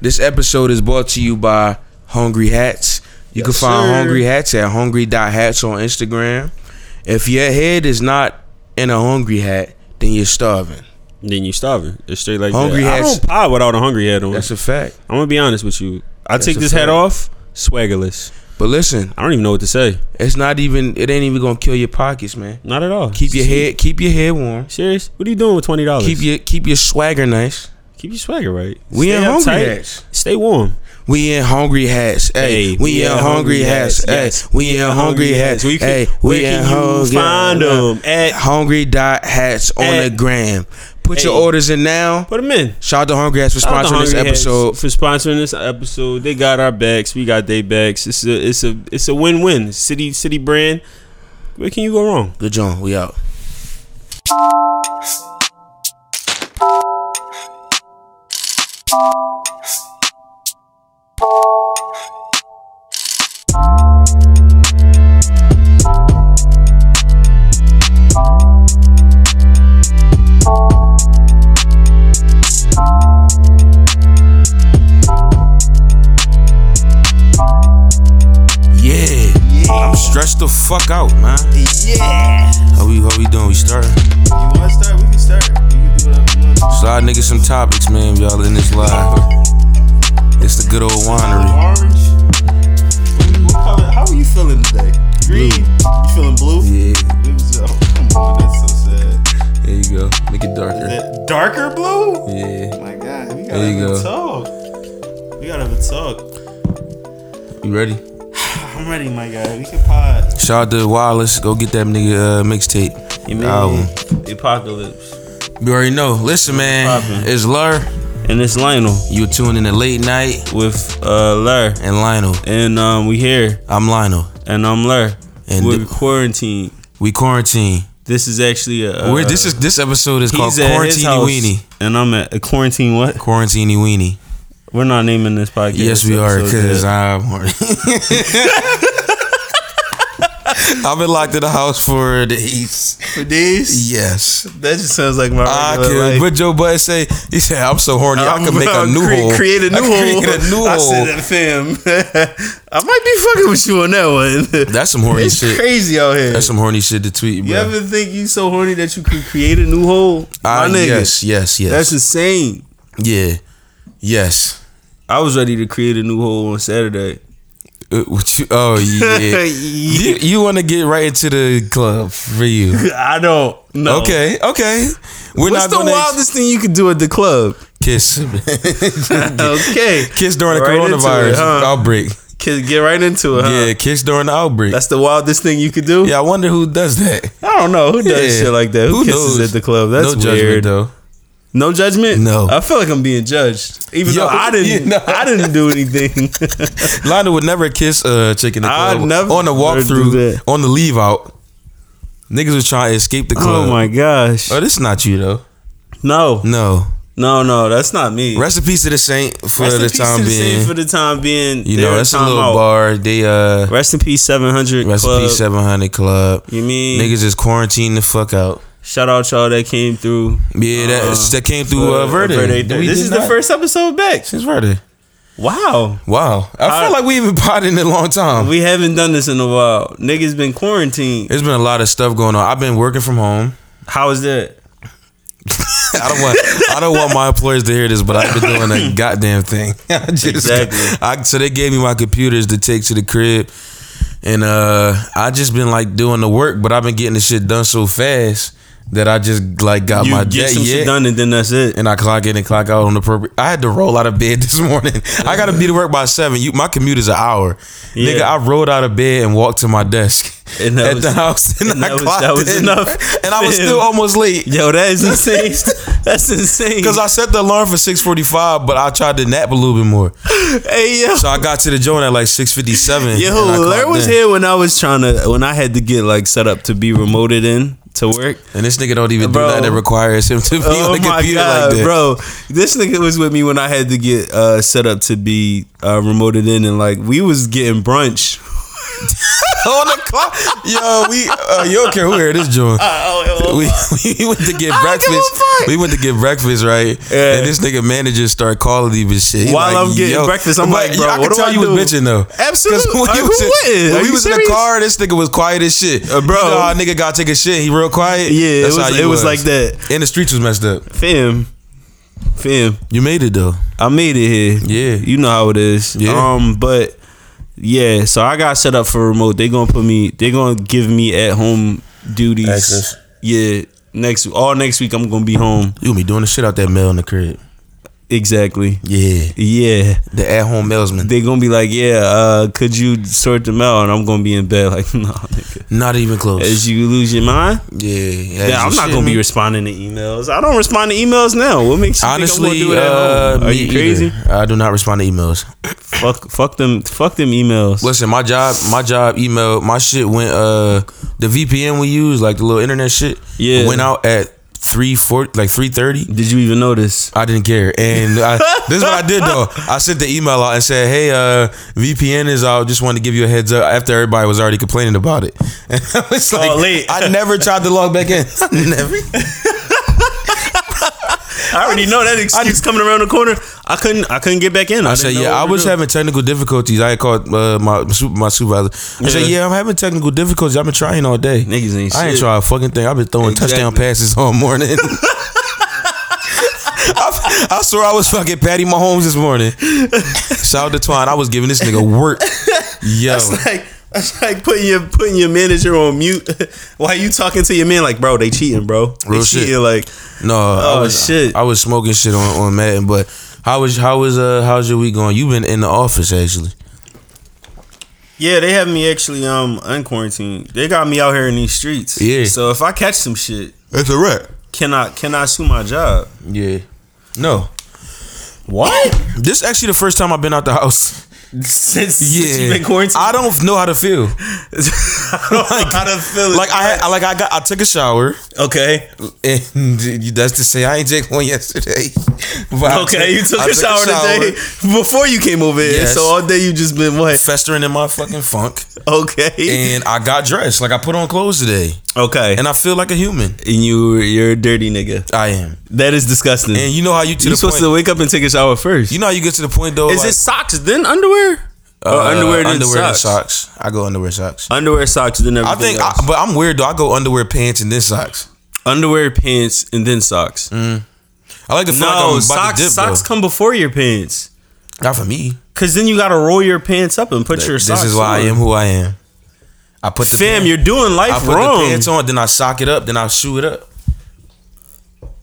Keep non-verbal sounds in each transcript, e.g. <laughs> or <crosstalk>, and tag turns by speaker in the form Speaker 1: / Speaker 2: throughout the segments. Speaker 1: This episode is brought to you by Hungry Hats. You can
Speaker 2: Yes,
Speaker 1: find
Speaker 2: sir.
Speaker 1: Hungry Hats at hungry.hats on Instagram. If your head is not in a hungry hat, then you're starving.
Speaker 2: Then you starving. It's straight like
Speaker 1: Hungry
Speaker 2: that.
Speaker 1: hats-
Speaker 2: I don't pod without a hungry head on.
Speaker 1: That's a fact.
Speaker 2: I'm gonna be honest with you. I
Speaker 1: That's
Speaker 2: take
Speaker 1: a
Speaker 2: this hat
Speaker 1: fact.
Speaker 2: off, swaggerless.
Speaker 1: But listen,
Speaker 2: I don't even know what to say.
Speaker 1: it's not even it ain't even gonna kill your pockets, man.
Speaker 2: Not at all.
Speaker 1: Keep your
Speaker 2: See?
Speaker 1: head keep your head warm.
Speaker 2: Serious? What are you doing with twenty dollars?
Speaker 1: Keep your keep your swagger nice.
Speaker 2: keep your swagger right.
Speaker 1: We
Speaker 2: Stay
Speaker 1: in hungry
Speaker 2: uptight.
Speaker 1: hats.
Speaker 2: Stay warm.
Speaker 1: We in hungry hats, hey.
Speaker 2: Ayy,
Speaker 1: We in hungry hats, hey.
Speaker 2: yes.
Speaker 1: We in hungry hats,
Speaker 2: Where you can-
Speaker 1: hey.
Speaker 2: Where
Speaker 1: We in
Speaker 2: can you
Speaker 1: hungry
Speaker 2: find them? At
Speaker 1: Hungry dot hats on
Speaker 2: Hey.
Speaker 1: the gram. Put your
Speaker 2: Hey.
Speaker 1: orders in now.
Speaker 2: put them in.
Speaker 1: Shout out to Hungry Hats for
Speaker 2: Shout out to
Speaker 1: sponsoring this
Speaker 2: Hungry Hats
Speaker 1: episode.
Speaker 2: For sponsoring this episode, they got our backs. We got their backs. It's a it's a it's a win win. City city brand. Where can you go wrong?
Speaker 1: Good John, we out. Yeah, I'm stressed the fuck out, man.
Speaker 3: Yeah.
Speaker 1: How we how we doing? We starting?
Speaker 3: You want to start? We can start. You can do whatever you want.
Speaker 1: Slide niggas some topics, man. Y'all in this live. It's the good old winery.
Speaker 3: Orange. Blue. What color? How are you feeling today? Green. You feeling blue?
Speaker 1: Yeah,
Speaker 3: It was, oh, come on, that's so sad.
Speaker 1: there you go. Make it darker.
Speaker 3: That darker blue? Oh
Speaker 1: Yeah,
Speaker 3: my god, we gotta
Speaker 1: There
Speaker 3: have
Speaker 1: you
Speaker 3: a talk. We gotta have a talk.
Speaker 1: you ready?
Speaker 3: I'm ready, my guy. We can pod.
Speaker 1: Shout out to Wallace. Go get that nigga uh, mixtape. Album.
Speaker 2: The apocalypse.
Speaker 1: You already know. Listen, man.
Speaker 2: Poppin'.
Speaker 1: It's Lur.
Speaker 2: And it's Lionel
Speaker 1: You tuned in to late night
Speaker 2: with uh Lur.
Speaker 1: and Lionel.
Speaker 2: And um we here
Speaker 1: I'm Lionel.
Speaker 2: and I'm Lur.
Speaker 1: And
Speaker 2: We're
Speaker 1: th-
Speaker 2: quarantined.
Speaker 1: we quarantine.
Speaker 2: This is actually a uh,
Speaker 1: We're, this is this episode is
Speaker 2: he's
Speaker 1: called
Speaker 2: at his
Speaker 1: Quarantine
Speaker 2: house,
Speaker 1: Weenie.
Speaker 2: And I'm at a quarantine what?
Speaker 1: Quarantine Weenie.
Speaker 2: We're not naming this podcast.
Speaker 1: Yes, we are,
Speaker 2: episode
Speaker 1: because
Speaker 2: yet.
Speaker 1: I'm horny.
Speaker 3: <laughs>
Speaker 1: I've been locked in the house for days.
Speaker 3: For these?
Speaker 1: Yes.
Speaker 3: That just sounds like my
Speaker 1: I
Speaker 3: regular
Speaker 1: can,
Speaker 3: life.
Speaker 1: what Joe Budden say? He said, "I'm so horny, i
Speaker 3: I'm <laughs>
Speaker 1: can make a
Speaker 3: about to
Speaker 1: new
Speaker 3: cre-
Speaker 1: hole.
Speaker 3: Create a new
Speaker 1: I
Speaker 3: hole.
Speaker 1: Create a new
Speaker 3: I
Speaker 1: hole.
Speaker 3: said that, fam. <laughs> I might be fucking with you on that <laughs> one.
Speaker 1: That's some horny
Speaker 3: it's
Speaker 1: shit.
Speaker 3: crazy out here.
Speaker 1: That's some horny shit to tweet,
Speaker 3: you
Speaker 1: bro.
Speaker 3: ever think you so horny that you could create a new hole?
Speaker 1: Ah,
Speaker 3: My nigga,
Speaker 1: yes, yes, yes.
Speaker 3: that's insane.
Speaker 1: yeah, yes.
Speaker 2: I was ready to create a new hole on Saturday.
Speaker 1: Uh, what you-
Speaker 3: <laughs>
Speaker 1: oh yeah. <laughs> you want to get right into the club for you?
Speaker 3: <laughs>
Speaker 2: I don't know.
Speaker 1: Okay, okay. We're
Speaker 3: What's
Speaker 1: not
Speaker 3: the
Speaker 1: gonna
Speaker 3: wildest thing you could do at
Speaker 1: <laughs>
Speaker 3: the club?
Speaker 1: kiss.
Speaker 3: <laughs> okay,
Speaker 1: kiss during the
Speaker 3: Right into it,
Speaker 1: coronavirus
Speaker 3: huh?
Speaker 1: outbreak.
Speaker 3: Can get right into
Speaker 2: Uh-huh.
Speaker 3: it. Huh?
Speaker 1: Yeah, kiss during the outbreak.
Speaker 3: That's the wildest thing you could do.
Speaker 1: yeah, I wonder who does that.
Speaker 3: I don't know who does
Speaker 1: Yeah.
Speaker 3: shit like that. Who,
Speaker 1: Who
Speaker 3: kisses
Speaker 1: knows?
Speaker 3: at the club?
Speaker 1: no
Speaker 3: That's
Speaker 1: judgment
Speaker 3: weird.
Speaker 1: though.
Speaker 3: No judgment.
Speaker 1: No.
Speaker 3: I feel like I'm being judged, even
Speaker 1: Yo,
Speaker 3: though I
Speaker 1: <laughs>
Speaker 3: didn't.
Speaker 1: you know.
Speaker 3: <laughs> I didn't do anything. <laughs>
Speaker 1: Lionel would never kiss a chick in the
Speaker 3: I'd
Speaker 1: club.
Speaker 3: never
Speaker 1: on the
Speaker 3: do
Speaker 1: walkthrough,
Speaker 3: that.
Speaker 1: on the leave out. Niggas was trying to escape the club.
Speaker 2: Oh my gosh.
Speaker 1: Oh, this not you though.
Speaker 2: No.
Speaker 1: No.
Speaker 2: No, no, that's not me.
Speaker 1: Rest in peace to the saint for
Speaker 2: Rest in
Speaker 1: the
Speaker 2: peace
Speaker 1: time
Speaker 2: to the
Speaker 1: being.
Speaker 2: Saints For the time being,
Speaker 1: you know,
Speaker 2: they're
Speaker 1: that's a
Speaker 2: time
Speaker 1: little
Speaker 2: out.
Speaker 1: bar. They uh
Speaker 2: Rest in peace, seven hundred
Speaker 1: rest in
Speaker 2: club. Mm.
Speaker 1: peace seven hundred club.
Speaker 2: You mean?
Speaker 1: Niggas just quarantined the fuck out.
Speaker 2: Shout out y'all that came through.
Speaker 1: Yeah, that
Speaker 2: Uh,
Speaker 1: that came through uh,
Speaker 2: for
Speaker 1: Verde.
Speaker 2: Verde
Speaker 1: We
Speaker 2: Day. This
Speaker 1: did
Speaker 2: is the
Speaker 1: not-
Speaker 2: first episode back.
Speaker 1: since Verde.
Speaker 2: Wow,
Speaker 1: Wow, I
Speaker 2: How-
Speaker 1: feel like we even <laughs> potted in a long time.
Speaker 2: we haven't done this in a while. Niggas been quarantined.
Speaker 1: There's been a lot of stuff going on. I've been working from home.
Speaker 2: How is that?
Speaker 1: I don't want I don't want my employers to hear this, but I've been doing
Speaker 2: <laughs>
Speaker 1: a goddamn thing. <laughs> I just,
Speaker 2: Exactly.
Speaker 1: I, so they gave me my computers to take to the crib, and uh, I just been like doing the work, but I've been getting the shit done so fast that I just like got
Speaker 2: You
Speaker 1: my
Speaker 2: get
Speaker 1: debt
Speaker 2: some
Speaker 1: yeah.
Speaker 2: shit done and then that's it.
Speaker 1: And I clock in and clock out on the appropriate. I had to roll out of bed <laughs> this morning. I got to be to work by seven. You, my commute is an hour.
Speaker 2: Yeah.
Speaker 1: Nigga, I rolled out of bed and walked to my desk
Speaker 2: <laughs> And that
Speaker 1: at
Speaker 2: was-
Speaker 1: the house, and,
Speaker 2: and
Speaker 1: I
Speaker 2: that was-
Speaker 1: clocked
Speaker 2: that was
Speaker 1: in.
Speaker 2: enough.
Speaker 1: <laughs> And I was
Speaker 2: Damn.
Speaker 1: still almost late.
Speaker 2: Yo, that is
Speaker 1: <laughs>
Speaker 2: insane. that's insane.
Speaker 1: Cause I set the alarm for six forty five, but I tried to nap a little bit more.
Speaker 2: hey yo.
Speaker 1: So I got to the joint at like six fifty seven.
Speaker 2: <laughs> Yo, Lair was here when I was trying to when I had to get like set up to be remoted in to work.
Speaker 1: and this nigga don't even
Speaker 2: Bro.
Speaker 1: do that. That requires him to be on
Speaker 2: Oh
Speaker 1: the
Speaker 2: my
Speaker 1: computer
Speaker 2: god,
Speaker 1: like that.
Speaker 2: bro! This nigga was with me when I had to get uh, set up to be uh, remoted in, and like we was getting brunch.
Speaker 1: <laughs> on the clock. Yo, we uh, you don't care who heard this
Speaker 2: Uh,
Speaker 1: joint.
Speaker 2: oh,
Speaker 1: We, <laughs> we went to get breakfast. We went to get breakfast, right?
Speaker 2: Yeah.
Speaker 1: And this nigga manager start calling even shit. He
Speaker 2: While
Speaker 1: like,
Speaker 2: I'm getting
Speaker 1: yo.
Speaker 2: breakfast, I'm like,
Speaker 1: yo,
Speaker 2: bro,
Speaker 1: I could
Speaker 2: what do
Speaker 1: tell
Speaker 2: I
Speaker 1: you was
Speaker 2: do?
Speaker 1: bitching though.
Speaker 2: Absolutely.
Speaker 1: <laughs> 'Cause When
Speaker 2: Like,
Speaker 1: we
Speaker 2: who
Speaker 1: was, in,
Speaker 2: wouldn't?
Speaker 1: when
Speaker 2: Are
Speaker 1: we
Speaker 2: you
Speaker 1: was in the
Speaker 2: serious?
Speaker 1: car, this nigga was quiet as shit,
Speaker 2: Uh, bro.
Speaker 1: You know how a nigga got take a shit. He real quiet.
Speaker 2: Yeah, it
Speaker 1: That's
Speaker 2: was-
Speaker 1: how he
Speaker 2: it was like that.
Speaker 1: And the streets was messed up.
Speaker 2: Fam. Fam.
Speaker 1: You made it though.
Speaker 2: I made it here.
Speaker 1: Yeah.
Speaker 2: You know how it is.
Speaker 1: Yeah.
Speaker 2: Um, but yeah, so I got set up for remote. They gonna put me they gonna give me at home duties.
Speaker 1: Access.
Speaker 2: Yeah. Next all next week I'm gonna be home.
Speaker 1: You gonna be doing the shit out that mail in the crib.
Speaker 2: Exactly.
Speaker 1: Yeah,
Speaker 2: Yeah.
Speaker 1: the at home mailsman.
Speaker 2: They gonna be like, Yeah, uh, could you sort them out? And I'm gonna be in bed like, <laughs> nah, nigga.
Speaker 1: Not even close.
Speaker 2: As you lose your mind?
Speaker 1: yeah, as
Speaker 2: Yeah,
Speaker 1: you
Speaker 2: I'm not
Speaker 1: shit
Speaker 2: gonna
Speaker 1: me.
Speaker 2: be responding to emails. I don't respond to emails now. What makes you
Speaker 1: Honestly,
Speaker 2: think I'm gonna do it at
Speaker 1: uh,
Speaker 2: home? Are
Speaker 1: me
Speaker 2: you crazy?
Speaker 1: either. I do not respond to emails.
Speaker 2: Fuck, fuck them, fuck them emails.
Speaker 1: Listen, my job, my job email, my shit went. Uh, the VPN we use, like the little internet shit,
Speaker 2: Yeah.
Speaker 1: went out at three forty, like three thirty.
Speaker 2: Did you even notice?
Speaker 1: I didn't care, and
Speaker 2: <laughs>
Speaker 1: I, this is what I did though. I sent the email out and said, "Hey, uh, VPN is out. Just wanted to give you a heads up." After everybody was already complaining about it, <laughs> and I was like,
Speaker 2: Oh, late.
Speaker 1: "I never tried to log back in. <laughs> I never."
Speaker 2: I already know that excuse coming around the corner. I couldn't, I couldn't get back in.
Speaker 1: I
Speaker 2: didn't
Speaker 1: said,
Speaker 2: know
Speaker 1: yeah,
Speaker 2: what
Speaker 1: I
Speaker 2: to
Speaker 1: was
Speaker 2: do."
Speaker 1: having technical difficulties. I had called uh, my su- my supervisor. I said,
Speaker 2: Yeah.
Speaker 1: yeah, I'm having technical difficulties. I've been trying all day.
Speaker 2: Niggas ain't
Speaker 1: I ain't
Speaker 2: shit. <laughs>
Speaker 1: trying a fucking thing. I've been throwing touchdown
Speaker 2: Exactly.
Speaker 1: passes <laughs> all morning. I, I swear I was fucking Patty Mahomes this morning. Shout out to Twine. I was giving this nigga
Speaker 2: <laughs>
Speaker 1: work. Yo.
Speaker 2: That's like, that's like putting your putting your manager on mute <laughs> while you talking to your man. Like, bro, they cheating, bro. They
Speaker 1: Real shit.
Speaker 2: cheating. Like,
Speaker 1: No, I
Speaker 2: Oh,
Speaker 1: was
Speaker 2: shit.
Speaker 1: I was smoking shit on, on Madden, but how was how was uh how's your week going? You've been in the office actually.
Speaker 2: yeah, they have me actually um unquarantined. They got me out here in these streets.
Speaker 1: Yeah.
Speaker 2: So if I catch some shit,
Speaker 1: That's a wrap.
Speaker 2: can I can I sue my job?
Speaker 1: Yeah. No. What? This actually the first time I've been out the house.
Speaker 2: Since,
Speaker 1: Yeah.
Speaker 2: <laughs> since you've been quarantined,
Speaker 1: I don't know how to feel.
Speaker 2: I don't know <laughs> how to feel. it.
Speaker 1: Like I had, like I got I took a shower
Speaker 2: okay,
Speaker 1: and <laughs> that's to say I ain't take one yesterday. <laughs> But I
Speaker 2: okay, you took
Speaker 1: I
Speaker 2: a shower today before you came over here.
Speaker 1: Yes.
Speaker 2: So all day you just been what?
Speaker 1: Festering in my fucking funk,
Speaker 2: Okay.
Speaker 1: and I got dressed. Like I put on clothes today,
Speaker 2: <laughs> okay.
Speaker 1: and I feel like a human.
Speaker 2: and you you're a dirty nigga.
Speaker 1: I am.
Speaker 2: That is disgusting.
Speaker 1: And you know how you to
Speaker 2: you're
Speaker 1: the
Speaker 2: supposed
Speaker 1: point.
Speaker 2: to wake up and take a shower first.
Speaker 1: you know how you get to the point though.
Speaker 2: is
Speaker 1: like,
Speaker 2: it socks then underwear? Or
Speaker 1: uh,
Speaker 2: underwear then
Speaker 1: underwear and
Speaker 2: socks?
Speaker 1: socks? I go underwear socks.
Speaker 2: Underwear socks then
Speaker 1: I
Speaker 2: everything.
Speaker 1: think, I,
Speaker 2: else.
Speaker 1: but I'm weird though. I go underwear, pants, and then socks.
Speaker 2: underwear, pants, and then socks.
Speaker 1: I like to feel like Mm, I'm
Speaker 2: No,
Speaker 1: about
Speaker 2: socks
Speaker 1: to dip
Speaker 2: socks
Speaker 1: though.
Speaker 2: come before your pants.
Speaker 1: Not for me.
Speaker 2: Cause then you gotta roll your pants up and put your
Speaker 1: this
Speaker 2: socks.
Speaker 1: is why
Speaker 2: on.
Speaker 1: I am who I am. I put the
Speaker 2: Fam,
Speaker 1: pants-
Speaker 2: you're doing life
Speaker 1: I put
Speaker 2: wrong.
Speaker 1: the pants on, then I sock it up, then I shoe it up.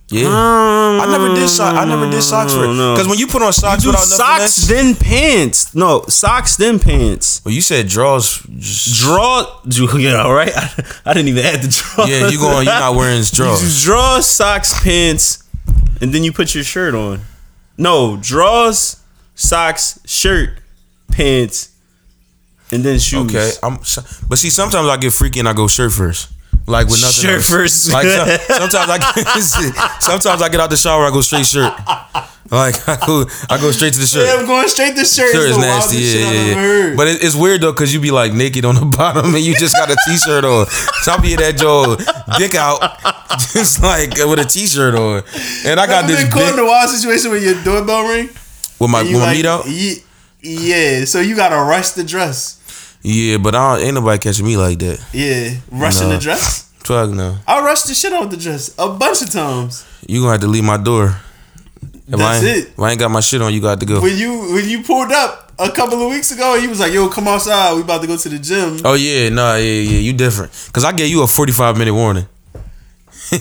Speaker 1: Yeah,
Speaker 2: Um,
Speaker 1: I never did socks. I never did socks for
Speaker 2: no.
Speaker 1: because when you put on socks
Speaker 2: Do
Speaker 1: without nothing
Speaker 2: socks
Speaker 1: else,
Speaker 2: then pants. No, socks then pants.
Speaker 1: well, you said
Speaker 2: <laughs>
Speaker 1: draws. just-
Speaker 2: Draw, <laughs> yeah, all right. I, I didn't even add the draw.
Speaker 1: Yeah, you going?
Speaker 2: <laughs>
Speaker 1: You're not wearing
Speaker 2: You
Speaker 1: draws.
Speaker 2: draw socks, pants, and then you put your shirt on. No, draws, socks, shirt, pants, and then shoes.
Speaker 1: Okay, I'm. so- But see, sometimes I get freaky and I go shirt first, like with nothing.
Speaker 2: Shirt
Speaker 1: else.
Speaker 2: first.
Speaker 1: Like
Speaker 2: <laughs>
Speaker 1: so- sometimes I get, <laughs> sometimes I get out the shower, I go straight shirt. Like <laughs> I go, I go straight to the shirt.
Speaker 3: I'm going straight to shirt.
Speaker 1: Shirt is nasty, yeah, yeah, yeah. But it, it's weird though, cause you be like naked on the <laughs> bottom and you just got a t-shirt on. So I be in that Joe dick out, <laughs> just like with a t-shirt on, and I got
Speaker 3: I've
Speaker 1: this
Speaker 3: been caught in
Speaker 1: big
Speaker 3: a wild situation where your doorbell ring.
Speaker 1: with my
Speaker 3: and
Speaker 1: with
Speaker 3: you
Speaker 1: my
Speaker 3: like,
Speaker 1: meat out.
Speaker 3: ye- Yeah, so you gotta rush the dress.
Speaker 1: Yeah, but I don't, ain't nobody catching me like that.
Speaker 3: Yeah, rushing
Speaker 1: Nah.
Speaker 3: the dress.
Speaker 1: Fuck no,
Speaker 3: I rushed the shit out the dress a bunch of times.
Speaker 1: you gonna have to leave my door. If I
Speaker 3: That's
Speaker 1: ain't-
Speaker 3: it.
Speaker 1: If I ain't got my shit on, you got to go.
Speaker 3: When you when you pulled up a couple of weeks ago, you was like, "Yo, come outside. We about to go to the gym."
Speaker 1: Oh yeah, nah, yeah, yeah, you different. Cause I gave you a forty-five minute warning. <laughs>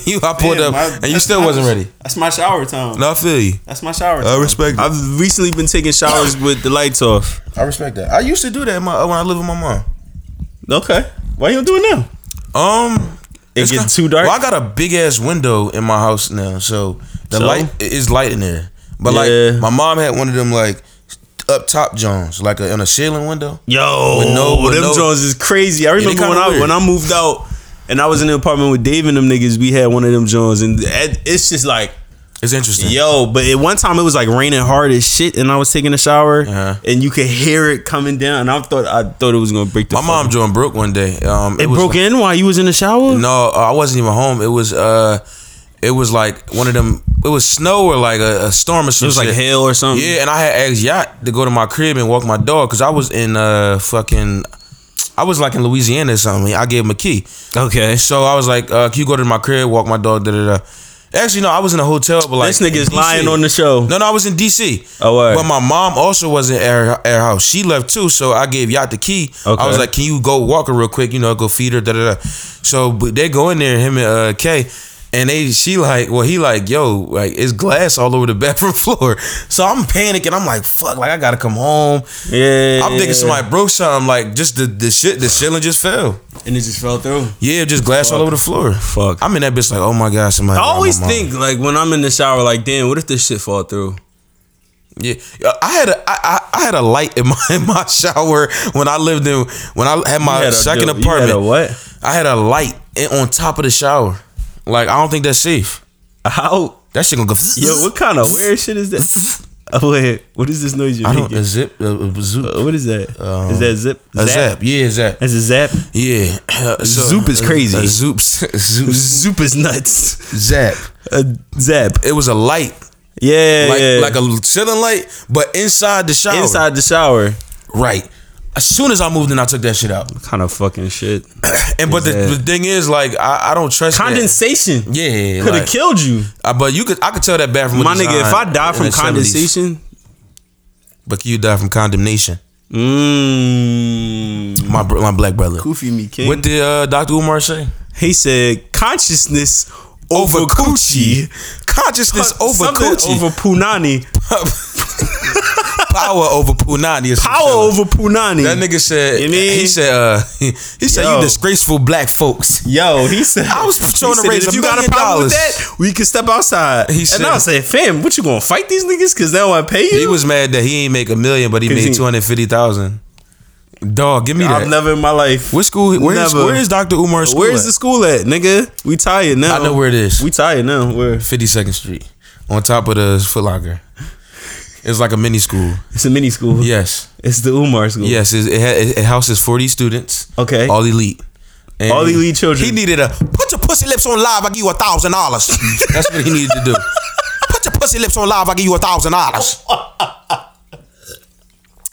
Speaker 1: you, I pulled
Speaker 3: Damn,
Speaker 1: up,
Speaker 3: my-
Speaker 1: and you
Speaker 3: that's
Speaker 1: still
Speaker 3: my-
Speaker 1: wasn't ready.
Speaker 3: That's my shower time.
Speaker 1: No, Oh, I feel you.
Speaker 3: That's my shower time.
Speaker 1: I respect. I,
Speaker 2: I've recently been taking showers with the lights off.
Speaker 1: I respect that. I used to do that in my, when I lived with my mom.
Speaker 2: Okay, why you don't do it now?
Speaker 1: Um,
Speaker 2: It
Speaker 1: it's
Speaker 2: get
Speaker 1: not-
Speaker 2: too dark?
Speaker 1: Well, I got a big ass window in my house now, so the
Speaker 2: So?
Speaker 1: light it is light in there. But
Speaker 2: Yeah.
Speaker 1: like, my mom had one of them like up top Jones, like a, on a ceiling window.
Speaker 2: Yo,
Speaker 1: With no- with
Speaker 2: them
Speaker 1: no-
Speaker 2: Jones is crazy. I
Speaker 1: they
Speaker 2: remember
Speaker 1: kinda
Speaker 2: when I
Speaker 1: weird.
Speaker 2: when I moved out and I was in the apartment with Dave and them niggas. We had one of them Jones, and it- it's just like
Speaker 1: It's interesting.
Speaker 2: Yo, but at one time it was like raining hard as shit, and I was taking a shower,
Speaker 1: Uh-huh.
Speaker 2: and you could hear it coming down. And I thought I thought it was gonna break the.
Speaker 1: My mom joined broke one day. Um,
Speaker 2: it, broke in while you was in the shower.
Speaker 1: No, I wasn't even home. It was uh, it was like one of them. It was snow or like a, a storm or
Speaker 2: it
Speaker 1: some
Speaker 2: was like
Speaker 1: shit.
Speaker 2: hail or something.
Speaker 1: Yeah, and I had asked Yacht to go to my crib and walk my dog because I was in uh fucking, I was like in Louisiana or something. I gave him a key,
Speaker 2: Okay.
Speaker 1: so I was like, uh, "Can you go to my crib, walk my dog?" Da da da. Actually, no, I was in a hotel, but like
Speaker 2: This
Speaker 1: in
Speaker 2: nigga's
Speaker 1: DC.
Speaker 2: lying on the show.
Speaker 1: No, no, I was in DC.
Speaker 2: Oh, word.
Speaker 1: But my mom also wasn't at her, at her house. She left too, so I gave Yacht the key.
Speaker 2: Okay.
Speaker 1: I was like, "Can you go walk her real quick? You know, go feed her." Da da da. So but they go in there, him and uh, Kay, and they she like, well, he like, yo, like it's glass all over the <laughs> bathroom floor. So I'm panicking. I'm like, fuck, like I gotta come home.
Speaker 2: Yeah.
Speaker 1: I'm thinking somebody broke something. Like just the the shit, the ceiling just fell.
Speaker 4: And it just fell through.
Speaker 1: Yeah, just glass all over the floor.
Speaker 2: Fuck.
Speaker 1: I'm in that bitch like, oh my god, somebody.
Speaker 2: I
Speaker 1: robbed my
Speaker 2: always
Speaker 1: mom.
Speaker 2: think like when I'm in the shower, like damn, what if this shit fall through?
Speaker 1: Yeah, Uh, I had a I, I, I had a light in <laughs> my in my shower when I lived in when I had my
Speaker 2: You had a-
Speaker 1: second
Speaker 2: you had a
Speaker 1: apartment.
Speaker 2: what?
Speaker 1: I had a light in, on top of the shower. Like I don't think that's safe.
Speaker 2: How?
Speaker 1: That shit gonna go. <laughs>
Speaker 2: Yo, what kind of weird shit is that? Oh wait, what is this noise you're
Speaker 1: I don't
Speaker 2: making?
Speaker 1: a zip a, a
Speaker 2: Uh,
Speaker 1: zoop
Speaker 2: What is that? Is
Speaker 1: Um,
Speaker 2: that zip?
Speaker 1: a zap. Yeah, zap.
Speaker 2: That's a zap.
Speaker 1: Yeah, <laughs> so,
Speaker 2: Zoop is
Speaker 1: a-
Speaker 2: crazy.
Speaker 1: A, zoop <laughs> zoop
Speaker 2: <laughs> Zoop is nuts.
Speaker 1: zap.
Speaker 2: A zap.
Speaker 1: It was a light
Speaker 2: Yeah,
Speaker 1: like
Speaker 2: yeah.
Speaker 1: like a ceiling light, but inside the shower.
Speaker 2: inside the shower.
Speaker 1: right. As soon as I moved in, I took that shit out.
Speaker 2: Kind of fucking shit.
Speaker 1: <laughs> And but the,
Speaker 2: Zap.
Speaker 1: the thing is, like, I, I don't trust that.
Speaker 2: Condensation
Speaker 1: Yeah,
Speaker 2: could have
Speaker 1: like-
Speaker 2: killed you,
Speaker 1: Uh, but you could, I could tell that bathroom.
Speaker 2: my
Speaker 1: was
Speaker 2: nigga. If I
Speaker 1: designed
Speaker 2: die
Speaker 1: in
Speaker 2: from
Speaker 1: the 70s,
Speaker 2: condensation,
Speaker 1: but you die from condemnation,
Speaker 2: mmm.
Speaker 1: my bro- my black brother.
Speaker 2: Goofy me king.
Speaker 1: What did uh, Doctor Umar say?
Speaker 2: he said consciousness over, coochie.
Speaker 1: consciousness over
Speaker 2: Something
Speaker 1: coochie,
Speaker 2: <laughs> over punani.
Speaker 1: <laughs> power over punani. or some shit.
Speaker 2: Power over punani.
Speaker 1: That nigga said.
Speaker 2: You mean?
Speaker 1: He said. Uh, <laughs> he, he said
Speaker 2: Yo.
Speaker 1: you disgraceful black folks.
Speaker 2: Yo, he said.
Speaker 1: I was showing
Speaker 2: he
Speaker 1: a
Speaker 2: said,
Speaker 1: raise
Speaker 2: If
Speaker 1: a
Speaker 2: you got a
Speaker 1: million
Speaker 2: problem
Speaker 1: dollars."
Speaker 2: with that, we can step outside.
Speaker 1: He
Speaker 2: and I was saying, fam, what you gonna fight these niggas because they don't want to pay you?
Speaker 1: He was mad that he ain't make a million, but he
Speaker 2: 'Cause he-
Speaker 1: made two hundred fifty thousand. Dog, give me that.
Speaker 2: I've never in my life.
Speaker 1: what school? Where is,
Speaker 2: Never.
Speaker 1: where is Doctor Umar's school?
Speaker 2: Where's
Speaker 1: at?
Speaker 2: the school at, nigga? We tired now.
Speaker 1: I know where it is.
Speaker 2: We tired now. Where?
Speaker 1: Fifty Second Street, on top of the Foot Locker. It's like a mini school.
Speaker 2: It's a mini school.
Speaker 1: Yes,
Speaker 2: It's the Umar school.
Speaker 1: yes. It, it, ha- it houses forty students.
Speaker 2: Okay.
Speaker 1: all elite. And
Speaker 2: All elite children.
Speaker 1: He needed a put your pussy lips on live. I give you a thousand
Speaker 2: <laughs>
Speaker 1: dollars. That's what he needed to do. Put your pussy lips on live. I give you a thousand dollars.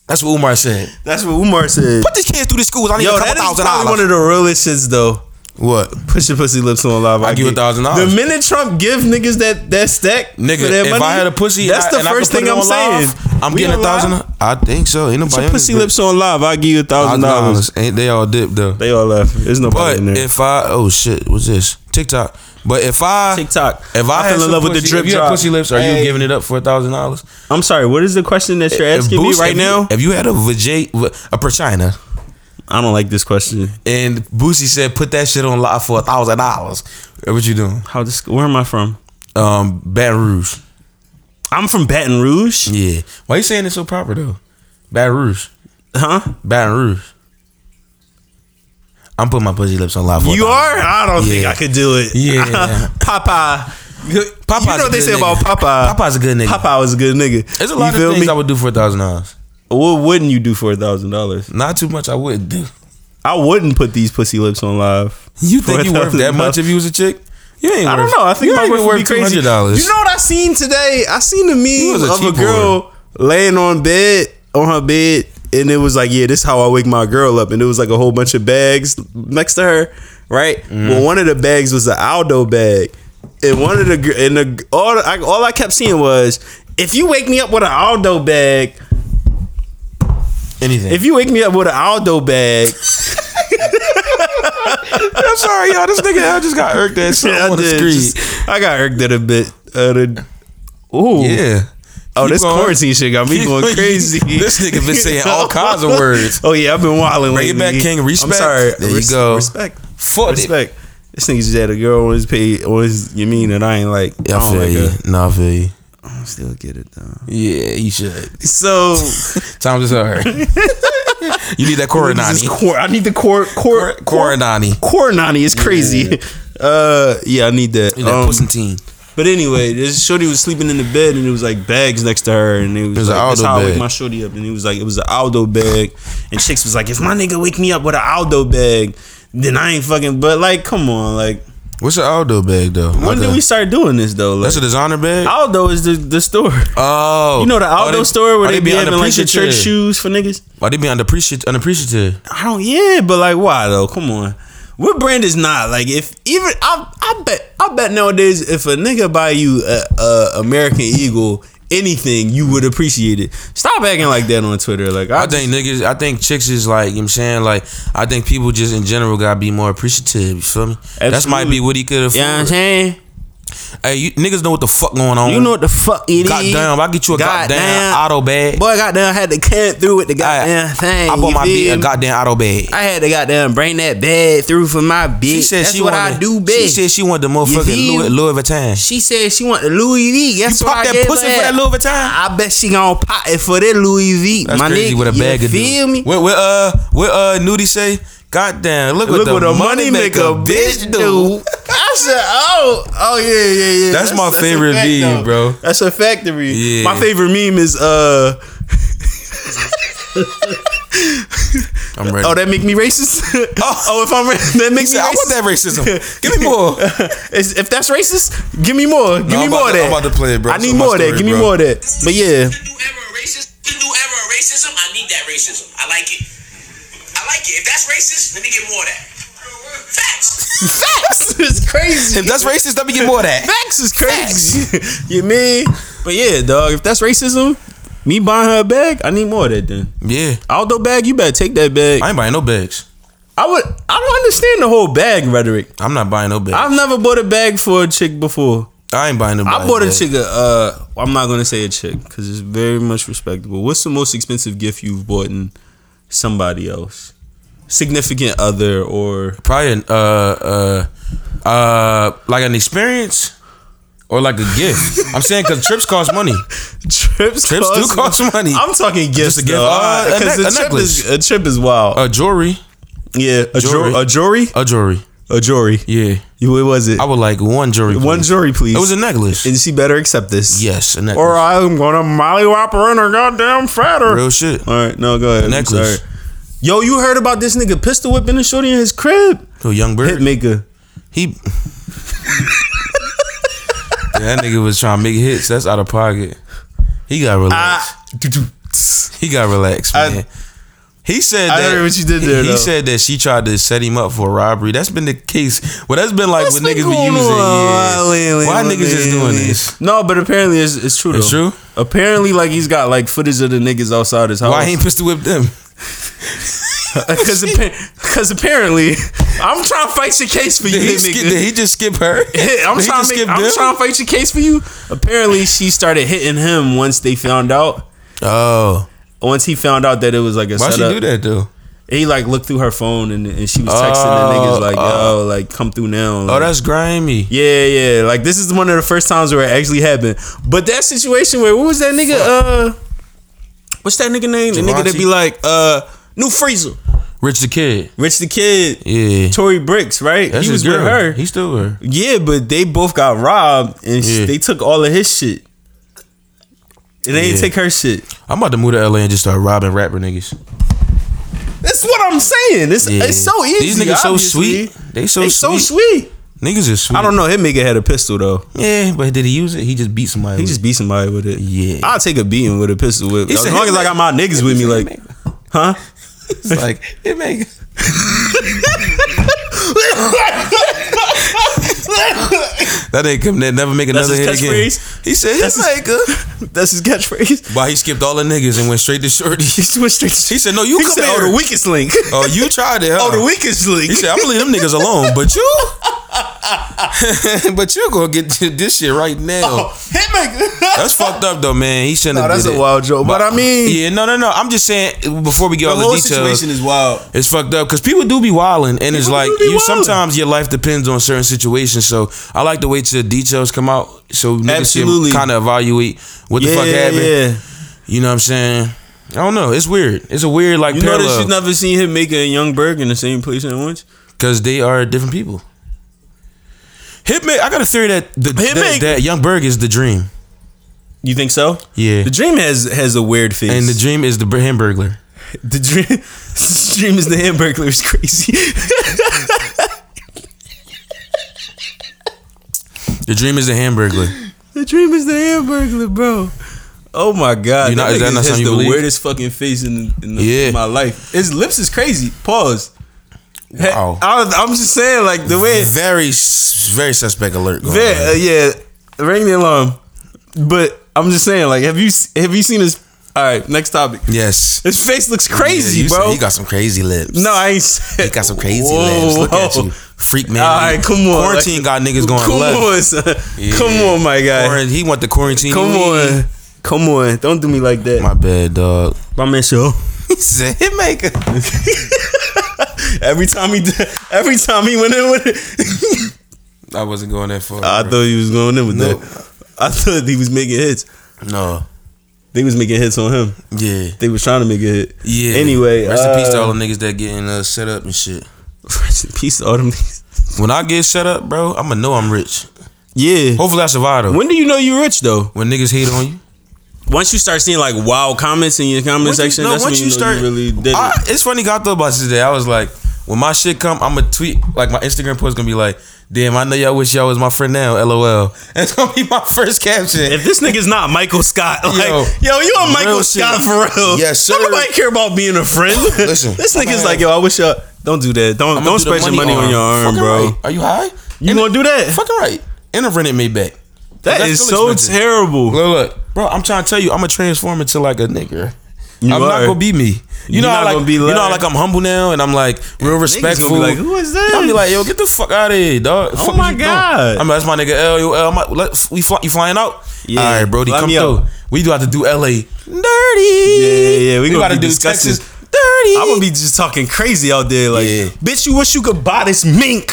Speaker 1: That's what Umar said.
Speaker 2: That's what Umar said.
Speaker 1: Put these kids through the schools. I need
Speaker 2: Yo,
Speaker 1: a
Speaker 2: that
Speaker 1: couple
Speaker 2: is
Speaker 1: thousand
Speaker 2: probably one
Speaker 1: dollars.
Speaker 2: of the realest shits though.
Speaker 1: what?
Speaker 2: Push your pussy lips on live. I
Speaker 1: give you
Speaker 2: get-
Speaker 1: $1,000.
Speaker 2: The minute Trump give niggas that that stack, for
Speaker 1: Nigga,
Speaker 2: their
Speaker 1: if
Speaker 2: money,
Speaker 1: I had a pussy,
Speaker 2: that's
Speaker 1: I-
Speaker 2: the
Speaker 1: and I could
Speaker 2: first
Speaker 1: put
Speaker 2: thing
Speaker 1: it
Speaker 2: I'm
Speaker 1: on
Speaker 2: saying.
Speaker 1: live, I'm
Speaker 2: We
Speaker 1: getting a
Speaker 2: alive?
Speaker 1: thousand. I think so. Ain't
Speaker 2: Put
Speaker 1: nobody.
Speaker 2: your pussy lips on live. I give you a thousand dollars.
Speaker 1: dollars. Ain't they all dip though?
Speaker 2: They all left. There's nobody
Speaker 1: But
Speaker 2: in there.
Speaker 1: if I oh shit, what's this TikTok? But if I
Speaker 2: TikTok.
Speaker 1: if I,
Speaker 2: I fell
Speaker 1: had
Speaker 2: in
Speaker 1: some
Speaker 2: love with the
Speaker 1: pussy-
Speaker 2: drip
Speaker 1: if you had
Speaker 2: drop.
Speaker 1: pussy lips, are
Speaker 2: Hey.
Speaker 1: you giving it up for a thousand dollars?
Speaker 2: I'm sorry. What is the question that you're asking
Speaker 1: Boost-
Speaker 2: me right
Speaker 1: if you-
Speaker 2: now?
Speaker 1: If you had a vajay, a perchina,
Speaker 2: I don't like this question.
Speaker 1: and Boosie said put that shit on live for a thousand dollars, what you doing?
Speaker 2: How this? Where am I from?
Speaker 1: Um, Baton Rouge.
Speaker 2: I'm from Baton Rouge.
Speaker 1: Yeah. Why you saying it so proper though? Baton Rouge.
Speaker 2: Huh?
Speaker 1: Baton Rouge. I'm putting my pussy lips on live. For
Speaker 2: You
Speaker 1: $1,000.
Speaker 2: are? I don't think
Speaker 1: Yeah.
Speaker 2: I could do it.
Speaker 1: Yeah.
Speaker 2: <laughs> Papa.
Speaker 1: Popeye's
Speaker 2: you know
Speaker 1: a
Speaker 2: what they
Speaker 1: good
Speaker 2: say about
Speaker 1: nigga.
Speaker 2: Papa.
Speaker 1: Popeye's a good nigga.
Speaker 2: Papa was a good nigga.
Speaker 1: There's a lot
Speaker 2: you feel
Speaker 1: of things
Speaker 2: me?
Speaker 1: I would do for a thousand dollars.
Speaker 2: what wouldn't you do for a thousand dollars?
Speaker 1: Not too much. I wouldn't do.
Speaker 2: I wouldn't put these pussy lips on live.
Speaker 1: You
Speaker 2: for
Speaker 1: think you worth that
Speaker 2: $1,000.
Speaker 1: much if you was a chick? You ain't.
Speaker 2: I don't
Speaker 1: worth-
Speaker 2: know. I think
Speaker 1: you
Speaker 2: my
Speaker 1: ain't
Speaker 2: worth
Speaker 1: even
Speaker 2: would be
Speaker 1: worth two
Speaker 2: crazy.
Speaker 1: hundred dollars.
Speaker 2: You know what I seen today? I seen the
Speaker 1: was
Speaker 2: meme
Speaker 1: a
Speaker 2: of a
Speaker 1: cheap
Speaker 2: girl laying on bed on her bed, and it was like, yeah, this is how I wake my girl up, and it was like a whole bunch of bags next to her, right?
Speaker 1: Mm-hmm.
Speaker 2: Well, one of the bags was an Aldo bag, and one of the gr- and the all I, all I kept seeing was, if you wake me up with an Aldo bag,
Speaker 1: Anything.
Speaker 2: if you wake me up with an
Speaker 1: <laughs>
Speaker 2: Aldo bag.
Speaker 1: I'm sorry, y'all. This nigga, I just got irked <laughs> at something
Speaker 2: Yeah, I
Speaker 1: on the
Speaker 2: did.
Speaker 1: screen.
Speaker 2: Just- I got irked at a bit. Uh, the, ooh.
Speaker 1: yeah.
Speaker 2: Oh,
Speaker 1: Keep
Speaker 2: this
Speaker 1: going.
Speaker 2: quarantine
Speaker 1: <laughs>
Speaker 2: shit got me
Speaker 1: Keep
Speaker 2: going
Speaker 1: going.
Speaker 2: crazy.
Speaker 1: This nigga been saying
Speaker 2: <laughs>
Speaker 1: all kinds of words.
Speaker 2: Oh yeah, I've been wilding
Speaker 1: Bring it
Speaker 2: lately.
Speaker 1: back, King. Respect.
Speaker 2: I'm sorry.
Speaker 1: There you go.
Speaker 2: Respect.
Speaker 1: Fuck it.
Speaker 2: Respect. This nigga just had a girl on his pay on his you mean and I ain't like
Speaker 1: Yeah, I
Speaker 2: I don't
Speaker 1: feel
Speaker 2: like
Speaker 1: you.
Speaker 2: her.
Speaker 1: Oh, Nah, I feel you.
Speaker 2: I still get it though.
Speaker 1: Yeah, you should.
Speaker 2: <laughs> So
Speaker 1: Times is <laughs> hard. you need that
Speaker 2: this
Speaker 1: Coronani.
Speaker 2: is cor- I need the core core
Speaker 1: Coronani.
Speaker 2: core nani is crazy. <laughs> Uh yeah, I need that.
Speaker 1: You need that
Speaker 2: Um,
Speaker 1: Pussentine.
Speaker 2: But anyway, this shorty was sleeping in the bed and it was like bags next to her and it was,
Speaker 1: was
Speaker 2: like,
Speaker 1: an
Speaker 2: that's
Speaker 1: Aldo
Speaker 2: how I
Speaker 1: bag.
Speaker 2: wake my shorty up and he was like it was an Aldo bag and chicks was like if my nigga wake me up with an Aldo bag then I ain't fucking but like come on like
Speaker 1: What's an Aldo bag though?
Speaker 2: when
Speaker 1: Like
Speaker 2: did
Speaker 1: a-
Speaker 2: we start doing this though like
Speaker 1: That's a designer bag.
Speaker 2: Aldo is the the store
Speaker 1: Oh,
Speaker 2: you know the
Speaker 1: Oh,
Speaker 2: Aldo store where
Speaker 1: oh,
Speaker 2: they, be having like the church
Speaker 1: unappreciative.
Speaker 2: shoes for niggas
Speaker 1: Why they be unappreciative? Unappreciative.
Speaker 2: I don't. Yeah, but like, why though? Come on. What brand is not like? If even I, I bet, I bet nowadays, if a nigga buy you a, a American Eagle, anything, you would appreciate it. Stop acting like that on Twitter. Like, I,
Speaker 1: I think niggas, I think chicks is like, you know what I'm saying? Like, I think people just in general gotta be more appreciative, you feel me? That's
Speaker 2: Absolutely.
Speaker 1: might be what he could afford.
Speaker 2: you know what I'm saying.
Speaker 1: Hey, you, niggas know what the fuck going on.
Speaker 2: You know what the fuck it is.
Speaker 1: Goddamn, I get you a goddamn, auto bag.
Speaker 2: Boy, goddamn, had to cut through with the goddamn thing.
Speaker 1: I bought
Speaker 2: you
Speaker 1: my
Speaker 2: feel
Speaker 1: bitch a
Speaker 2: me?
Speaker 1: goddamn auto bag.
Speaker 2: I had to goddamn bring that bag through for my bitch.
Speaker 1: She said
Speaker 2: That's
Speaker 1: she
Speaker 2: what
Speaker 1: wanted,
Speaker 2: I do, bitch.
Speaker 1: She said she wanted the motherfucking
Speaker 2: feel
Speaker 1: Louis,
Speaker 2: me?
Speaker 1: Louis Vuitton.
Speaker 2: She said she want the Louis V. Guess
Speaker 1: You
Speaker 2: what
Speaker 1: pop
Speaker 2: I
Speaker 1: that
Speaker 2: gave
Speaker 1: pussy
Speaker 2: her
Speaker 1: for that Louis Vuitton?
Speaker 2: I bet she gon' pop it for that Louis V.
Speaker 1: That's
Speaker 2: my
Speaker 1: crazy
Speaker 2: nigga,
Speaker 1: what a bag
Speaker 2: you
Speaker 1: could
Speaker 2: feel
Speaker 1: do.
Speaker 2: me?
Speaker 1: What, what, uh, what, uh, Nudie say? Goddamn, look,
Speaker 2: Look
Speaker 1: what
Speaker 2: what
Speaker 1: the
Speaker 2: a money maker bitch do. I said, oh, oh yeah, yeah, yeah.
Speaker 1: That's my favorite
Speaker 2: a
Speaker 1: meme,
Speaker 2: though.
Speaker 1: bro.
Speaker 2: That's a factory.
Speaker 1: Yeah.
Speaker 2: My favorite meme is uh
Speaker 1: I'm ready.
Speaker 2: oh that make me racist. <laughs> oh, if I'm
Speaker 1: <laughs>
Speaker 2: ra- that makes me
Speaker 1: I
Speaker 2: racist.
Speaker 1: want that racism.
Speaker 2: <laughs>
Speaker 1: Give me more.
Speaker 2: Is- if that's racist, give me more. Give me
Speaker 1: I'm
Speaker 2: more
Speaker 1: about to-
Speaker 2: of that.
Speaker 1: I'm about to play it, bro.
Speaker 2: I
Speaker 1: It's
Speaker 2: need
Speaker 1: on my
Speaker 2: more of that.
Speaker 1: story,
Speaker 2: Give me
Speaker 1: bro.
Speaker 2: more of that. But yeah, <laughs>
Speaker 5: If you do ever a racist, if you do ever a racism, I need that racism. I like it. I like it. If that's racist, let me get more of that. Facts.
Speaker 2: facts <laughs> is
Speaker 1: If
Speaker 2: crazy.
Speaker 1: that's racist, let me get more of that.
Speaker 2: Facts is crazy. <laughs> you mean? But yeah, dog. If that's racism, me buying her a bag, I need more of that. Then
Speaker 1: Yeah.
Speaker 2: Aldo bag, you better take that bag.
Speaker 1: I
Speaker 2: I,
Speaker 1: ain't buying no bags.
Speaker 2: would. I don't understand the whole bag rhetoric.
Speaker 1: I'm not buying no bags.
Speaker 2: I've never bought a bag for a chick before.
Speaker 1: I ain't buying no bags.
Speaker 2: I bought a
Speaker 1: bro.
Speaker 2: chick a. Uh, I'm not gonna say a chick because it's very much respectable. What's the most expensive gift you've bought in somebody else? Significant other or
Speaker 1: Probably an, uh uh uh like an experience or like a
Speaker 2: <laughs>
Speaker 1: gift. I'm saying because trips cost money.
Speaker 2: <laughs> trips?
Speaker 1: Trips do cost money.
Speaker 2: I'm talking gifts.
Speaker 1: a gift.
Speaker 2: though.
Speaker 1: Uh, a
Speaker 2: Uh, 'cause
Speaker 1: neck-
Speaker 2: a,
Speaker 1: a
Speaker 2: trip
Speaker 1: necklace.
Speaker 2: is a trip is wild.
Speaker 1: Uh, jewelry,
Speaker 2: Yeah, a
Speaker 1: Jewelry.
Speaker 2: jewelry, a jewelry,
Speaker 1: a jewelry.
Speaker 2: a jewelry.
Speaker 1: Yeah,
Speaker 2: You- What was it?
Speaker 1: I would like one jewelry.
Speaker 2: One
Speaker 1: please.
Speaker 2: jewelry, please.
Speaker 1: It was a necklace.
Speaker 2: and she better accept this.
Speaker 1: yes, a necklace.
Speaker 2: Or uh, I'm gonna molly her in her goddamn fatter.
Speaker 1: Real shit.
Speaker 2: All right, no, go ahead. I'm
Speaker 1: Necklace.
Speaker 2: sorry. Yo, you heard about this nigga pistol whipping a shorty in his crib?
Speaker 1: Who, young bird.
Speaker 2: Hitmaker.
Speaker 1: He. <laughs> Yeah, that nigga was trying to make hits. That's out of pocket. He got relaxed.
Speaker 2: Ah.
Speaker 1: He got relaxed,
Speaker 2: I-
Speaker 1: man. he said
Speaker 2: I
Speaker 1: that
Speaker 2: heard what you did there,
Speaker 1: He,
Speaker 2: though.
Speaker 1: said that she tried to set him up for a robbery. That's been the case. Well, that's been like
Speaker 2: What's
Speaker 1: what
Speaker 2: been
Speaker 1: niggas be using.
Speaker 2: going
Speaker 1: Yeah.
Speaker 2: on lately,
Speaker 1: Why niggas is doing
Speaker 2: lately?
Speaker 1: this?
Speaker 2: No, but apparently it's, it's true.
Speaker 1: It's
Speaker 2: though.
Speaker 1: true?
Speaker 2: Apparently, like he's got like footage of the niggas outside his house.
Speaker 1: Why he
Speaker 2: <laughs>
Speaker 1: ain't pistol whip them?
Speaker 2: Because because apparently, I'm trying to fight your case for you.
Speaker 1: Did he,
Speaker 2: Hitmaker.
Speaker 1: skip, did he just skip her?
Speaker 2: <laughs> I'm
Speaker 1: Did he
Speaker 2: trying,
Speaker 1: just
Speaker 2: to make, I'm trying to fight your case for you. Apparently, she started hitting him once they found out.
Speaker 1: Oh,
Speaker 2: Once he found out that it was like a
Speaker 1: why she
Speaker 2: setup,
Speaker 1: do that though?
Speaker 2: he like looked through her phone and, and she was texting the
Speaker 1: Oh,
Speaker 2: niggas like,
Speaker 1: oh.
Speaker 2: "Yo, like come through now."
Speaker 1: Oh,
Speaker 2: Like,
Speaker 1: that's grimy.
Speaker 2: yeah, yeah. Like this is one of the first times where it actually happened. But that situation where what was that nigga? Uh, what's that nigga name? The nigga that
Speaker 1: Javante?
Speaker 2: be like, uh, New Freezer,
Speaker 1: Rich the kid.
Speaker 2: Rich the Kid,
Speaker 1: Yeah,
Speaker 2: Tory Bricks, right?
Speaker 1: that's
Speaker 2: he was
Speaker 1: his girl.
Speaker 2: with her.
Speaker 1: He's still with her.
Speaker 2: Yeah, but they both got robbed and sh
Speaker 1: Yeah.
Speaker 2: they took all of his shit. And they didn't
Speaker 1: Yeah.
Speaker 2: take her shit.
Speaker 1: I'm about to move to LA and just start robbing rapper niggas.
Speaker 2: That's what I'm saying. It's
Speaker 1: Yeah.
Speaker 2: it's so easy.
Speaker 1: These niggas
Speaker 2: obviously.
Speaker 1: so sweet. They so
Speaker 2: They so
Speaker 1: sweet.
Speaker 2: sweet.
Speaker 1: Niggas is sweet.
Speaker 2: I don't know. Him nigga had a pistol though.
Speaker 1: Yeah, Eh, but did he use it? He just beat somebody.
Speaker 2: He
Speaker 1: with
Speaker 2: just beat somebody with it.
Speaker 1: Yeah.
Speaker 2: I'll take a beating with a pistol whip.
Speaker 1: It's
Speaker 2: As
Speaker 1: a
Speaker 2: long as I got my niggas with me, like, huh?
Speaker 1: it. It's
Speaker 2: <laughs>
Speaker 1: like it make. <laughs> that ain't come. That never make
Speaker 2: That's
Speaker 1: another
Speaker 2: his
Speaker 1: hit again.
Speaker 2: catchphrase?
Speaker 1: He said
Speaker 2: That's
Speaker 1: his
Speaker 2: his-
Speaker 1: maker.
Speaker 2: That's his catchphrase.
Speaker 1: Why he skipped all the niggas and went straight to shorty.
Speaker 2: <laughs>
Speaker 1: <laughs>
Speaker 2: He switched straight to
Speaker 1: He said, "No, you
Speaker 2: He
Speaker 1: come
Speaker 2: said,
Speaker 1: here."
Speaker 2: <laughs> oh, the weakest link.
Speaker 1: Oh, you tried it. Huh?
Speaker 2: <laughs> Oh, the weakest link.
Speaker 1: He said, "I'm
Speaker 2: <laughs>
Speaker 1: gonna leave them niggas alone," but you, but you gonna
Speaker 2: <laughs>
Speaker 1: get this shit right now.
Speaker 3: Oh, <laughs>
Speaker 2: Hitmaker.
Speaker 1: That's fucked up though, man. He shouldn't.
Speaker 2: No,
Speaker 1: have
Speaker 2: that's
Speaker 1: did
Speaker 2: a
Speaker 1: it.
Speaker 2: wild joke. But I mean,
Speaker 1: yeah, no, no, no. I'm just saying before we get
Speaker 2: the
Speaker 1: all
Speaker 2: whole
Speaker 1: the details,
Speaker 2: situation is wild.
Speaker 1: it's fucked up because people do be wilding, and it's
Speaker 2: People
Speaker 1: like
Speaker 2: do be
Speaker 1: you.
Speaker 2: wildin'.
Speaker 1: Sometimes your life depends on certain situations, so I like to wait till the details come out so niggas
Speaker 2: Absolutely.
Speaker 1: can kind of evaluate what the fuck happened.
Speaker 2: yeah.
Speaker 1: You know what I'm saying? I don't know. It's weird. It's a weird like
Speaker 2: You
Speaker 1: parallel.
Speaker 2: know
Speaker 1: 'Cause
Speaker 2: that you never seen him make a young Berg in the same place at once.
Speaker 1: because they are different people. Hitman. I got a theory that the,
Speaker 2: Hitman-
Speaker 1: that, that Young Berg is the dream,
Speaker 2: You think so?
Speaker 1: Yeah.
Speaker 2: The dream has has a weird face.
Speaker 1: and the dream is the Br- Hamburglar.
Speaker 2: The dream, <laughs> the dream is the Hamburglar is crazy. <laughs>
Speaker 1: The dream is the Hamburglar.
Speaker 2: the dream is the Hamburglar, bro. Oh my god,
Speaker 1: You not- is that
Speaker 2: nigga
Speaker 1: not
Speaker 2: has
Speaker 1: something you
Speaker 2: the
Speaker 1: believe?
Speaker 2: weirdest fucking face in, in, the,
Speaker 1: Yeah.
Speaker 2: in my life. His lips is crazy. Pause.
Speaker 1: Wow.
Speaker 2: I, am just saying, like the way,
Speaker 1: Very, s- very suspect alert. Going
Speaker 2: Ve- uh,
Speaker 1: on.
Speaker 2: yeah, ring the alarm. But I'm just saying, like, have you s- have you seen his? All right, next topic.
Speaker 1: Yes.
Speaker 2: His face looks crazy,
Speaker 1: Yeah, you said
Speaker 2: bro.
Speaker 1: He got some crazy lips.
Speaker 2: no, I ain't. Said,
Speaker 1: He got some crazy
Speaker 2: Whoa,
Speaker 1: lips. Look at
Speaker 2: whoa.
Speaker 1: you, freak man.
Speaker 2: All right, come on.
Speaker 1: Quarantine got niggas going
Speaker 2: Come
Speaker 1: left.
Speaker 2: on, son. Come on, my guy.
Speaker 1: Quarant- He want the quarantine.
Speaker 2: Come
Speaker 1: leave.
Speaker 2: on. Come on. Don't do me like that.
Speaker 1: My bad,
Speaker 2: <laughs>
Speaker 1: dog.
Speaker 2: My man "Oh." show.
Speaker 1: He said hitmaker.
Speaker 2: Every time he did, every time he went in with it.
Speaker 1: I wasn't going that far.
Speaker 2: I
Speaker 1: bro.
Speaker 2: thought he was going in with
Speaker 1: Nope.
Speaker 2: that. I thought he was making hits.
Speaker 1: no.
Speaker 2: They was making hits on him.
Speaker 1: Yeah.
Speaker 2: They was trying to make a hit.
Speaker 1: Yeah.
Speaker 2: Anyway,
Speaker 1: Rest in peace to
Speaker 2: uh,
Speaker 1: all the niggas that getting uh, set up and shit.
Speaker 2: Rest in peace to all them niggas.
Speaker 1: When I get set up, bro, I'ma know I'm rich.
Speaker 2: Yeah.
Speaker 1: Hopefully I survive though. When,
Speaker 2: When do you know you're rich though?
Speaker 1: niggas hate on you.
Speaker 2: Once you start seeing like wild comments in your comment
Speaker 1: Once you-
Speaker 2: section,
Speaker 1: no,
Speaker 2: that's when
Speaker 1: once
Speaker 2: you,
Speaker 1: you
Speaker 2: know
Speaker 1: start-
Speaker 2: you really did
Speaker 1: I,
Speaker 2: it.
Speaker 1: it's funny got thought about this today. I was like, when my shit come, I'ma tweet like my Instagram post gonna be like, damn, I know y'all wish y'all was my friend now, lol. <laughs> That's gonna be my first caption.
Speaker 2: If this nigga's not Michael Scott, like yo,
Speaker 1: Yo.
Speaker 2: you are Michael
Speaker 1: Real shit.
Speaker 2: Scott for real.
Speaker 1: Yes, sir.
Speaker 2: Don't nobody care about being a friend.
Speaker 1: <laughs> Listen,
Speaker 2: this
Speaker 1: I'ma
Speaker 2: nigga's
Speaker 1: have-
Speaker 2: like, yo, I wish y'all don't do that. Don't
Speaker 1: I'ma
Speaker 2: don't
Speaker 1: do the
Speaker 2: spread your money on your arm,
Speaker 1: Fucking
Speaker 2: bro.
Speaker 1: right. Are you high?
Speaker 2: You
Speaker 1: And-
Speaker 2: gonna do that?
Speaker 1: Fucking right. And I rented me back.
Speaker 2: that
Speaker 1: That's
Speaker 2: is
Speaker 1: still
Speaker 2: so
Speaker 1: expensive.
Speaker 2: terrible.
Speaker 1: Look, look, bro. I'm trying to tell you, I'm gonna transform into like a nigga. I'm not
Speaker 2: are.
Speaker 1: gonna be me. You
Speaker 2: You're
Speaker 1: know,
Speaker 2: not
Speaker 1: how,
Speaker 2: gonna
Speaker 1: like
Speaker 2: be
Speaker 1: you know, how,
Speaker 2: like-
Speaker 1: like I'm humble now, and I'm like real respectful.
Speaker 2: like, "Who is that?"
Speaker 1: I'll be like, yo, get the fuck out of here, dog.
Speaker 2: Oh my God.
Speaker 1: I'm like, that's my nigga L. Yo, L. I'm like, let, we fly, you flying out?
Speaker 2: Yeah.
Speaker 1: All right, Brody,
Speaker 2: Fly
Speaker 1: come
Speaker 2: me out.
Speaker 1: through. We do have to do L.A. Dirty. Yeah,
Speaker 2: yeah, we gonna
Speaker 1: gotta
Speaker 2: be
Speaker 1: do
Speaker 2: discussing-
Speaker 1: Texas. Dirty.
Speaker 2: I'm gonna be just talking crazy out there, like,
Speaker 1: Yeah.
Speaker 2: bitch, you wish you could buy this mink.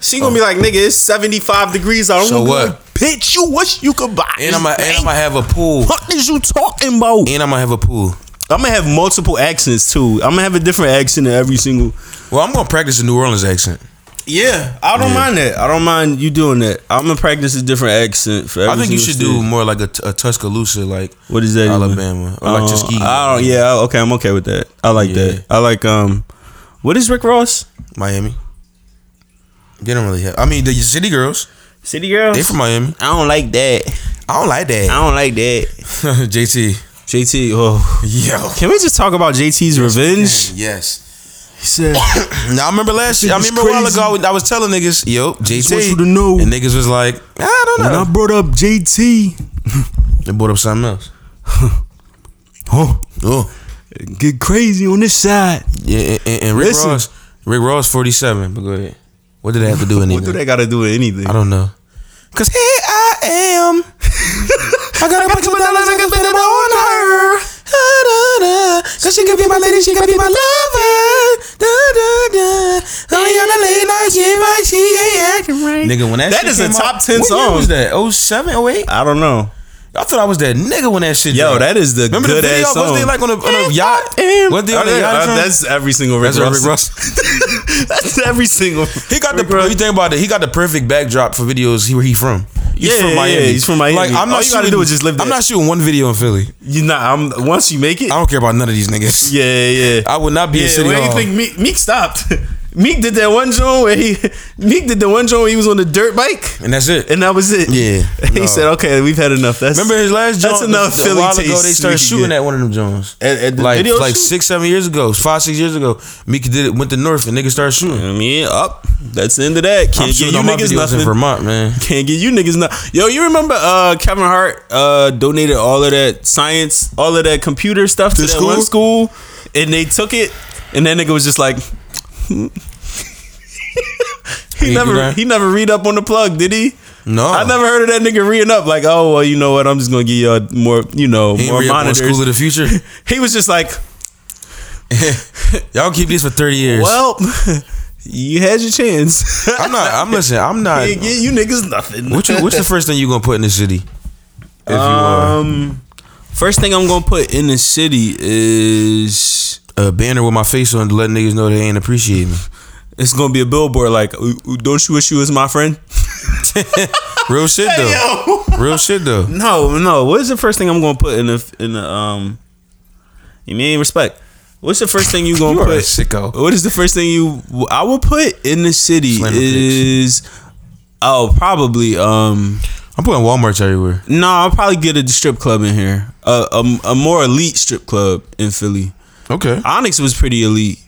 Speaker 2: She gonna be like, nigga, it's 75 degrees out. I'm
Speaker 1: So
Speaker 2: gonna be
Speaker 1: what?
Speaker 2: Like, bitch, you wish you could buy.
Speaker 1: and
Speaker 2: this
Speaker 1: I'm gonna and I'm
Speaker 2: mink.
Speaker 1: gonna have a pool.
Speaker 2: What is you talking about?
Speaker 1: And I'm gonna have a pool.
Speaker 2: I'm gonna have multiple accents too. I'm gonna have a different accent in every single.
Speaker 1: Well, I'm gonna practice a New Orleans accent.
Speaker 2: Yeah, I don't mind that. I don't mind you doing that. I'm gonna practice a different accent for. Every
Speaker 1: I think you
Speaker 2: single
Speaker 1: should do
Speaker 2: state.
Speaker 1: more like a, a Tuscaloosa, like
Speaker 2: What is that?
Speaker 1: Alabama or like
Speaker 2: Uh,
Speaker 1: Tuskegee.
Speaker 2: I don't. Yeah. I- Okay. I'm okay with that. I like
Speaker 1: Yeah.
Speaker 2: that. I like um. What is Rick Ross?
Speaker 1: Miami. They don't really have. I mean, the city girls.
Speaker 2: City girl.
Speaker 1: They from Miami.
Speaker 2: I don't like that.
Speaker 1: I don't like
Speaker 2: I
Speaker 1: that.
Speaker 2: don't like that.
Speaker 1: <laughs>
Speaker 2: <laughs>
Speaker 1: JT.
Speaker 2: JT. Oh.
Speaker 1: Yo.
Speaker 2: Can we just talk about JT's revenge?
Speaker 1: Yes.
Speaker 2: He said.
Speaker 1: Now I remember last year. I
Speaker 2: This is
Speaker 1: remember a while
Speaker 2: crazy.
Speaker 1: ago. I was telling niggas, yo, JT.
Speaker 2: want you to know.
Speaker 1: And niggas was like, I don't
Speaker 2: When
Speaker 1: know.
Speaker 2: I brought up JT,
Speaker 1: They brought up something
Speaker 2: <laughs>
Speaker 1: else.
Speaker 2: oh,
Speaker 1: Oh.
Speaker 2: get crazy on this side.
Speaker 1: Yeah. And, and- and Rick
Speaker 2: Listen.
Speaker 1: Ross. Rick Ross, forty-seven. But go ahead. What did that have to do with anything?
Speaker 2: <laughs> What do they got to do with anything?
Speaker 1: I don't know. Cause here I <laughs> am. I gotta put two dollars, I can spend it on her. Da, da, da. Cause she could be my lady, she could be my lover. Da, da, da. Only on a late night, she might, she ain't acting right. Nigga, when that,
Speaker 2: That
Speaker 1: shit
Speaker 2: is a
Speaker 1: came
Speaker 2: top
Speaker 1: out-
Speaker 2: 10
Speaker 1: what year
Speaker 2: song.
Speaker 1: was that? Oh, 07, 08?
Speaker 2: I don't know.
Speaker 1: I thought I was that nigga when that shit
Speaker 2: Yo,
Speaker 1: dropped.
Speaker 2: that is the
Speaker 1: Remember
Speaker 2: good
Speaker 1: the video?
Speaker 2: ass song.
Speaker 1: Was they like on a, on a yacht? Was they on a yacht?
Speaker 2: Uh,
Speaker 1: or something?
Speaker 2: that's every single Rick
Speaker 1: That's
Speaker 2: Ross.
Speaker 1: Rick Ross.
Speaker 2: that's every single.
Speaker 1: He got the you think about it. He got the perfect backdrop for videos. He where he from? He's
Speaker 2: Yeah, yeah, yeah, he's from Miami.
Speaker 1: Like I'm
Speaker 2: All
Speaker 1: not
Speaker 2: you gotta
Speaker 1: shooting-
Speaker 2: do is just live there.
Speaker 1: I'm not shooting one video in Philly.
Speaker 2: You not. I'm once you make it.
Speaker 1: I don't care about none of these niggas.
Speaker 2: yeah, yeah.
Speaker 1: I would not be
Speaker 2: yeah,
Speaker 1: in City
Speaker 2: where
Speaker 1: Hall.
Speaker 2: you think Meek, Meek stopped? <laughs> Meek did that one joint where he Meek did the one joint where he was on the dirt bike,
Speaker 1: and that's it.
Speaker 2: and that was it.
Speaker 1: Yeah,
Speaker 2: <laughs> he
Speaker 1: no.
Speaker 2: said, "Okay, we've had enough." That's
Speaker 1: Remember
Speaker 2: <laughs>
Speaker 1: his last joint?
Speaker 2: That's enough
Speaker 1: A
Speaker 2: Philly
Speaker 1: while ago,
Speaker 2: taste
Speaker 1: they started
Speaker 2: we could
Speaker 1: shooting
Speaker 2: get.
Speaker 1: at one of them Jones.
Speaker 2: At- at the
Speaker 1: like
Speaker 2: video
Speaker 1: like
Speaker 2: shoot?
Speaker 1: six, seven years ago, five, six years ago, Mika did it. Went to North and niggas started shooting.
Speaker 2: I mean, up. That's the end of that.
Speaker 1: I'm
Speaker 2: Can't get
Speaker 1: shooting
Speaker 2: you
Speaker 1: all my
Speaker 2: niggas
Speaker 1: videos in
Speaker 2: nothing.
Speaker 1: Vermont, man.
Speaker 2: Can't get you niggas nothing. Yo, you remember uh, Kevin Hart uh, donated all of that science, all of that computer stuff to,
Speaker 1: To
Speaker 2: that
Speaker 1: school?
Speaker 2: one school, and they took it, and that nigga was just like, <laughs> he
Speaker 1: do
Speaker 2: never
Speaker 1: that?
Speaker 2: he never read up on the plug, did he?
Speaker 1: No,
Speaker 2: I never heard of that nigga reading up like, oh well, you know what? I'm just gonna give y'all more, you know,
Speaker 1: He ain't
Speaker 2: more
Speaker 1: re-up on
Speaker 2: monitors.
Speaker 1: School of the Future.
Speaker 2: <laughs> he was just like,
Speaker 1: Y'all keep these for thirty years.
Speaker 2: well, <laughs> you had your chance.
Speaker 1: I'm not. I'm listening. I'm not.
Speaker 2: <laughs> Can't get you niggas nothing.
Speaker 1: What you, what's the first thing you gonna put in the city? If you uh,
Speaker 2: Um, first thing I'm gonna put in the city is Um,
Speaker 1: a banner with my face on to let niggas know they ain't appreciate me.
Speaker 2: It's gonna be a billboard like, "Ooh, ooh, "Don't you wish you was my friend?"
Speaker 1: Real shit though.
Speaker 3: <laughs> Yo.
Speaker 1: Real shit though.
Speaker 2: No, no. What is the first thing I'm gonna put in the in the um? You mean respect? What's the first thing you gonna
Speaker 1: You are a
Speaker 2: put?
Speaker 1: sicko.
Speaker 2: What is the first thing you? I would put in the city
Speaker 1: Slammer
Speaker 2: is. Oh, probably. Um,
Speaker 1: I'm putting Walmart's everywhere.
Speaker 2: no, I'll probably get a strip club in here. A, a, a more elite strip club in Philly.
Speaker 1: Okay.
Speaker 2: Onyx was pretty elite,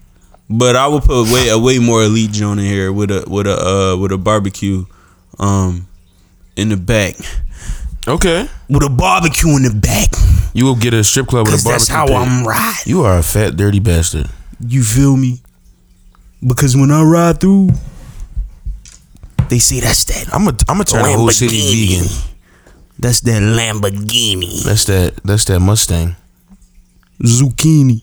Speaker 2: but I would put way a way more elite joint in here with a with a uh, with a barbecue, um, in the back
Speaker 1: Okay.
Speaker 2: with a barbecue in the back.
Speaker 1: You will get a strip club with a
Speaker 2: Cause
Speaker 1: barbecue.
Speaker 2: that's how
Speaker 1: pit.
Speaker 2: I'm riding.
Speaker 1: You are a fat, dirty bastard.
Speaker 2: You feel me? Because when I ride through, they say that's that
Speaker 1: I'm a I'm a
Speaker 2: Oh,
Speaker 1: turn the whole city vegan.
Speaker 2: that's that
Speaker 6: Lamborghini.
Speaker 1: That's that that's that Mustang.
Speaker 2: zucchini.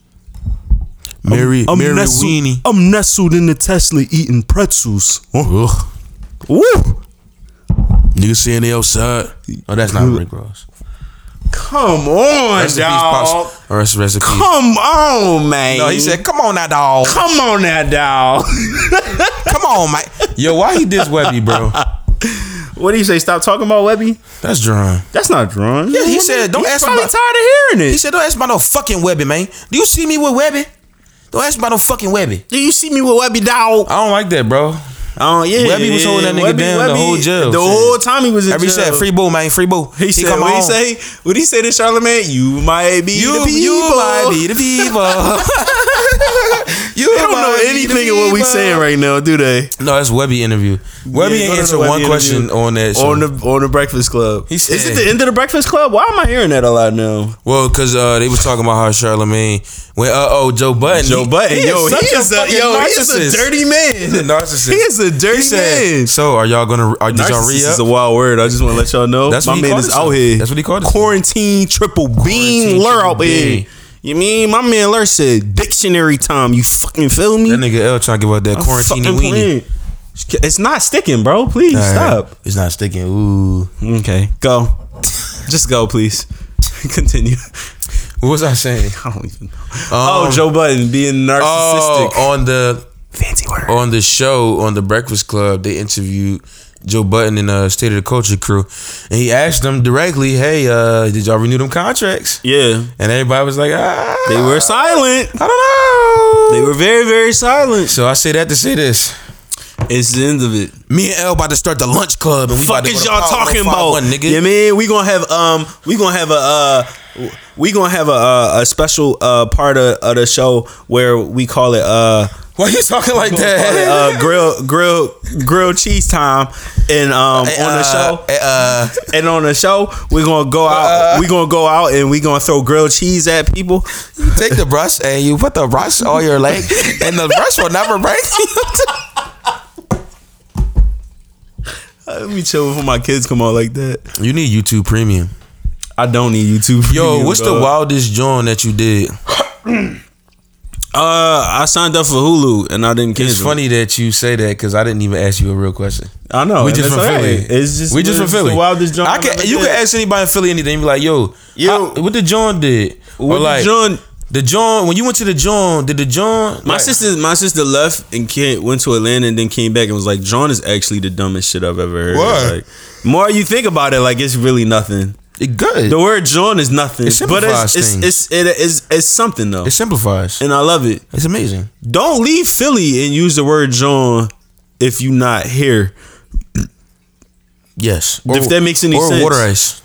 Speaker 1: Mary
Speaker 2: Um,
Speaker 1: Mary Weenie.
Speaker 2: I'm nestled in the Tesla eating pretzels.
Speaker 1: Ugh.
Speaker 2: Oh. Woo!
Speaker 1: Niggas seeing the outside. Oh, that's not Rick Ross.
Speaker 2: Come on,
Speaker 1: Rest in peace, Pops. Or rest, rest in peace.
Speaker 2: Come on, man.
Speaker 1: No, he said, "Come on now, dog.
Speaker 2: Come on now, dog.
Speaker 1: <laughs> Come on, Mike. Yo, why he diss Webby, bro?
Speaker 2: what do you say? Stop talking about Webby?
Speaker 1: That's drawing.
Speaker 2: That's not drawn.
Speaker 1: Yeah, he said, "Don't
Speaker 2: He's
Speaker 1: ask me
Speaker 2: probably
Speaker 1: about-"
Speaker 2: tired of hearing
Speaker 1: He
Speaker 2: it.
Speaker 1: said, "Don't ask about no fucking Webby, man. Do you see me with Webby? Don't ask about no fucking Webby.
Speaker 2: Do you see me with Webby, dog?
Speaker 1: I don't like that, bro.
Speaker 2: Oh yeah,
Speaker 1: Webby was holding that nigga down the whole jail
Speaker 2: The
Speaker 1: shit.
Speaker 2: whole time he was in
Speaker 1: Every
Speaker 2: jail.
Speaker 1: said, free boo, man, free boo.
Speaker 2: He, said,
Speaker 1: come
Speaker 2: "What he
Speaker 1: on.
Speaker 2: say? What he say to Charlemagne? You might be
Speaker 1: You,
Speaker 2: the people.
Speaker 1: you might be the people.
Speaker 2: <laughs>
Speaker 1: <laughs> you
Speaker 2: They don't know anything of what we saying right now, do they?
Speaker 1: No, that's Webby interview. Webby
Speaker 2: Yeah, go to
Speaker 1: ain't
Speaker 2: the
Speaker 1: answered
Speaker 2: Webby
Speaker 1: one question
Speaker 2: interview.
Speaker 1: on that. Show.
Speaker 2: On the on the Breakfast Club.
Speaker 1: He
Speaker 2: Is
Speaker 1: said-
Speaker 2: it the end of the Breakfast Club? Why am I hearing that a lot now?
Speaker 1: well, because uh, they was talking about how Charlemagne when uh oh Joe Button
Speaker 2: Joe Button,
Speaker 1: he uh,
Speaker 2: yo, he
Speaker 1: such
Speaker 2: is a,
Speaker 1: fucking
Speaker 2: yo, he's
Speaker 1: narcissist.
Speaker 2: a dirty man.
Speaker 1: He's a narcissist.
Speaker 2: He is a dirty
Speaker 1: He said,
Speaker 2: man.
Speaker 1: So are y'all gonna are, did y'all re
Speaker 2: Narcissist is a
Speaker 1: up?
Speaker 2: wild word. I just want to let y'all know.
Speaker 1: That's
Speaker 2: my
Speaker 1: what he
Speaker 2: man
Speaker 1: called
Speaker 2: is
Speaker 1: himself.
Speaker 2: out here.
Speaker 1: That's what he called himself.
Speaker 2: Quarantine triple beam
Speaker 1: Quarantine
Speaker 2: lure
Speaker 1: triple
Speaker 2: out here.
Speaker 1: beam.
Speaker 2: You mean my man Lur said dictionary time? You fucking feel me?
Speaker 1: That nigga L trying to give out that
Speaker 2: I'm
Speaker 1: quarantine
Speaker 2: fucking
Speaker 1: weenie.
Speaker 2: playing. It's not sticking, bro. Please
Speaker 1: All right.
Speaker 2: stop.
Speaker 1: It's not sticking. Ooh.
Speaker 2: Okay, go. Just go, please. <laughs> Continue.
Speaker 1: What was I
Speaker 2: <laughs>
Speaker 1: saying?
Speaker 2: I don't even know.
Speaker 1: Um,
Speaker 2: oh, Joe Budden being narcissistic.
Speaker 1: Oh, on the
Speaker 2: Fancy word.
Speaker 1: on the show on the Breakfast Club, they interviewed Joe Button and uh, State of the Culture crew, and he asked them directly, "Hey, uh, did y'all renew them contracts?"
Speaker 2: Yeah,
Speaker 1: And everybody was like, "Ah,
Speaker 2: they were silent.
Speaker 1: I don't know."
Speaker 2: They were very, very silent.
Speaker 1: So I say that to say this:
Speaker 2: It's the end of it.
Speaker 1: Me and L about to start the lunch club, and we about
Speaker 2: Fuck
Speaker 1: to go
Speaker 2: is
Speaker 1: to
Speaker 2: y'all
Speaker 1: Power
Speaker 2: talking
Speaker 1: 151,
Speaker 2: about,
Speaker 1: nigga?
Speaker 2: Yeah, man. We gonna have um, we gonna have a uh, we gonna have a uh, a special uh part of, of the show where we call it uh.
Speaker 1: Why you talking like that?
Speaker 2: <laughs> Uh, grill, grill, grill cheese time, and um on the show,
Speaker 1: uh, uh,
Speaker 2: and on the show we're gonna go out, we're gonna go out, and we're gonna throw grilled cheese at people.
Speaker 1: take the brush and you put the brush on your leg, and the brush will never break.
Speaker 2: Let me chill before my kids come out like that.
Speaker 1: you need YouTube Premium.
Speaker 2: I don't need YouTube.
Speaker 1: Yo,
Speaker 2: Premium,
Speaker 1: what's the
Speaker 2: dog.
Speaker 1: wildest joint that you did?
Speaker 2: Uh, I signed up for Hulu and I didn't cancel.
Speaker 1: It's funny that you say that because I didn't even ask you a real question.
Speaker 2: I know.
Speaker 1: we
Speaker 2: and
Speaker 1: just
Speaker 2: it's
Speaker 1: from
Speaker 2: Oh, all
Speaker 1: Philly.
Speaker 2: right. It's just
Speaker 1: we just from
Speaker 2: it's
Speaker 1: Philly.
Speaker 2: The wildest joint
Speaker 1: I
Speaker 2: I've
Speaker 1: can
Speaker 2: ever
Speaker 1: you
Speaker 2: did.
Speaker 1: can ask anybody in Philly anything. Be like, yo,
Speaker 2: Yo.
Speaker 1: how- what the John did?
Speaker 2: What
Speaker 1: or like
Speaker 2: John?
Speaker 1: the John when you went to the John, did the John?
Speaker 2: My
Speaker 1: like,
Speaker 2: sister, my sister left and came, went to Atlanta and then came back and was like, "John is actually the dumbest shit I've ever heard."
Speaker 1: Why?
Speaker 2: Like, more you think about it, like it's really nothing.
Speaker 1: It good.
Speaker 2: The word John is nothing,
Speaker 1: It
Speaker 2: but
Speaker 1: simplifies
Speaker 2: it's it's, it's it is it's something though,
Speaker 1: it simplifies.
Speaker 2: and I love it.
Speaker 1: It's amazing.
Speaker 2: Don't leave Philly and use the word John if you not here.
Speaker 1: Yes.
Speaker 2: If that makes any
Speaker 1: or
Speaker 2: sense.
Speaker 1: water ice.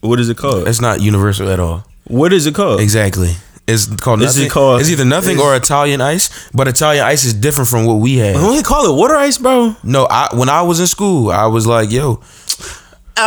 Speaker 2: What is it called?
Speaker 1: It's not universal at all.
Speaker 2: What is it called?
Speaker 1: Exactly. It's called
Speaker 2: Is it
Speaker 1: nothing.
Speaker 2: called-
Speaker 1: it's either nothing
Speaker 2: is-
Speaker 1: or Italian ice, but Italian ice is different from what we had.
Speaker 2: Don't they call it water ice, bro?
Speaker 1: No, I when I was in school, I was like, yo,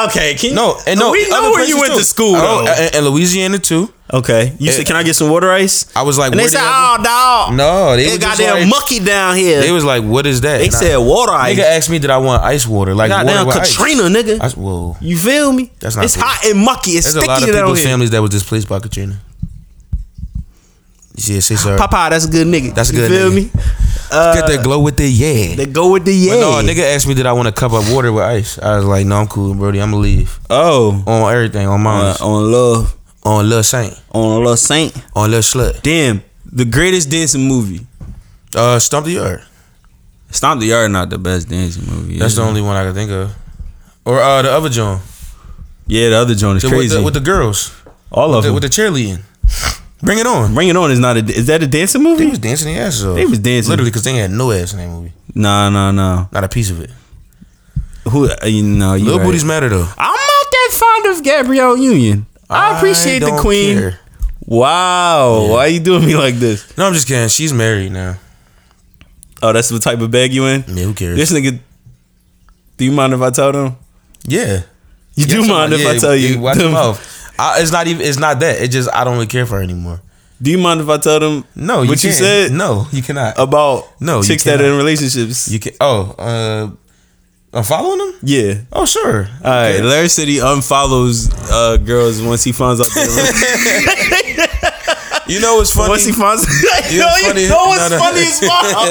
Speaker 2: Okay, can you,
Speaker 1: no, and no,
Speaker 2: we know
Speaker 1: other
Speaker 2: where you
Speaker 1: places
Speaker 2: went
Speaker 1: too.
Speaker 2: to school
Speaker 1: Oh,
Speaker 2: though.
Speaker 1: and, and Louisiana too.
Speaker 2: okay, you said, "Can I get some water ice?"
Speaker 1: I was like,
Speaker 2: And they
Speaker 1: where
Speaker 2: said,
Speaker 1: the-
Speaker 2: "Oh, dog,
Speaker 1: No, they,
Speaker 2: they
Speaker 1: was just
Speaker 2: goddamn
Speaker 1: like,
Speaker 2: mucky down here."
Speaker 1: They was like, what is that?
Speaker 2: They
Speaker 1: And I-
Speaker 2: said water
Speaker 1: nigga
Speaker 2: ice.
Speaker 1: asked me that I want ice water, like water
Speaker 2: Goddamn
Speaker 1: with ice.
Speaker 2: Katrina, nigga.
Speaker 1: I s- whoa,
Speaker 2: you feel me?
Speaker 1: That's not
Speaker 2: it's
Speaker 1: cool.
Speaker 2: hot and mucky. It's
Speaker 1: there's a
Speaker 2: sticky
Speaker 1: lot of
Speaker 2: down
Speaker 1: people's
Speaker 3: oh,
Speaker 2: here.
Speaker 1: families that was displaced by Katrina. Yeah, say sorry.
Speaker 2: Papa, that's a good nigga.
Speaker 1: That's a
Speaker 2: you
Speaker 1: good
Speaker 2: Feel
Speaker 1: nigga.
Speaker 2: me?
Speaker 1: Get
Speaker 3: uh,
Speaker 1: that glow with it, yeah.
Speaker 2: They go with the yeah.
Speaker 1: But no, a nigga asked me did I want a cup of water with ice. I was like, no, I'm cool, Brody. I'm gonna leave
Speaker 2: Oh,
Speaker 1: on everything, on mine,
Speaker 2: uh, on love,
Speaker 1: on Lil Saint,
Speaker 2: on love saint.
Speaker 1: on Lil Slut,
Speaker 2: Damn, the greatest dancing movie.
Speaker 1: uh, Stump the Yard.
Speaker 3: Stomp the Yard not the best dancing movie.
Speaker 1: That's
Speaker 3: yeah.
Speaker 1: the only one I can think of. Or uh, the other John,
Speaker 3: Yeah, the other joint is
Speaker 1: the, with,
Speaker 3: crazy.
Speaker 1: the, with the girls,
Speaker 3: All of
Speaker 1: the,
Speaker 3: them.
Speaker 1: with the cheerleading. Bring it on.
Speaker 3: Bring It On is not a. Is that a dancing
Speaker 1: They
Speaker 3: movie?
Speaker 1: was dancing their asses off.
Speaker 3: They was dancing.
Speaker 1: literally because they had no ass in that movie.
Speaker 3: Nah, nah, nah.
Speaker 1: Not a piece of it.
Speaker 3: Who? Uh, you know, you
Speaker 1: Little
Speaker 3: right.
Speaker 1: booties matter though.
Speaker 3: I'm not that fond of Gabrielle Union. I appreciate the
Speaker 1: don't
Speaker 3: queen.
Speaker 1: care.
Speaker 3: Wow, why you doing me like this?
Speaker 1: No, I'm just kidding. She's married now.
Speaker 3: Oh, that's the type of bag you in. <laughs>
Speaker 1: Yeah, who cares?
Speaker 3: This nigga. Do you mind if I tell them?
Speaker 1: yeah.
Speaker 3: You do mind if I
Speaker 1: Yeah,
Speaker 3: tell you?
Speaker 1: Watch your
Speaker 3: them- <laughs>
Speaker 1: mouth. I, it's not even. It's not that. It just I don't really care for her anymore.
Speaker 3: Do you mind if I tell them?
Speaker 1: No, you
Speaker 3: what you
Speaker 1: can't.
Speaker 3: said
Speaker 1: No, you cannot.
Speaker 3: about
Speaker 1: No, you
Speaker 3: chicks that are
Speaker 1: cannot.
Speaker 3: in relationships.
Speaker 1: you can. Oh, uh, I'm following them.
Speaker 3: yeah.
Speaker 1: Oh, sure.
Speaker 3: All right, Larry said he unfollows uh, girls once he finds out. They're
Speaker 1: You know what's funny?
Speaker 3: once he <laughs> finds,
Speaker 1: <laughs>
Speaker 3: yo,
Speaker 1: know what's
Speaker 3: you
Speaker 1: funny?
Speaker 3: know what's
Speaker 1: No, no.
Speaker 3: funny as
Speaker 1: <laughs>
Speaker 3: well.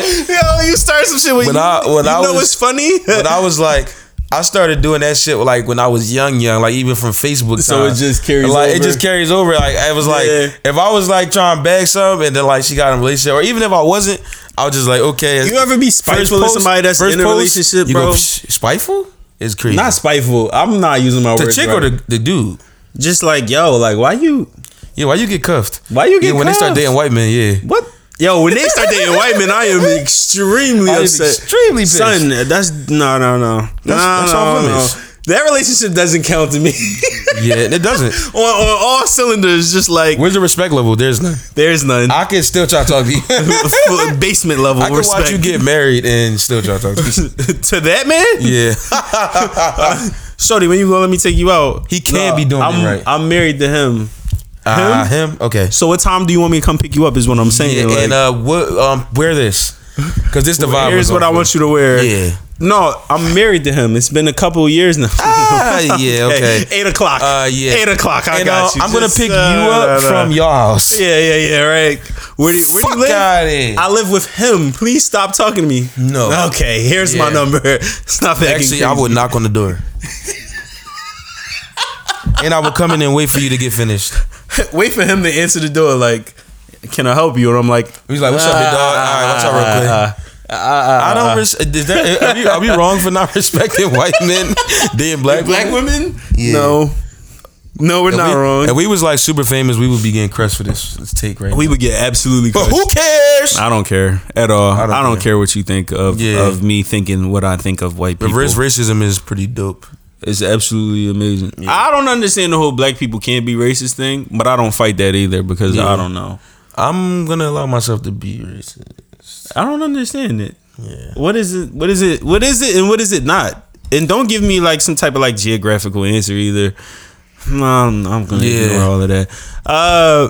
Speaker 3: Yo, you start some shit with
Speaker 1: When
Speaker 3: you.
Speaker 1: I- when
Speaker 3: you
Speaker 1: I
Speaker 3: know
Speaker 1: was-
Speaker 3: what's funny?
Speaker 1: But I was like, I started doing that shit like when I was young, young, like even from Facebook.
Speaker 3: So it
Speaker 1: time.
Speaker 3: just carries
Speaker 1: like it
Speaker 3: over?
Speaker 1: just carries over. Like I was like,
Speaker 3: Yeah.
Speaker 1: if I was like trying to bag some, and then like she got in a relationship, or even if I wasn't, I was just like, okay.
Speaker 3: You ever be spiteful to somebody that's
Speaker 1: first
Speaker 3: in a
Speaker 1: post,
Speaker 3: relationship,
Speaker 1: you go,
Speaker 3: bro?
Speaker 1: "Psh, spiteful is crazy.
Speaker 3: Not spiteful. I'm not using my
Speaker 1: the
Speaker 3: word.
Speaker 1: chick or the, the dude.
Speaker 3: just like yo, like why you
Speaker 1: Yeah, why you get cuffed?
Speaker 3: Why you get
Speaker 1: yeah, when they start
Speaker 3: cuffed?
Speaker 1: dating white men? Yeah,
Speaker 3: what? Yo, when they start dating white men, I
Speaker 1: <laughs>
Speaker 3: am extremely
Speaker 1: I am
Speaker 3: upset.
Speaker 1: extremely pissed.
Speaker 3: son. That's no, no, no, that's, no,
Speaker 1: that's
Speaker 3: no,
Speaker 1: off
Speaker 3: no.
Speaker 1: limits.
Speaker 3: That relationship doesn't count to me. <laughs>
Speaker 1: <laughs> yeah, and it doesn't.
Speaker 3: on, on all cylinders, just like
Speaker 1: Where's the respect level? There's none.
Speaker 3: there's none.
Speaker 1: I can still try to talk to
Speaker 3: <laughs>
Speaker 1: you.
Speaker 3: F- Basement level
Speaker 1: <laughs> I can
Speaker 3: respect
Speaker 1: watch
Speaker 3: <laughs>
Speaker 1: you get married and still try to talk to you.
Speaker 3: to that man.
Speaker 1: Yeah.
Speaker 3: <laughs> Shorty, when you gonna let me take you out?
Speaker 1: He can't be doing it
Speaker 3: I'm,
Speaker 1: right.
Speaker 3: I'm married to him.
Speaker 1: Ah, him? Okay.
Speaker 3: So what time do you want me to come pick you up? Is what I'm saying.
Speaker 1: Yeah,
Speaker 3: like,
Speaker 1: and uh, what um, wear this because this the vibe.
Speaker 3: here's
Speaker 1: we're
Speaker 3: what I
Speaker 1: going
Speaker 3: want you to wear.
Speaker 1: Yeah.
Speaker 3: No, I'm married to him. It's been a couple of years now. <laughs>
Speaker 1: Ah, yeah, okay.
Speaker 3: Eight o'clock.
Speaker 1: Uh, yeah.
Speaker 3: Eight o'clock. I
Speaker 1: And,
Speaker 3: got
Speaker 1: uh,
Speaker 3: you.
Speaker 1: I'm gonna
Speaker 3: Just,
Speaker 1: pick
Speaker 3: uh,
Speaker 1: you up
Speaker 3: nah, nah.
Speaker 1: from your house.
Speaker 3: <laughs> Yeah, yeah, yeah. Right. Where, do- where do
Speaker 1: Fuck
Speaker 3: you live?
Speaker 1: outta here.
Speaker 3: I live with him. Please stop talking to me.
Speaker 1: No.
Speaker 3: Okay. Here's my
Speaker 1: Yeah.
Speaker 3: number. <laughs> Stop acting.
Speaker 1: Actually, I
Speaker 3: crazy.
Speaker 1: would knock on the door, and I would come in and wait for you to get finished.
Speaker 3: wait for him to answer the door. Like, can I help you? And I'm like,
Speaker 1: He's like, "What's up, big dog? All right, what's up, real quick?"
Speaker 3: <laughs>
Speaker 1: I don't. Res- is that, are, we, are we wrong for not <laughs> respecting white men, then black
Speaker 3: black
Speaker 1: women?
Speaker 3: women?
Speaker 1: Yeah.
Speaker 3: No. No, we're
Speaker 1: If
Speaker 3: not
Speaker 1: we,
Speaker 3: wrong.
Speaker 1: If we was like super famous, we would be getting crushed for this, this take right
Speaker 3: we
Speaker 1: now.
Speaker 3: would get absolutely.
Speaker 1: But
Speaker 3: crushed.
Speaker 1: who cares?
Speaker 3: I don't care at all. I
Speaker 1: don't
Speaker 3: don't,
Speaker 1: care.
Speaker 3: care. what you think of
Speaker 1: Yeah.
Speaker 3: of me thinking what I think of white people.
Speaker 1: Reverse racism is pretty dope.
Speaker 3: It's absolutely amazing. I don't understand the whole black people can't be racist thing, but I don't fight that either because
Speaker 1: Yeah.
Speaker 3: I don't know.
Speaker 1: I'm gonna allow myself to be racist.
Speaker 3: I don't understand it.
Speaker 1: Yeah.
Speaker 3: What is it? What is it? What is it? And what is it not? And don't give me like some type of like geographical answer either. No, I'm, I'm gonna
Speaker 1: Yeah.
Speaker 3: ignore all of that. Uh,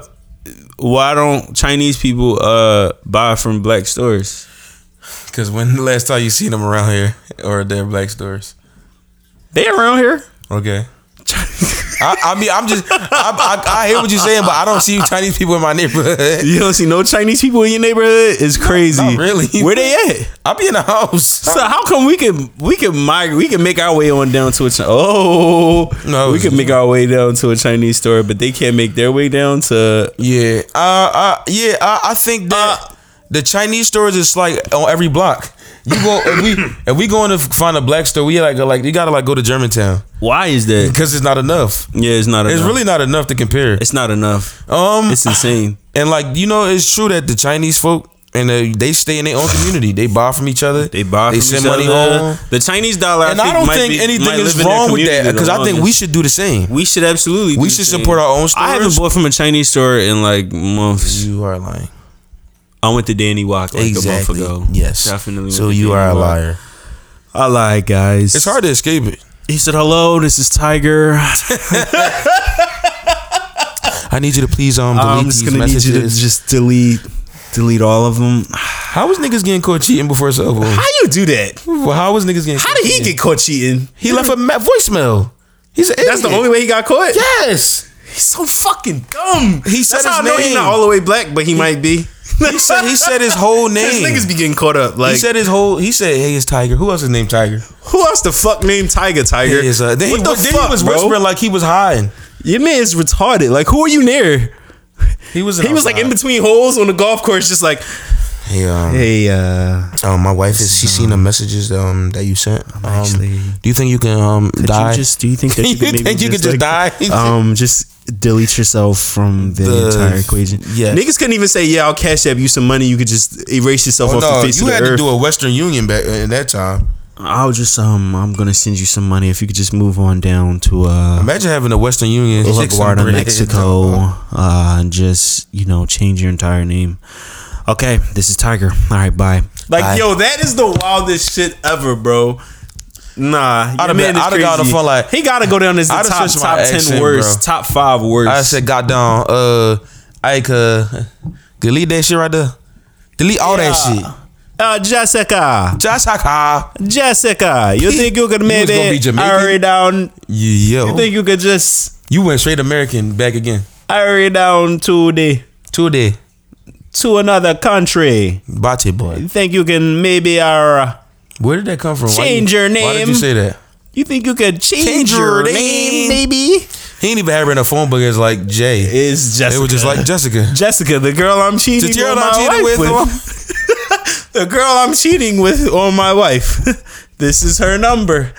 Speaker 3: why don't Chinese people uh buy from black stores?
Speaker 1: Cause when the last time you seen them around here or their black stores?
Speaker 3: They around here. <laughs>
Speaker 1: Okay. I, I mean, I'm just. I, I, I hear what you're saying, but I don't see Chinese people in my neighborhood. <laughs>
Speaker 3: You don't see no Chinese people in your neighborhood. It's crazy.
Speaker 1: not really.
Speaker 3: Where they at?
Speaker 1: I be in the house.
Speaker 3: So how come we can we can migrate we can make our way on down to a Chi- oh
Speaker 1: No,
Speaker 3: we can make our way down to a Chinese store, but they can't make their way down to
Speaker 1: Yeah. Uh. uh yeah. I, I think that
Speaker 3: Uh,
Speaker 1: the Chinese stores is like on every block. You go if
Speaker 3: <laughs>
Speaker 1: we if we going to find a black store, we like like you gotta like go to Germantown
Speaker 3: why is that?
Speaker 1: because it's not enough.
Speaker 3: Yeah, it's not enough.
Speaker 1: It's really not enough to compare.
Speaker 3: it's not enough.
Speaker 1: Um.
Speaker 3: It's insane.
Speaker 1: And like you know, it's true that the Chinese folk and they, they stay in their own community. They buy from each other.
Speaker 3: They buy.
Speaker 1: They
Speaker 3: from
Speaker 1: send
Speaker 3: each
Speaker 1: money
Speaker 3: other.
Speaker 1: home.
Speaker 3: The Chinese dollar,
Speaker 1: And I don't
Speaker 3: might
Speaker 1: think
Speaker 3: be- might
Speaker 1: anything
Speaker 3: live
Speaker 1: is
Speaker 3: in their
Speaker 1: wrong with
Speaker 3: community
Speaker 1: that
Speaker 3: the
Speaker 1: because I think we
Speaker 3: longest.
Speaker 1: should do the same.
Speaker 3: we should absolutely
Speaker 1: We
Speaker 3: do
Speaker 1: should
Speaker 3: the same.
Speaker 1: support our own
Speaker 3: I haven't
Speaker 1: stores.
Speaker 3: bought from a Chinese store in like months.
Speaker 1: You are lying.
Speaker 3: I went to Danny Walk like
Speaker 1: exactly.
Speaker 3: a month ago.
Speaker 1: Yes.
Speaker 3: definitely. went
Speaker 1: So
Speaker 3: to
Speaker 1: you
Speaker 3: Danny
Speaker 1: are a
Speaker 3: Walk.
Speaker 1: liar.
Speaker 3: I lied, guys.
Speaker 1: It's hard to escape it.
Speaker 3: He said, "Hello, this is Tiger.
Speaker 1: I need you to please um delete
Speaker 3: I'm just
Speaker 1: these
Speaker 3: gonna
Speaker 1: messages.
Speaker 3: need you to just delete, delete all of them. <sighs>
Speaker 1: How was niggas getting caught cheating before cell phones?
Speaker 3: How you do that?
Speaker 1: Well, How was niggas getting?
Speaker 3: How did he get caught cheating?
Speaker 1: He left a ma- voicemail. He's an
Speaker 3: That's the
Speaker 1: idiot.
Speaker 3: only way he got caught.
Speaker 1: Yes.
Speaker 3: he's so fucking dumb.
Speaker 1: He said
Speaker 3: That's how
Speaker 1: his
Speaker 3: I know he's
Speaker 1: name.
Speaker 3: not all the way black, but <laughs> he might be.
Speaker 1: He said he said
Speaker 3: <laughs>
Speaker 1: his whole
Speaker 3: These
Speaker 1: name.
Speaker 3: niggas be getting caught up. Like
Speaker 1: he said his whole. He said, "Hey, it's Tiger. Who else is named Tiger?
Speaker 3: who else the fuck named Tiger Tiger?
Speaker 1: It is, uh, then he,
Speaker 3: what the
Speaker 1: then
Speaker 3: fuck,
Speaker 1: he was
Speaker 3: bro?
Speaker 1: whispering like he was hiding.
Speaker 3: Your man is retarded. Like who are you near?
Speaker 1: He was.
Speaker 3: He was like in between holes on the golf course, just like.
Speaker 1: Hey, um,
Speaker 3: Hey, uh,
Speaker 1: um, my wife is. She seen the messages um that you sent. Um,
Speaker 3: actually-
Speaker 1: do you think you can um
Speaker 3: could
Speaker 1: die?
Speaker 3: you just do you
Speaker 1: <laughs>
Speaker 3: think that
Speaker 1: You
Speaker 3: you could maybe
Speaker 1: think you could
Speaker 3: just,
Speaker 1: just
Speaker 3: like,
Speaker 1: die?
Speaker 3: <laughs> um, just delete yourself from the,
Speaker 1: The-
Speaker 3: entire equation.
Speaker 1: yeah.
Speaker 3: niggas couldn't even say, "Yeah, I'll cash app you some money." You could just erase yourself
Speaker 1: Oh,
Speaker 3: off
Speaker 1: no,
Speaker 3: the face
Speaker 1: you
Speaker 3: of
Speaker 1: had
Speaker 3: the
Speaker 1: to
Speaker 3: earth.
Speaker 1: do a Western Union back in that time.
Speaker 3: I'll just um, I'm gonna send you some money if you could just move on down to uh,
Speaker 1: Imagine having a Western Union.
Speaker 3: La
Speaker 1: Chick some
Speaker 3: Guardia,
Speaker 1: bread.
Speaker 3: Mexico, uh, and just you know change your entire name. Okay, this is Tiger. All right, bye. Like
Speaker 1: Bye.
Speaker 3: yo, that is the wildest shit ever, bro. Nah,
Speaker 1: I'da
Speaker 3: your
Speaker 1: been-
Speaker 3: man is
Speaker 1: I'da got on the
Speaker 3: crazy.
Speaker 1: phone like-
Speaker 3: he gotta go down as the
Speaker 1: I'da
Speaker 3: top,
Speaker 1: switched my
Speaker 3: top ten
Speaker 1: accent,
Speaker 3: worst, top five worst.
Speaker 1: I said, God down. Uh, I could delete that shit right there. Delete all that
Speaker 3: Yeah.
Speaker 1: shit.
Speaker 3: uh, Jessica,
Speaker 1: Just like "Ah, how
Speaker 3: Jessica, you think you could
Speaker 1: You was
Speaker 3: maybe
Speaker 1: gonna be Jamaican?
Speaker 3: hurry down?
Speaker 1: you yo,
Speaker 3: You think you could just
Speaker 1: you went straight American back again.
Speaker 3: hurry down to the
Speaker 1: Today,
Speaker 3: to another country?
Speaker 1: Bate boy.
Speaker 3: You think you can maybe uh
Speaker 1: Where did that come from? Why
Speaker 3: Change
Speaker 1: you-
Speaker 3: your
Speaker 1: Why did
Speaker 3: name.
Speaker 1: you say that?
Speaker 3: you think you could change,
Speaker 1: Change
Speaker 3: your
Speaker 1: your
Speaker 3: name
Speaker 1: name.
Speaker 3: maybe?
Speaker 1: He ain't even have her in a phone book as like Jay.
Speaker 3: Is
Speaker 1: It
Speaker 3: Jessica.
Speaker 1: was just like Jessica.
Speaker 3: Jessica, the girl I'm cheating
Speaker 1: The girl
Speaker 3: on my
Speaker 1: I'm cheating
Speaker 3: wife
Speaker 1: with,
Speaker 3: the girl I'm cheating with on my wife. <laughs> this is her number.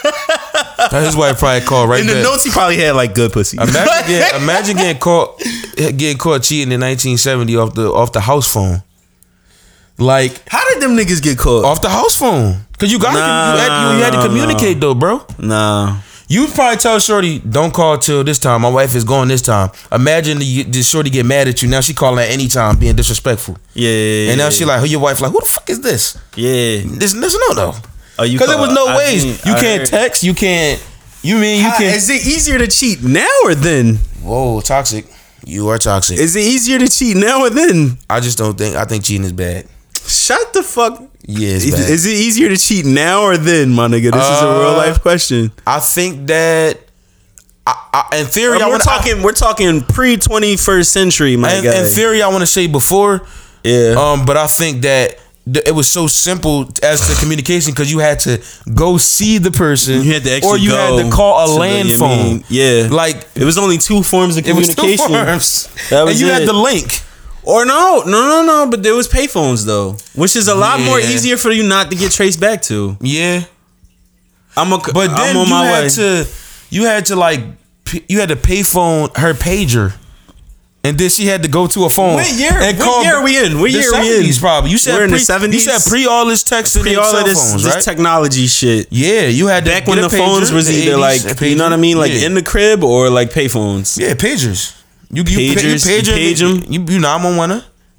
Speaker 1: <laughs> His wife probably called right
Speaker 3: In the
Speaker 1: back.
Speaker 3: notes, he probably had like good pussy. <laughs>
Speaker 1: Imagine getting, imagine getting caught getting caught cheating in 1970 off the off the house phone. Like
Speaker 3: How did them niggas get caught?
Speaker 1: off the house phone, cause you got
Speaker 3: Nah,
Speaker 1: to you, had, you had
Speaker 3: nah,
Speaker 1: to communicate though, bro.
Speaker 3: Nah.
Speaker 1: You would probably tell Shorty, "Don't call till this time. My wife is going this time." Imagine the, the Shorty get mad at you. Now she calling at any time, being disrespectful.
Speaker 3: Yeah.
Speaker 1: And now she like, "Who your wife? Like, who the fuck is this?
Speaker 3: Yeah.
Speaker 1: This this no no."
Speaker 3: Oh, you
Speaker 1: Because there was
Speaker 3: caught.
Speaker 1: no
Speaker 3: I
Speaker 1: ways
Speaker 3: seen-
Speaker 1: you
Speaker 3: I
Speaker 1: can't
Speaker 3: heard.
Speaker 1: text. You can't. You mean you
Speaker 3: Ah,
Speaker 1: can't?
Speaker 3: Is it easier to cheat now or then?
Speaker 1: Whoa, toxic. You are toxic.
Speaker 3: Is it easier to cheat now or then?
Speaker 1: I just don't think. I think cheating is bad.
Speaker 3: Shut the fuck.
Speaker 1: Yeah, it's
Speaker 3: Is,
Speaker 1: bad.
Speaker 3: is it easier to cheat now or then, my nigga? This is a
Speaker 1: Uh,
Speaker 3: real life question.
Speaker 1: I think that. I, I, in theory,
Speaker 3: And
Speaker 1: I
Speaker 3: we're
Speaker 1: wanna,
Speaker 3: talking we're talking pre twenty first century, my
Speaker 1: I,
Speaker 3: guy.
Speaker 1: in, in theory, I want to say before.
Speaker 3: yeah.
Speaker 1: Um, but I think that th- it was so simple as to communication because you had to go see the person,
Speaker 3: You had to actually
Speaker 1: or you
Speaker 3: go
Speaker 1: had to call a
Speaker 3: to the-
Speaker 1: land
Speaker 3: I
Speaker 1: phone.
Speaker 3: mean, yeah.
Speaker 1: like
Speaker 3: it was only two forms of
Speaker 1: it was
Speaker 3: communication.
Speaker 1: two forms,
Speaker 3: That was
Speaker 1: and you
Speaker 3: it.
Speaker 1: had the link.
Speaker 3: Or no, no, no, no. But there was payphones though, which is a lot more
Speaker 1: Yeah.
Speaker 3: easier for you not to get traced back to.
Speaker 1: Yeah,
Speaker 3: I'm a,
Speaker 1: but then
Speaker 3: I'm on
Speaker 1: you
Speaker 3: my
Speaker 1: had
Speaker 3: way.
Speaker 1: to, you had to like, p- you had to pay phone her pager. And then she had to go to a phone.
Speaker 3: What year-
Speaker 1: And
Speaker 3: what
Speaker 1: call
Speaker 3: year
Speaker 1: back-
Speaker 3: we in? What
Speaker 1: the
Speaker 3: year we in?
Speaker 1: 70s Probably. You said
Speaker 3: We're in the
Speaker 1: pre,
Speaker 3: 70s?
Speaker 1: You said pre all this texting,
Speaker 3: Pre
Speaker 1: and
Speaker 3: all
Speaker 1: cell
Speaker 3: of this,
Speaker 1: phones,
Speaker 3: this
Speaker 1: right?
Speaker 3: technology shit.
Speaker 1: yeah, you had to
Speaker 3: Back
Speaker 1: get
Speaker 3: when
Speaker 1: a
Speaker 3: the phones
Speaker 1: pager,
Speaker 3: was
Speaker 1: the
Speaker 3: either
Speaker 1: 80s,
Speaker 3: like
Speaker 1: a
Speaker 3: you know what I
Speaker 1: pager.
Speaker 3: mean, like
Speaker 1: Yeah.
Speaker 3: in the crib or like payphones.
Speaker 1: Yeah, pagers. You you
Speaker 3: Pagers,
Speaker 1: pagers, you
Speaker 3: you
Speaker 1: pager,
Speaker 3: page 'em.
Speaker 1: You you nine one one.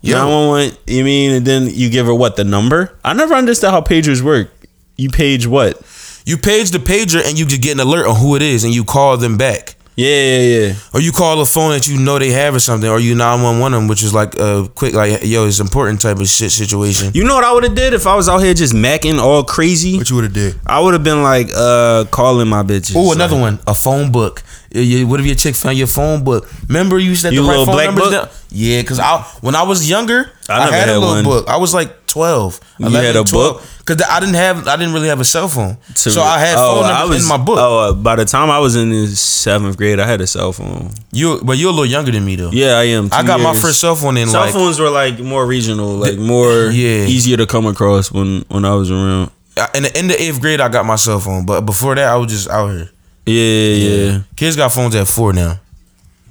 Speaker 3: Yeah.
Speaker 1: Yeah,
Speaker 3: one went, you mean, and then you give her what, the number? I never understood how pagers work. You page what?
Speaker 1: you page the pager and you just get an alert on who it is and you call them back,
Speaker 3: Yeah, yeah, yeah.
Speaker 1: or you call a phone that you know they have or something, or you nine one one them, which is like a quick like yo, it's important type of shit situation.
Speaker 3: You know what I would have did if I was out here just macking all crazy?
Speaker 1: What you would have did?
Speaker 3: I would have been like, uh, calling my bitches.
Speaker 1: Oh, another one, a phone book. You- you- What if your chick found your phone book? Remember you said
Speaker 3: You
Speaker 1: the right
Speaker 3: little
Speaker 1: phone
Speaker 3: black
Speaker 1: numbers
Speaker 3: book?
Speaker 1: down? Yeah, because I when I was younger,
Speaker 3: I
Speaker 1: I,
Speaker 3: never
Speaker 1: had,
Speaker 3: had
Speaker 1: a little
Speaker 3: one.
Speaker 1: book. I was like twelve.
Speaker 3: You had a book?
Speaker 1: because I didn't have I didn't really have a cell phone,
Speaker 3: To-
Speaker 1: so I had
Speaker 3: Oh,
Speaker 1: phone
Speaker 3: I
Speaker 1: numbers
Speaker 3: was-
Speaker 1: in my book.
Speaker 3: Oh, uh, by the time I was in the seventh grade, I had a cell phone.
Speaker 1: You, but you're a little younger than me though.
Speaker 3: Yeah, I am.
Speaker 1: I
Speaker 3: two
Speaker 1: got my
Speaker 3: years.
Speaker 1: first cell phone in
Speaker 3: Cell
Speaker 1: like
Speaker 3: phones were like more regional, like more
Speaker 1: Yeah.
Speaker 3: easier to come across when when I was around.
Speaker 1: in the end of eighth grade. I got my cell phone, but before that, I was just out here.
Speaker 3: Yeah, yeah, yeah.
Speaker 1: Kids got phones at four now.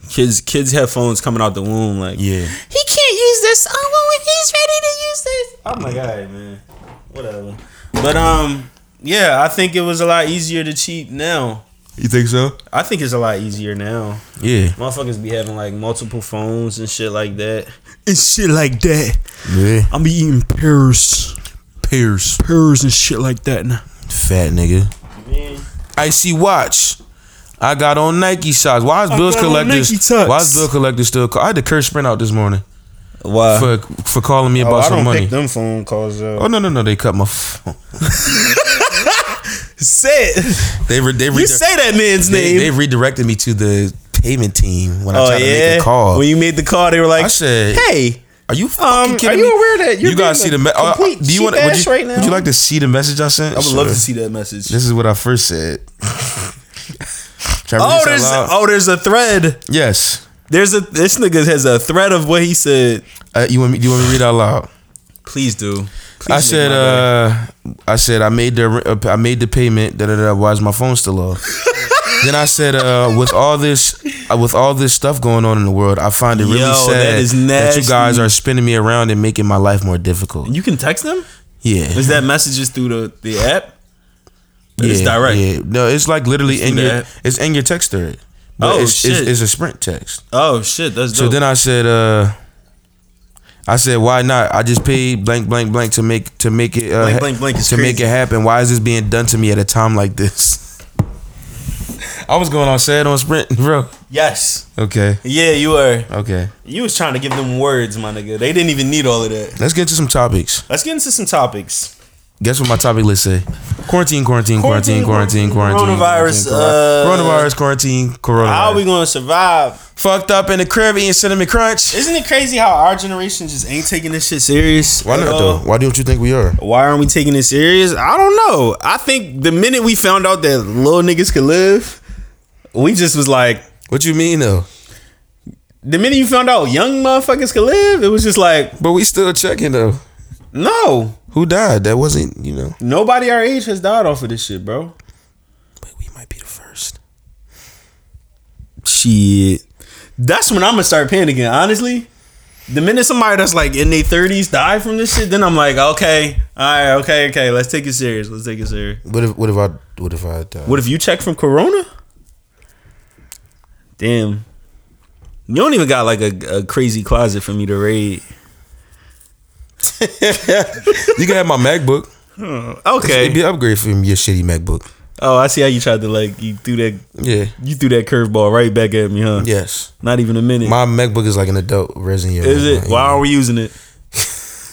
Speaker 3: Kids, kids have phones coming out the womb. Like,
Speaker 1: Yeah,
Speaker 3: he can't use this song when he's ready to use this. I'm like, all right, man, whatever. But um, yeah, I think it was a lot easier to cheat now.
Speaker 1: you think so?
Speaker 3: I think it's a lot easier now.
Speaker 1: Yeah,
Speaker 3: Motherfuckers be having like multiple phones and shit like that. And shit like that.
Speaker 1: yeah.
Speaker 3: I'm be eating pears,
Speaker 1: Pierce,
Speaker 3: pears and shit like that now.
Speaker 1: fat nigga. Icy watch. I got on Nike socks. Why is bills
Speaker 3: got on Nike
Speaker 1: collectors?
Speaker 3: socks.
Speaker 1: Why is bill collectors still? Call? I had to curse Sprint out this morning
Speaker 3: Why?
Speaker 1: for for calling me
Speaker 3: Uh. Oh,
Speaker 1: about
Speaker 3: I
Speaker 1: some
Speaker 3: don't
Speaker 1: money.
Speaker 3: pick them phone calls up.
Speaker 1: Oh no no no! They cut my phone.
Speaker 3: Say
Speaker 1: <laughs>
Speaker 3: it.
Speaker 1: They re- they,
Speaker 3: You
Speaker 1: redi-
Speaker 3: say that man's
Speaker 1: they,
Speaker 3: name.
Speaker 1: they redirected me to the payment team when I
Speaker 3: oh
Speaker 1: tried to
Speaker 3: yeah.
Speaker 1: make a call.
Speaker 3: When you made the call, they were like,
Speaker 1: I said,
Speaker 3: "Hey,
Speaker 1: Are you fucking
Speaker 3: Um,
Speaker 1: kidding
Speaker 3: are you
Speaker 1: me?
Speaker 3: aware that you're
Speaker 1: you gotta see
Speaker 3: being
Speaker 1: the
Speaker 3: a
Speaker 1: me- uh,
Speaker 3: complete
Speaker 1: do you want
Speaker 3: cheap
Speaker 1: would
Speaker 3: ass
Speaker 1: you,
Speaker 3: right now?
Speaker 1: Would you like to see the message I sent?
Speaker 3: I would love
Speaker 1: Sure.
Speaker 3: to see that message."
Speaker 1: This is what I first said. <laughs> Should I read
Speaker 3: Oh,
Speaker 1: this out
Speaker 3: there's
Speaker 1: loud?
Speaker 3: oh, there's a thread.
Speaker 1: yes.
Speaker 3: There's a this nigga has a thread of what he said. <sighs>
Speaker 1: Uh, you want me? Do you want me to read out loud?
Speaker 3: Please do. Please
Speaker 1: I
Speaker 3: make
Speaker 1: said,
Speaker 3: my day.
Speaker 1: uh, I said, I made the uh, I made the payment. Da da da. Why is my phone still
Speaker 3: <laughs>
Speaker 1: off? then I said, uh, with all this, uh, with all this stuff going on in the world, I find it really
Speaker 3: Yo,
Speaker 1: sad
Speaker 3: that is
Speaker 1: you guys are spinning me around and making my life more difficult.
Speaker 3: you can text them.
Speaker 1: Yeah,
Speaker 3: Is that messages through the the app?
Speaker 1: yeah,
Speaker 3: it's direct.
Speaker 1: Yeah. No, it's like literally in
Speaker 3: do
Speaker 1: your
Speaker 3: that.
Speaker 1: it's in your text thread. But
Speaker 3: Oh,
Speaker 1: it's,
Speaker 3: shit.
Speaker 1: It's, it's a sprint text.
Speaker 3: Oh shit, that's
Speaker 1: So
Speaker 3: dope.
Speaker 1: then I said, uh, I said, why not? I just paid blank, blank, blank to make to make it uh,
Speaker 3: Blank, blank, blank is
Speaker 1: to make
Speaker 3: crazy.
Speaker 1: it happen. Why is this being done to me at a time like this? I was going on sad on Sprint, <laughs> bro.
Speaker 3: yes.
Speaker 1: Okay,
Speaker 3: Yeah, you were.
Speaker 1: okay.
Speaker 3: You was trying to give them words, my nigga. They didn't even need all of that.
Speaker 1: Let's get to some topics.
Speaker 3: Let's get into some topics.
Speaker 1: Guess what my topic list say? Quarantine, quarantine, quarantine,
Speaker 3: Quarantine,
Speaker 1: quarantine,
Speaker 3: quarantine,
Speaker 1: quarantine.
Speaker 3: coronavirus,
Speaker 1: quarantine,
Speaker 3: uh,
Speaker 1: coronavirus, quarantine, coronavirus.
Speaker 3: How are we gonna survive?
Speaker 1: Fucked up in the crib eating cinnamon crunch.
Speaker 3: Isn't it crazy how our generation just ain't taking this shit serious?
Speaker 1: Why
Speaker 3: at
Speaker 1: not
Speaker 3: all?
Speaker 1: though? Why don't you think we are?
Speaker 3: Why aren't we taking it serious? I don't know. I think the minute we found out that little niggas could live, we just was like,
Speaker 1: What you mean though?
Speaker 3: the minute you found out young motherfuckers could live, it was just like,
Speaker 1: But we still checking though.
Speaker 3: no,
Speaker 1: Who died? That wasn't you know.
Speaker 3: nobody our age has died off of this shit, bro.
Speaker 1: we might be the first.
Speaker 3: Shit. That's when I'm gonna start panicking, honestly. The minute somebody that's like in their 30s die from this shit, then I'm like, okay, all right, okay, okay, let's take it serious. Let's take it serious.
Speaker 1: What if what if I what if I died?
Speaker 3: What if you check from Corona? Damn. You don't even got like a, a crazy closet for me to raid.
Speaker 1: you can have my MacBook. It'd be
Speaker 3: Okay.
Speaker 1: an upgrade from your shitty MacBook.
Speaker 3: Oh, I see how you tried to like you threw that
Speaker 1: Yeah.
Speaker 3: you threw that curveball right back at me, huh?
Speaker 1: Yes.
Speaker 3: Not even a minute.
Speaker 1: My MacBook is like an adult resin.
Speaker 3: Is it? Why are we using it?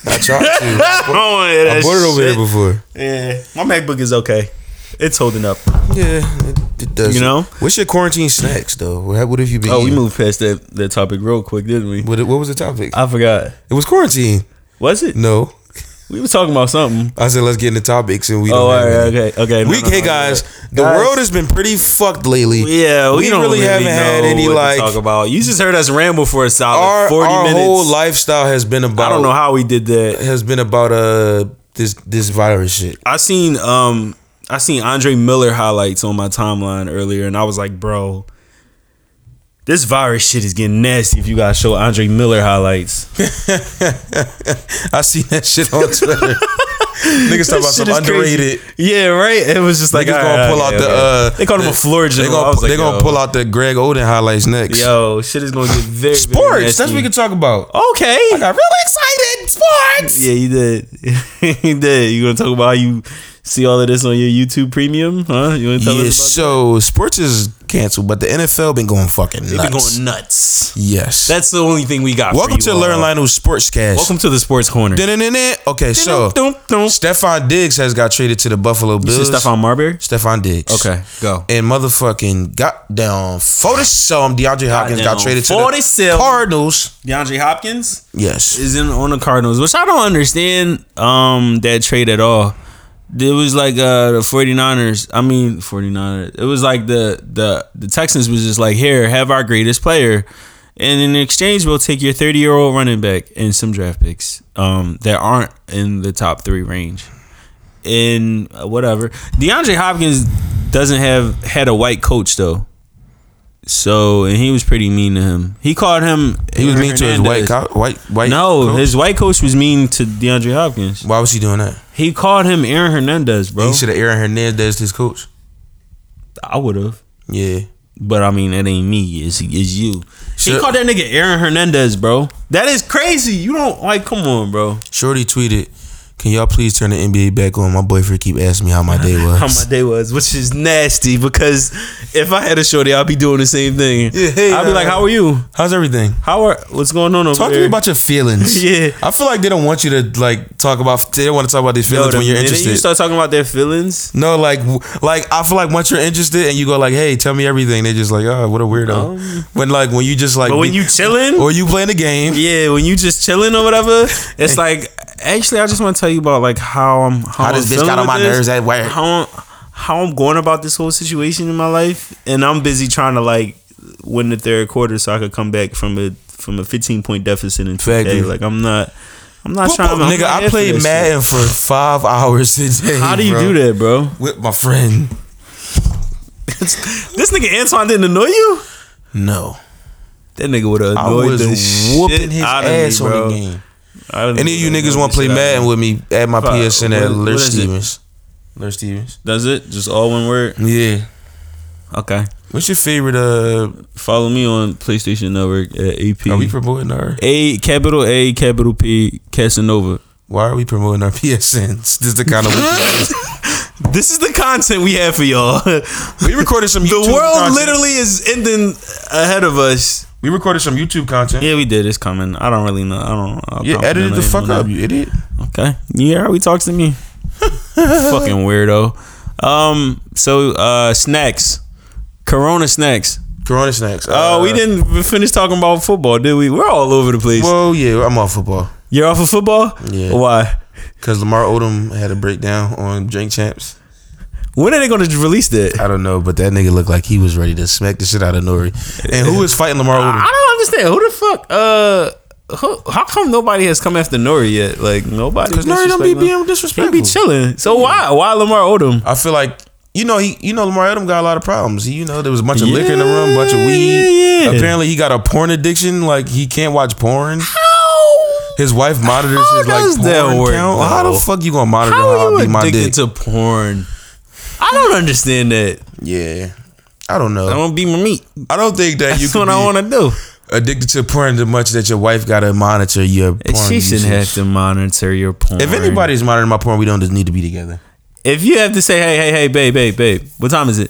Speaker 1: I <laughs> tried to.
Speaker 3: I don't wanna hear
Speaker 1: I
Speaker 3: that
Speaker 1: bought it over
Speaker 3: shit.
Speaker 1: here before.
Speaker 3: Yeah, my MacBook is okay. It's holding up.
Speaker 1: Yeah, it, it does.
Speaker 3: You know?
Speaker 1: What's your quarantine snacks though? What, what have you been?
Speaker 3: Oh, we
Speaker 1: eating?
Speaker 3: moved past that, that topic real quick, didn't we?
Speaker 1: What, what was the topic?
Speaker 3: I forgot.
Speaker 1: it was quarantine.
Speaker 3: Was it?
Speaker 1: No,
Speaker 3: We were talking about something.
Speaker 1: I said let's get into topics and we.
Speaker 3: Oh,
Speaker 1: don't have
Speaker 3: all right,
Speaker 1: any.
Speaker 3: okay, okay. no,
Speaker 1: We,
Speaker 3: no,
Speaker 1: hey
Speaker 3: no,
Speaker 1: guys,
Speaker 3: yeah.
Speaker 1: the
Speaker 3: Guys,
Speaker 1: world has been pretty fucked lately.
Speaker 3: Yeah, we,
Speaker 1: we
Speaker 3: don't
Speaker 1: really
Speaker 3: really,
Speaker 1: haven't had
Speaker 3: know
Speaker 1: any,
Speaker 3: what to
Speaker 1: like-
Speaker 3: talk about. You just heard us ramble for a solid
Speaker 1: our
Speaker 3: forty
Speaker 1: our
Speaker 3: minutes.
Speaker 1: whole lifestyle has been about.
Speaker 3: I don't know how we did that.
Speaker 1: has been about uh this this virus shit.
Speaker 3: I seen um I seen Andre Miller highlights on my timeline earlier, and I was like, bro, this virus shit is getting nasty. If you guys show Andre Miller highlights,
Speaker 1: I seen that shit
Speaker 3: <laughs>
Speaker 1: on Twitter. Niggas talking about some
Speaker 3: Shit is crazy.
Speaker 1: underrated.
Speaker 3: Yeah, right. It was just like
Speaker 1: Niggas
Speaker 3: all
Speaker 1: gonna
Speaker 3: right,
Speaker 1: pull
Speaker 3: all
Speaker 1: out
Speaker 3: right,
Speaker 1: the.
Speaker 3: all right.
Speaker 1: Uh,
Speaker 3: they called him a floor
Speaker 1: They
Speaker 3: general. I
Speaker 1: gonna,
Speaker 3: was like,
Speaker 1: they gonna
Speaker 3: yo,
Speaker 1: pull out the Greg Oden highlights next.
Speaker 3: Yo, shit is gonna get very Very
Speaker 1: sports.
Speaker 3: nasty. Oh,
Speaker 1: That's what we can talk about.
Speaker 3: Okay.
Speaker 1: I got real excited. Sports.
Speaker 3: Yeah, you did. <laughs> you did. You gonna talk about how you see all of this on your YouTube Premium, huh? You wanna tell
Speaker 1: Yeah,
Speaker 3: us about
Speaker 1: so sports is canceled, but the NFL been going fucking nuts.
Speaker 3: that? We've been going nuts.
Speaker 1: yes.
Speaker 3: That's the only thing we got. for
Speaker 1: Welcome
Speaker 3: you
Speaker 1: to
Speaker 3: all.
Speaker 1: Learn Lionel's Sportscast.
Speaker 3: Welcome to the Sports Corner.
Speaker 1: Dun-dun-dun-dun. Okay, so
Speaker 3: Dun- dun- dun.
Speaker 1: Stefan Diggs has got traded to the Buffalo
Speaker 3: This is
Speaker 1: Bills.
Speaker 3: Stephon Marbury.
Speaker 1: Stephon Diggs.
Speaker 3: Okay, go.
Speaker 1: And motherfucking goddamn forty some DeAndre Hopkins got
Speaker 3: Goddamn
Speaker 1: traded to
Speaker 3: 47.
Speaker 1: the Cardinals.
Speaker 3: DeAndre Hopkins
Speaker 1: Yes.
Speaker 3: is in on the Cardinals, which I don't understand um that trade at all. It was like uh the 49ers. I mean 49ers. It was like the the the Texans was just like, here, have our greatest player. And in exchange, we'll take your 30 year old running back and some draft picks um, that aren't in the top three range. And uh, whatever. DeAndre Hopkins doesn't have had a white coach, though. So, and he was pretty mean to him. He called him.
Speaker 1: He was mean to his white
Speaker 3: Hernandez.
Speaker 1: co- white white.
Speaker 3: No,
Speaker 1: coach?
Speaker 3: his white coach was mean to DeAndre Hopkins.
Speaker 1: Why was he doing that?
Speaker 3: He called him Aaron Hernandez, bro.
Speaker 1: He should have Aaron Hernandez his coach.
Speaker 3: I would have,
Speaker 1: Yeah.
Speaker 3: but I mean, that ain't me. It's, it's you. He
Speaker 1: Sure.
Speaker 3: called that nigga Aaron Hernandez, bro. That is crazy. You don't like. Come on, bro.
Speaker 1: Shorty tweeted, "Can y'all please turn the NBA back on? My boyfriend keep asking me how my
Speaker 3: <laughs>
Speaker 1: day was."
Speaker 3: How my day was, which is nasty because if I had a shorty, I'd be doing the same thing.
Speaker 1: Yeah, hey,
Speaker 3: I'd be
Speaker 1: uh,
Speaker 3: like, "How are you?
Speaker 1: How's everything?
Speaker 3: How are? What's going on over
Speaker 1: Talk to
Speaker 3: there?"
Speaker 1: me about your feelings.
Speaker 3: <laughs> Yeah.
Speaker 1: I feel like they don't want you to like talk about. They don't want to talk about their
Speaker 3: Yo,
Speaker 1: feelings
Speaker 3: the
Speaker 1: when you're
Speaker 3: minute
Speaker 1: interested.
Speaker 3: You start talking about their feelings.
Speaker 1: No, like, w- like I feel like once you're interested and you go like, "Hey, tell me everything," they just like, "Oh, what a weirdo." when like when you just like,
Speaker 3: Um, But when
Speaker 1: be-
Speaker 3: you chilling-
Speaker 1: or you playing a game,
Speaker 3: Yeah, when you just chilling or whatever, it's like actually I just want to tell you about like how I'm how,
Speaker 1: How this
Speaker 3: I'm
Speaker 1: bitch
Speaker 3: feeling
Speaker 1: got on
Speaker 3: with
Speaker 1: my
Speaker 3: this,
Speaker 1: nerves at work.
Speaker 3: How I'm, how I'm going about this whole situation in my life, and I'm busy trying to like win the third quarter so I could come back from a from a 15 point deficit in
Speaker 1: Fact,
Speaker 3: two days.
Speaker 1: dude.
Speaker 3: Like I'm not. I'm not trying. I'm
Speaker 1: nigga,
Speaker 3: not
Speaker 1: I
Speaker 3: here for
Speaker 1: played
Speaker 3: this shit.
Speaker 1: Madden for five <laughs> hours today.
Speaker 3: How do you
Speaker 1: bro,
Speaker 3: do that, bro?
Speaker 1: with my friend?
Speaker 3: This nigga Antoine didn't annoy you.
Speaker 1: No,
Speaker 3: That nigga would have
Speaker 1: I
Speaker 3: annoyed
Speaker 1: was
Speaker 3: the
Speaker 1: whooping
Speaker 3: shit
Speaker 1: his
Speaker 3: out of me,
Speaker 1: ass
Speaker 3: bro.
Speaker 1: on the game.
Speaker 3: I don't
Speaker 1: Any of
Speaker 3: think
Speaker 1: you
Speaker 3: that
Speaker 1: niggas
Speaker 3: nigga
Speaker 1: want to play
Speaker 3: shit out of
Speaker 1: Madden
Speaker 3: me.
Speaker 1: with me at my
Speaker 3: Fuck,
Speaker 1: PSN
Speaker 3: what
Speaker 1: at
Speaker 3: is- what
Speaker 1: Lurch
Speaker 3: is it?
Speaker 1: Stevens. Lurch Stevens.
Speaker 3: Does it just all one word?
Speaker 1: Yeah.
Speaker 3: Okay.
Speaker 1: What's your favorite? Uh,
Speaker 3: Follow me on PlayStation Network at AP.
Speaker 1: are we promoting our?
Speaker 3: A capital A capital P Casanova.
Speaker 1: Why are we promoting our <laughs> PSNs? This is the kind
Speaker 3: <laughs>
Speaker 1: of
Speaker 3: This is the content we have for y'all. <laughs>
Speaker 1: we recorded some.
Speaker 3: the
Speaker 1: YouTube
Speaker 3: world
Speaker 1: content.
Speaker 3: literally is ending ahead of us.
Speaker 1: we recorded some YouTube content.
Speaker 3: Yeah, we did. It's coming. I don't really know. I don't. I'll
Speaker 1: You
Speaker 3: count
Speaker 1: edited the
Speaker 3: later
Speaker 1: fuck
Speaker 3: on
Speaker 1: up,
Speaker 3: that.
Speaker 1: you idiot.
Speaker 3: Okay. Yeah, how he talks to <laughs> me. Fucking weirdo. Um. So, uh, snacks. Corona snacks.
Speaker 1: Corona snacks.
Speaker 3: Oh,
Speaker 1: Uh,
Speaker 3: we didn't finish talking about football, did we? We're all over the place.
Speaker 1: Well, yeah, I'm off football
Speaker 3: You're off of football.
Speaker 1: Yeah.
Speaker 3: Why?
Speaker 1: because Lamar Odom had a breakdown on Drink Champs.
Speaker 3: When are they going to release that?
Speaker 1: I don't know, but that nigga looked like he was ready to smack the shit out of Nori. And who is fighting Lamar Odom?
Speaker 3: don't understand. Who the fuck? Uh, who, how come nobody has come after Nori yet? Like nobody.
Speaker 1: Because Nori don't be
Speaker 3: disrespecting him.
Speaker 1: being disrespectful.
Speaker 3: He be chilling. So why? Why Lamar Odom?
Speaker 1: I feel like you know he you know Lamar Odom got a lot of problems. He, you know there was a bunch of liquor in the room, bunch of
Speaker 3: Yeah,
Speaker 1: weed.
Speaker 3: yeah, yeah.
Speaker 1: Apparently he got a porn addiction. Like he can't watch porn.
Speaker 3: How?
Speaker 1: His wife monitors
Speaker 3: How
Speaker 1: his like
Speaker 3: does that
Speaker 1: porn
Speaker 3: work,
Speaker 1: count. How the
Speaker 3: though?
Speaker 1: fuck you gonna monitor
Speaker 3: How
Speaker 1: how,
Speaker 3: are you
Speaker 1: I beat my dick?
Speaker 3: addicted to porn? I don't understand that.
Speaker 1: yeah. I don't know.
Speaker 3: I don't be my meat.
Speaker 1: I don't think that you
Speaker 3: That's
Speaker 1: can
Speaker 3: what
Speaker 1: be
Speaker 3: I want to do.
Speaker 1: addicted to porn so much that your wife gotta monitor your porn.
Speaker 3: she shouldn't have
Speaker 1: usage.
Speaker 3: to monitor your porn.
Speaker 1: If anybody's monitoring my porn, we don't just need to be together.
Speaker 3: if you have to say, hey, hey, hey, babe, babe, babe, what time is it?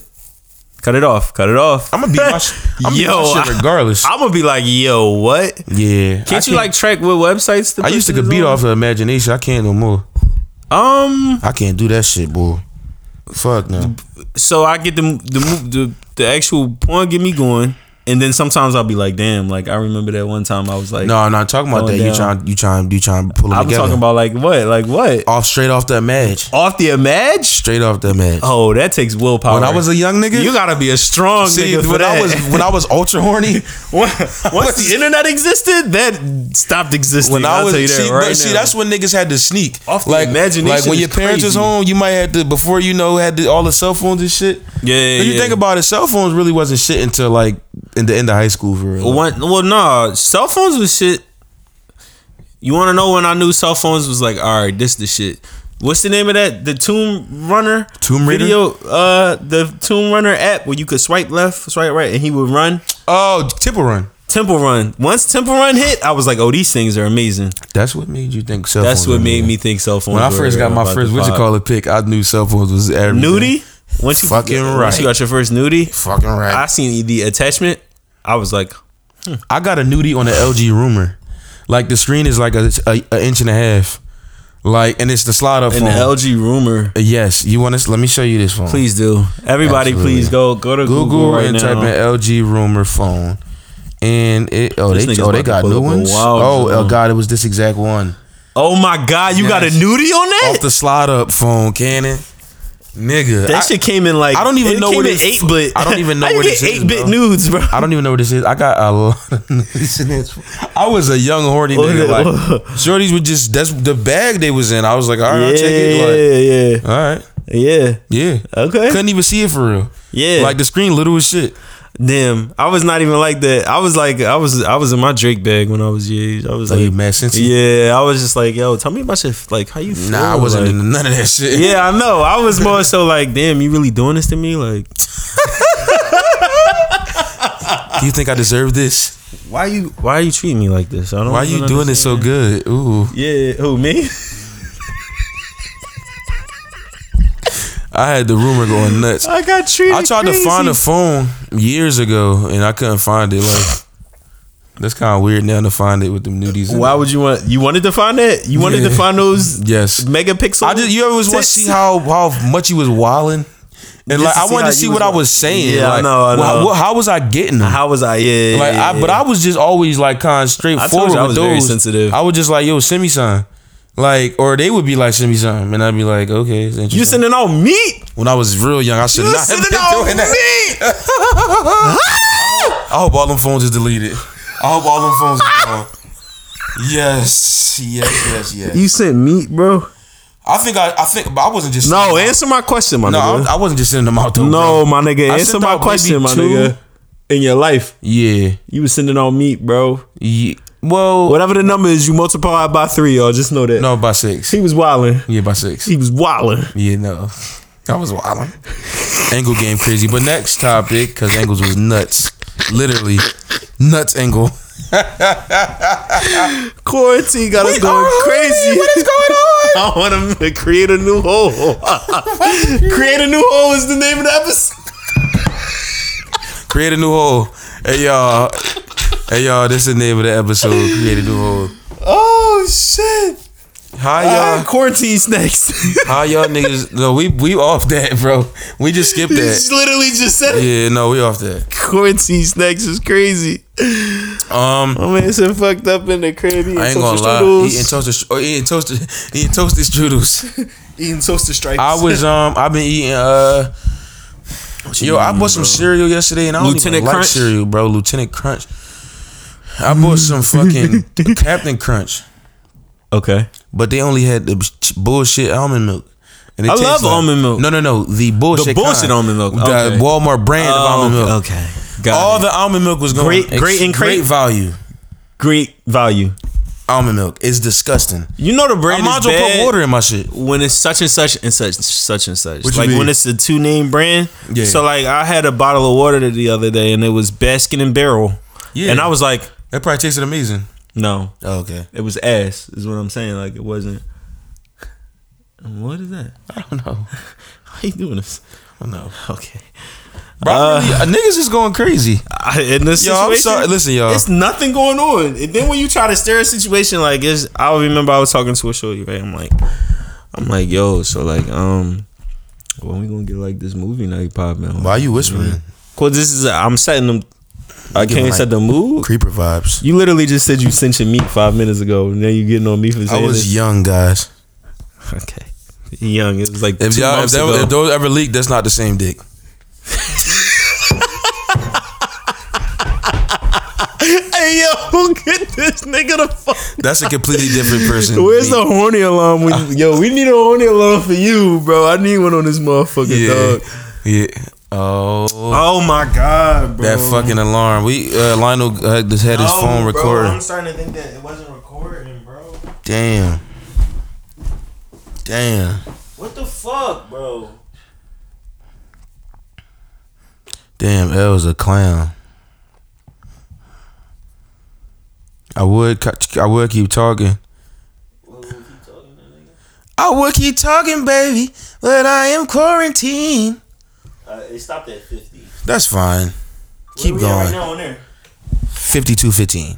Speaker 3: Cut it off. Cut it off.
Speaker 1: I'm gonna beat
Speaker 3: <laughs>
Speaker 1: my, sh- I'm gonna
Speaker 3: Yo,
Speaker 1: beat my shit
Speaker 3: I-
Speaker 1: regardless.
Speaker 3: I'm gonna be like, yo, what?
Speaker 1: yeah, I
Speaker 3: Can't you like track what websites? The
Speaker 1: I used to
Speaker 3: person
Speaker 1: could
Speaker 3: is
Speaker 1: beat
Speaker 3: on?
Speaker 1: off the imagination. I can't no more.
Speaker 3: Um,
Speaker 1: I can't do that shit, boy. Fuck no.
Speaker 3: so I get the the move- the the actual porn get me going, and then sometimes I'll be like, damn, like I remember that one time I was like,
Speaker 1: No, I'm not talking about that.
Speaker 3: Going
Speaker 1: You
Speaker 3: down.
Speaker 1: trying, you trying, you trying to pull them
Speaker 3: I'm
Speaker 1: together.
Speaker 3: talking about like what, like what?
Speaker 1: off straight off the match,
Speaker 3: Off the image?
Speaker 1: straight off the match.
Speaker 3: Oh, that takes willpower.
Speaker 1: when I was a young nigga,
Speaker 3: you gotta be a strong
Speaker 1: see
Speaker 3: nigga for
Speaker 1: when
Speaker 3: that. <laughs>
Speaker 1: I was when I was ultra horny. <laughs>
Speaker 3: once the internet existed, that stopped existing.
Speaker 1: When I
Speaker 3: I'll
Speaker 1: was
Speaker 3: tell you that
Speaker 1: see,
Speaker 3: right
Speaker 1: but see,
Speaker 3: now.
Speaker 1: that's when niggas had to sneak.
Speaker 3: Off the
Speaker 1: like
Speaker 3: imagination
Speaker 1: like when
Speaker 3: is
Speaker 1: your parents was
Speaker 3: crazy.
Speaker 1: home, you might have to before you know had the, all the cell phones and shit.
Speaker 3: Yeah, yeah,
Speaker 1: If you
Speaker 3: yeah.
Speaker 1: think about it, cell phones really wasn't shit until like in the end of high school for real.
Speaker 3: One, well, no, cell phones was shit. You want to know when I knew cell phones was like, all right, this the shit. What's the name of that? The Tomb Runner,
Speaker 1: Tomb Raider?
Speaker 3: video, uh, the Tomb Runner app where you could swipe left, swipe right, and he would run.
Speaker 1: Oh, Temple Run.
Speaker 3: Temple Run. Once Temple Run hit, I was like, oh, these things are amazing.
Speaker 1: That's what made you think cell
Speaker 3: That's
Speaker 1: phones
Speaker 3: what
Speaker 1: were
Speaker 3: made
Speaker 1: real.
Speaker 3: me think cell phones.
Speaker 1: When I
Speaker 3: were
Speaker 1: first got my
Speaker 3: about
Speaker 1: first
Speaker 3: the
Speaker 1: what you
Speaker 3: vibe.
Speaker 1: call it pick, I knew cell phones was everything.
Speaker 3: nudie. Once you
Speaker 1: Fucking
Speaker 3: once
Speaker 1: right.
Speaker 3: you got your first nudie,
Speaker 1: Fucking right.
Speaker 3: I seen the attachment. I was like,
Speaker 1: I got a nudie on the LG rumor. Like the screen is like a, a, a inch and a half. Like and it's the slide up
Speaker 3: an
Speaker 1: phone.
Speaker 3: LG rumor.
Speaker 1: yes, you want to let me show you this phone.
Speaker 3: Please do. Everybody,
Speaker 1: Absolutely.
Speaker 3: please go go to
Speaker 1: Google,
Speaker 3: Google, right
Speaker 1: and
Speaker 3: now.
Speaker 1: type in LG rumor phone. And it oh
Speaker 3: This
Speaker 1: they
Speaker 3: nigga's
Speaker 1: oh they got
Speaker 3: about to pull
Speaker 1: new
Speaker 3: up a
Speaker 1: ones.
Speaker 3: wild
Speaker 1: Oh, oh
Speaker 3: phone.
Speaker 1: god, it was this exact one.
Speaker 3: Oh my God, you got a
Speaker 1: Yes.
Speaker 3: nudie on that?
Speaker 1: Off the slide up phone, Cannon. Nigga.
Speaker 3: that
Speaker 1: I-
Speaker 3: shit came in like
Speaker 1: I don't even
Speaker 3: it
Speaker 1: know
Speaker 3: came
Speaker 1: what
Speaker 3: in
Speaker 1: it's-
Speaker 3: eight bit.
Speaker 1: I don't
Speaker 3: <laughs>
Speaker 1: even know
Speaker 3: How you
Speaker 1: what
Speaker 3: get
Speaker 1: this is,
Speaker 3: eight bit
Speaker 1: bro.
Speaker 3: nudes,
Speaker 1: <laughs>
Speaker 3: bro.
Speaker 1: I don't even know what this is. I got a lot of <laughs> nudes in this. I was a young horny
Speaker 3: Oh,
Speaker 1: nigga.
Speaker 3: <laughs>
Speaker 1: Like shorties would just that's the bag they was in. I was like, all right, I'll
Speaker 3: yeah,
Speaker 1: check it.
Speaker 3: yeah,
Speaker 1: Like, all right,
Speaker 3: yeah,
Speaker 1: yeah.
Speaker 3: Okay.
Speaker 1: Couldn't even see it for real.
Speaker 3: Yeah.
Speaker 1: Like the screen little as shit.
Speaker 3: Damn, I was not even like that. I was like, I was, I was in my Drake bag when I was your age. I was
Speaker 1: Like
Speaker 3: like,
Speaker 1: mad sense.
Speaker 3: yeah, I was just like, yo, tell me about your f- like how you. Feel,
Speaker 1: Nah, I wasn't
Speaker 3: like-
Speaker 1: into none of that shit.
Speaker 3: Yeah, I know. I was more so like, damn, you really doing this to me? Like,
Speaker 1: Do you think I deserve this?
Speaker 3: why you, why are you treating me like this? I don't.
Speaker 1: Why you
Speaker 3: don't
Speaker 1: doing this so good? Ooh.
Speaker 3: Yeah, who me? <laughs>
Speaker 1: I had the rumor
Speaker 3: <laughs>
Speaker 1: going nuts.
Speaker 3: I got treated.
Speaker 1: I tried to find a phone years ago and I couldn't find it. Like that's kind of weird now to find it with them nudies. in
Speaker 3: Why
Speaker 1: it.
Speaker 3: would you want? You wanted to find that? You wanted
Speaker 1: Yeah.
Speaker 3: to find those
Speaker 1: Yes.
Speaker 3: megapixel?
Speaker 1: I just you always want to
Speaker 3: tits?
Speaker 1: see how how much you was wilding, and
Speaker 3: Just
Speaker 1: like
Speaker 3: to
Speaker 1: I
Speaker 3: see
Speaker 1: wanted
Speaker 3: how
Speaker 1: to see
Speaker 3: you
Speaker 1: what
Speaker 3: was
Speaker 1: I was saying.
Speaker 3: Yeah, I
Speaker 1: like,
Speaker 3: know, I
Speaker 1: wha-
Speaker 3: know.
Speaker 1: wha- how was I getting them?
Speaker 3: How was I? <laughs> Yeah,
Speaker 1: like,
Speaker 3: yeah,
Speaker 1: I, but
Speaker 3: yeah.
Speaker 1: I was just always like kind of straightforward
Speaker 3: I
Speaker 1: with
Speaker 3: was
Speaker 1: those.
Speaker 3: very sensitive.
Speaker 1: I was just like, yo, send me some. Like, or they would be like, send me some, and I'd be like, okay, it's interesting.
Speaker 3: you sending out meat?
Speaker 1: when I was real young, I should
Speaker 3: You
Speaker 1: not have
Speaker 3: sending
Speaker 1: been
Speaker 3: out
Speaker 1: doing that.
Speaker 3: meat?
Speaker 1: I hope all them phones is deleted. I hope all them phones are gone. Yes, yes, yes, <laughs> yes.
Speaker 3: You sent meat, bro.
Speaker 1: I think I, I think, but I wasn't just
Speaker 3: No, answer my question, my
Speaker 1: No,
Speaker 3: nigga.
Speaker 1: I, I wasn't just sending them out. Though,
Speaker 3: no,
Speaker 1: bro.
Speaker 3: my nigga.
Speaker 1: I
Speaker 3: Answer
Speaker 1: sent
Speaker 3: my
Speaker 1: out
Speaker 3: question,
Speaker 1: maybe
Speaker 3: my
Speaker 1: two.
Speaker 3: nigga. In your life,
Speaker 1: Yeah,
Speaker 3: you was sending out meat, bro.
Speaker 1: yeah. Well,
Speaker 3: Whatever the number is, you multiply it by three, y'all. Just know that.
Speaker 1: no, by six.
Speaker 3: He was wilding.
Speaker 1: Yeah, by six.
Speaker 3: He was wilding.
Speaker 1: Yeah, no. I was wilding. angle game crazy. But next topic, because angles was nuts. Literally, nuts angle.
Speaker 3: Quarantine got us going crazy.
Speaker 1: What is going on?
Speaker 3: <laughs> I want to create a new hole. <laughs> create a new hole is the name of the episode. <laughs>
Speaker 1: Create a new hole. Hey y'all. Hey y'all, this is the name of the episode. Create a new hole.
Speaker 3: Oh shit!
Speaker 1: How
Speaker 3: Ah,
Speaker 1: y'all
Speaker 3: quarantine snakes.
Speaker 1: <laughs> how y'all
Speaker 3: <laughs>
Speaker 1: niggas no we we off that bro. We just skipped
Speaker 3: You
Speaker 1: that.
Speaker 3: just literally just said it.
Speaker 1: Yeah, no, we off that.
Speaker 3: <laughs> quarantine snacks is crazy.
Speaker 1: Um
Speaker 3: My man said fucked up in the crib. He
Speaker 1: I ain't gonna lie. Eating toasted or eating toasted eating toasted strudels.
Speaker 3: Eating toaster stripes.
Speaker 1: I
Speaker 3: <laughs>
Speaker 1: was um I've been eating uh Yo, I bought some cereal yesterday and I don't
Speaker 3: Lieutenant
Speaker 1: even like
Speaker 3: Crunch?
Speaker 1: cereal, bro. Lieutenant Crunch. I bought some fucking Captain Crunch.
Speaker 3: okay.
Speaker 1: but they only had the ch- bullshit almond milk. And it
Speaker 3: I
Speaker 1: tastes
Speaker 3: love almond milk.
Speaker 1: No, no, no. The bullshit.
Speaker 3: The bullshit
Speaker 1: kind.
Speaker 3: almond milk.
Speaker 1: The
Speaker 3: Okay. Oh,
Speaker 1: Walmart brand of almond milk.
Speaker 3: Okay. Got
Speaker 1: All
Speaker 3: it.
Speaker 1: the almond milk was going
Speaker 3: Great-
Speaker 1: ex-
Speaker 3: great and great.
Speaker 1: great value.
Speaker 3: great value.
Speaker 1: Almond milk is disgusting.
Speaker 3: You know the brand
Speaker 1: I might as
Speaker 3: is
Speaker 1: well
Speaker 3: bad
Speaker 1: put water in my shit.
Speaker 3: when it's such and such and such such and such.
Speaker 1: What you
Speaker 3: like
Speaker 1: mean?
Speaker 3: when it's a two name brand.
Speaker 1: Yeah.
Speaker 3: So like I had a bottle of water the other day and it was Baskin and Barrel.
Speaker 1: Yeah.
Speaker 3: And I was like,
Speaker 1: That probably tasted amazing.
Speaker 3: no,
Speaker 1: Oh, okay.
Speaker 3: it was ass. Is what I'm saying. Like it wasn't. What is that?
Speaker 1: I don't know.
Speaker 3: How you doing this?
Speaker 1: I don't know.
Speaker 3: Okay.
Speaker 1: Bro, I really, uh, niggas is going crazy.
Speaker 3: I, in this
Speaker 1: Yo, I'm
Speaker 3: situation,
Speaker 1: sorry. Listen, y'all.
Speaker 3: it's nothing going on. And then when you try to steer a situation like this, I remember I was talking to a shorty, right? I'm like, I'm like, yo, so like, um, when we gonna get like this movie night popping?
Speaker 1: Why are you whispering?
Speaker 3: Cause this is a, I'm setting them. I
Speaker 1: giving,
Speaker 3: can't
Speaker 1: like,
Speaker 3: set the mood.
Speaker 1: Creeper vibes.
Speaker 3: You literally just said you sent your meat five minutes ago, and now you getting on me for
Speaker 1: I
Speaker 3: saying
Speaker 1: was young, guys.
Speaker 3: this. Okay, young. It was like
Speaker 1: If
Speaker 3: two
Speaker 1: y'all, if,
Speaker 3: months
Speaker 1: that,
Speaker 3: ago.
Speaker 1: if those ever leak, that's not the same dick.
Speaker 3: hey yo, <laughs> get this nigga the fuck.
Speaker 1: That's a completely
Speaker 3: <laughs>
Speaker 1: different person.
Speaker 3: Where's the horny alarm? When, yo, we need a horny alarm for you, bro. I need one on this motherfucker,
Speaker 1: Yeah.
Speaker 3: <laughs> dog.
Speaker 1: Yeah. Oh.
Speaker 3: Oh my god, bro. Oh,
Speaker 1: That fucking alarm. We uh, Lionel uh, just had his phone recording.
Speaker 3: starting to think that it wasn't recording, bro.
Speaker 1: Damn. Damn.
Speaker 3: What the fuck, bro?
Speaker 1: Damn. L's a clown. I would. cu- I would keep talking. I would keep talking, baby, but I am quarantined.
Speaker 3: Uh, it stopped at fifty.
Speaker 1: That's fine. Keep going.
Speaker 3: now on there.
Speaker 1: Fifty-two fifteen.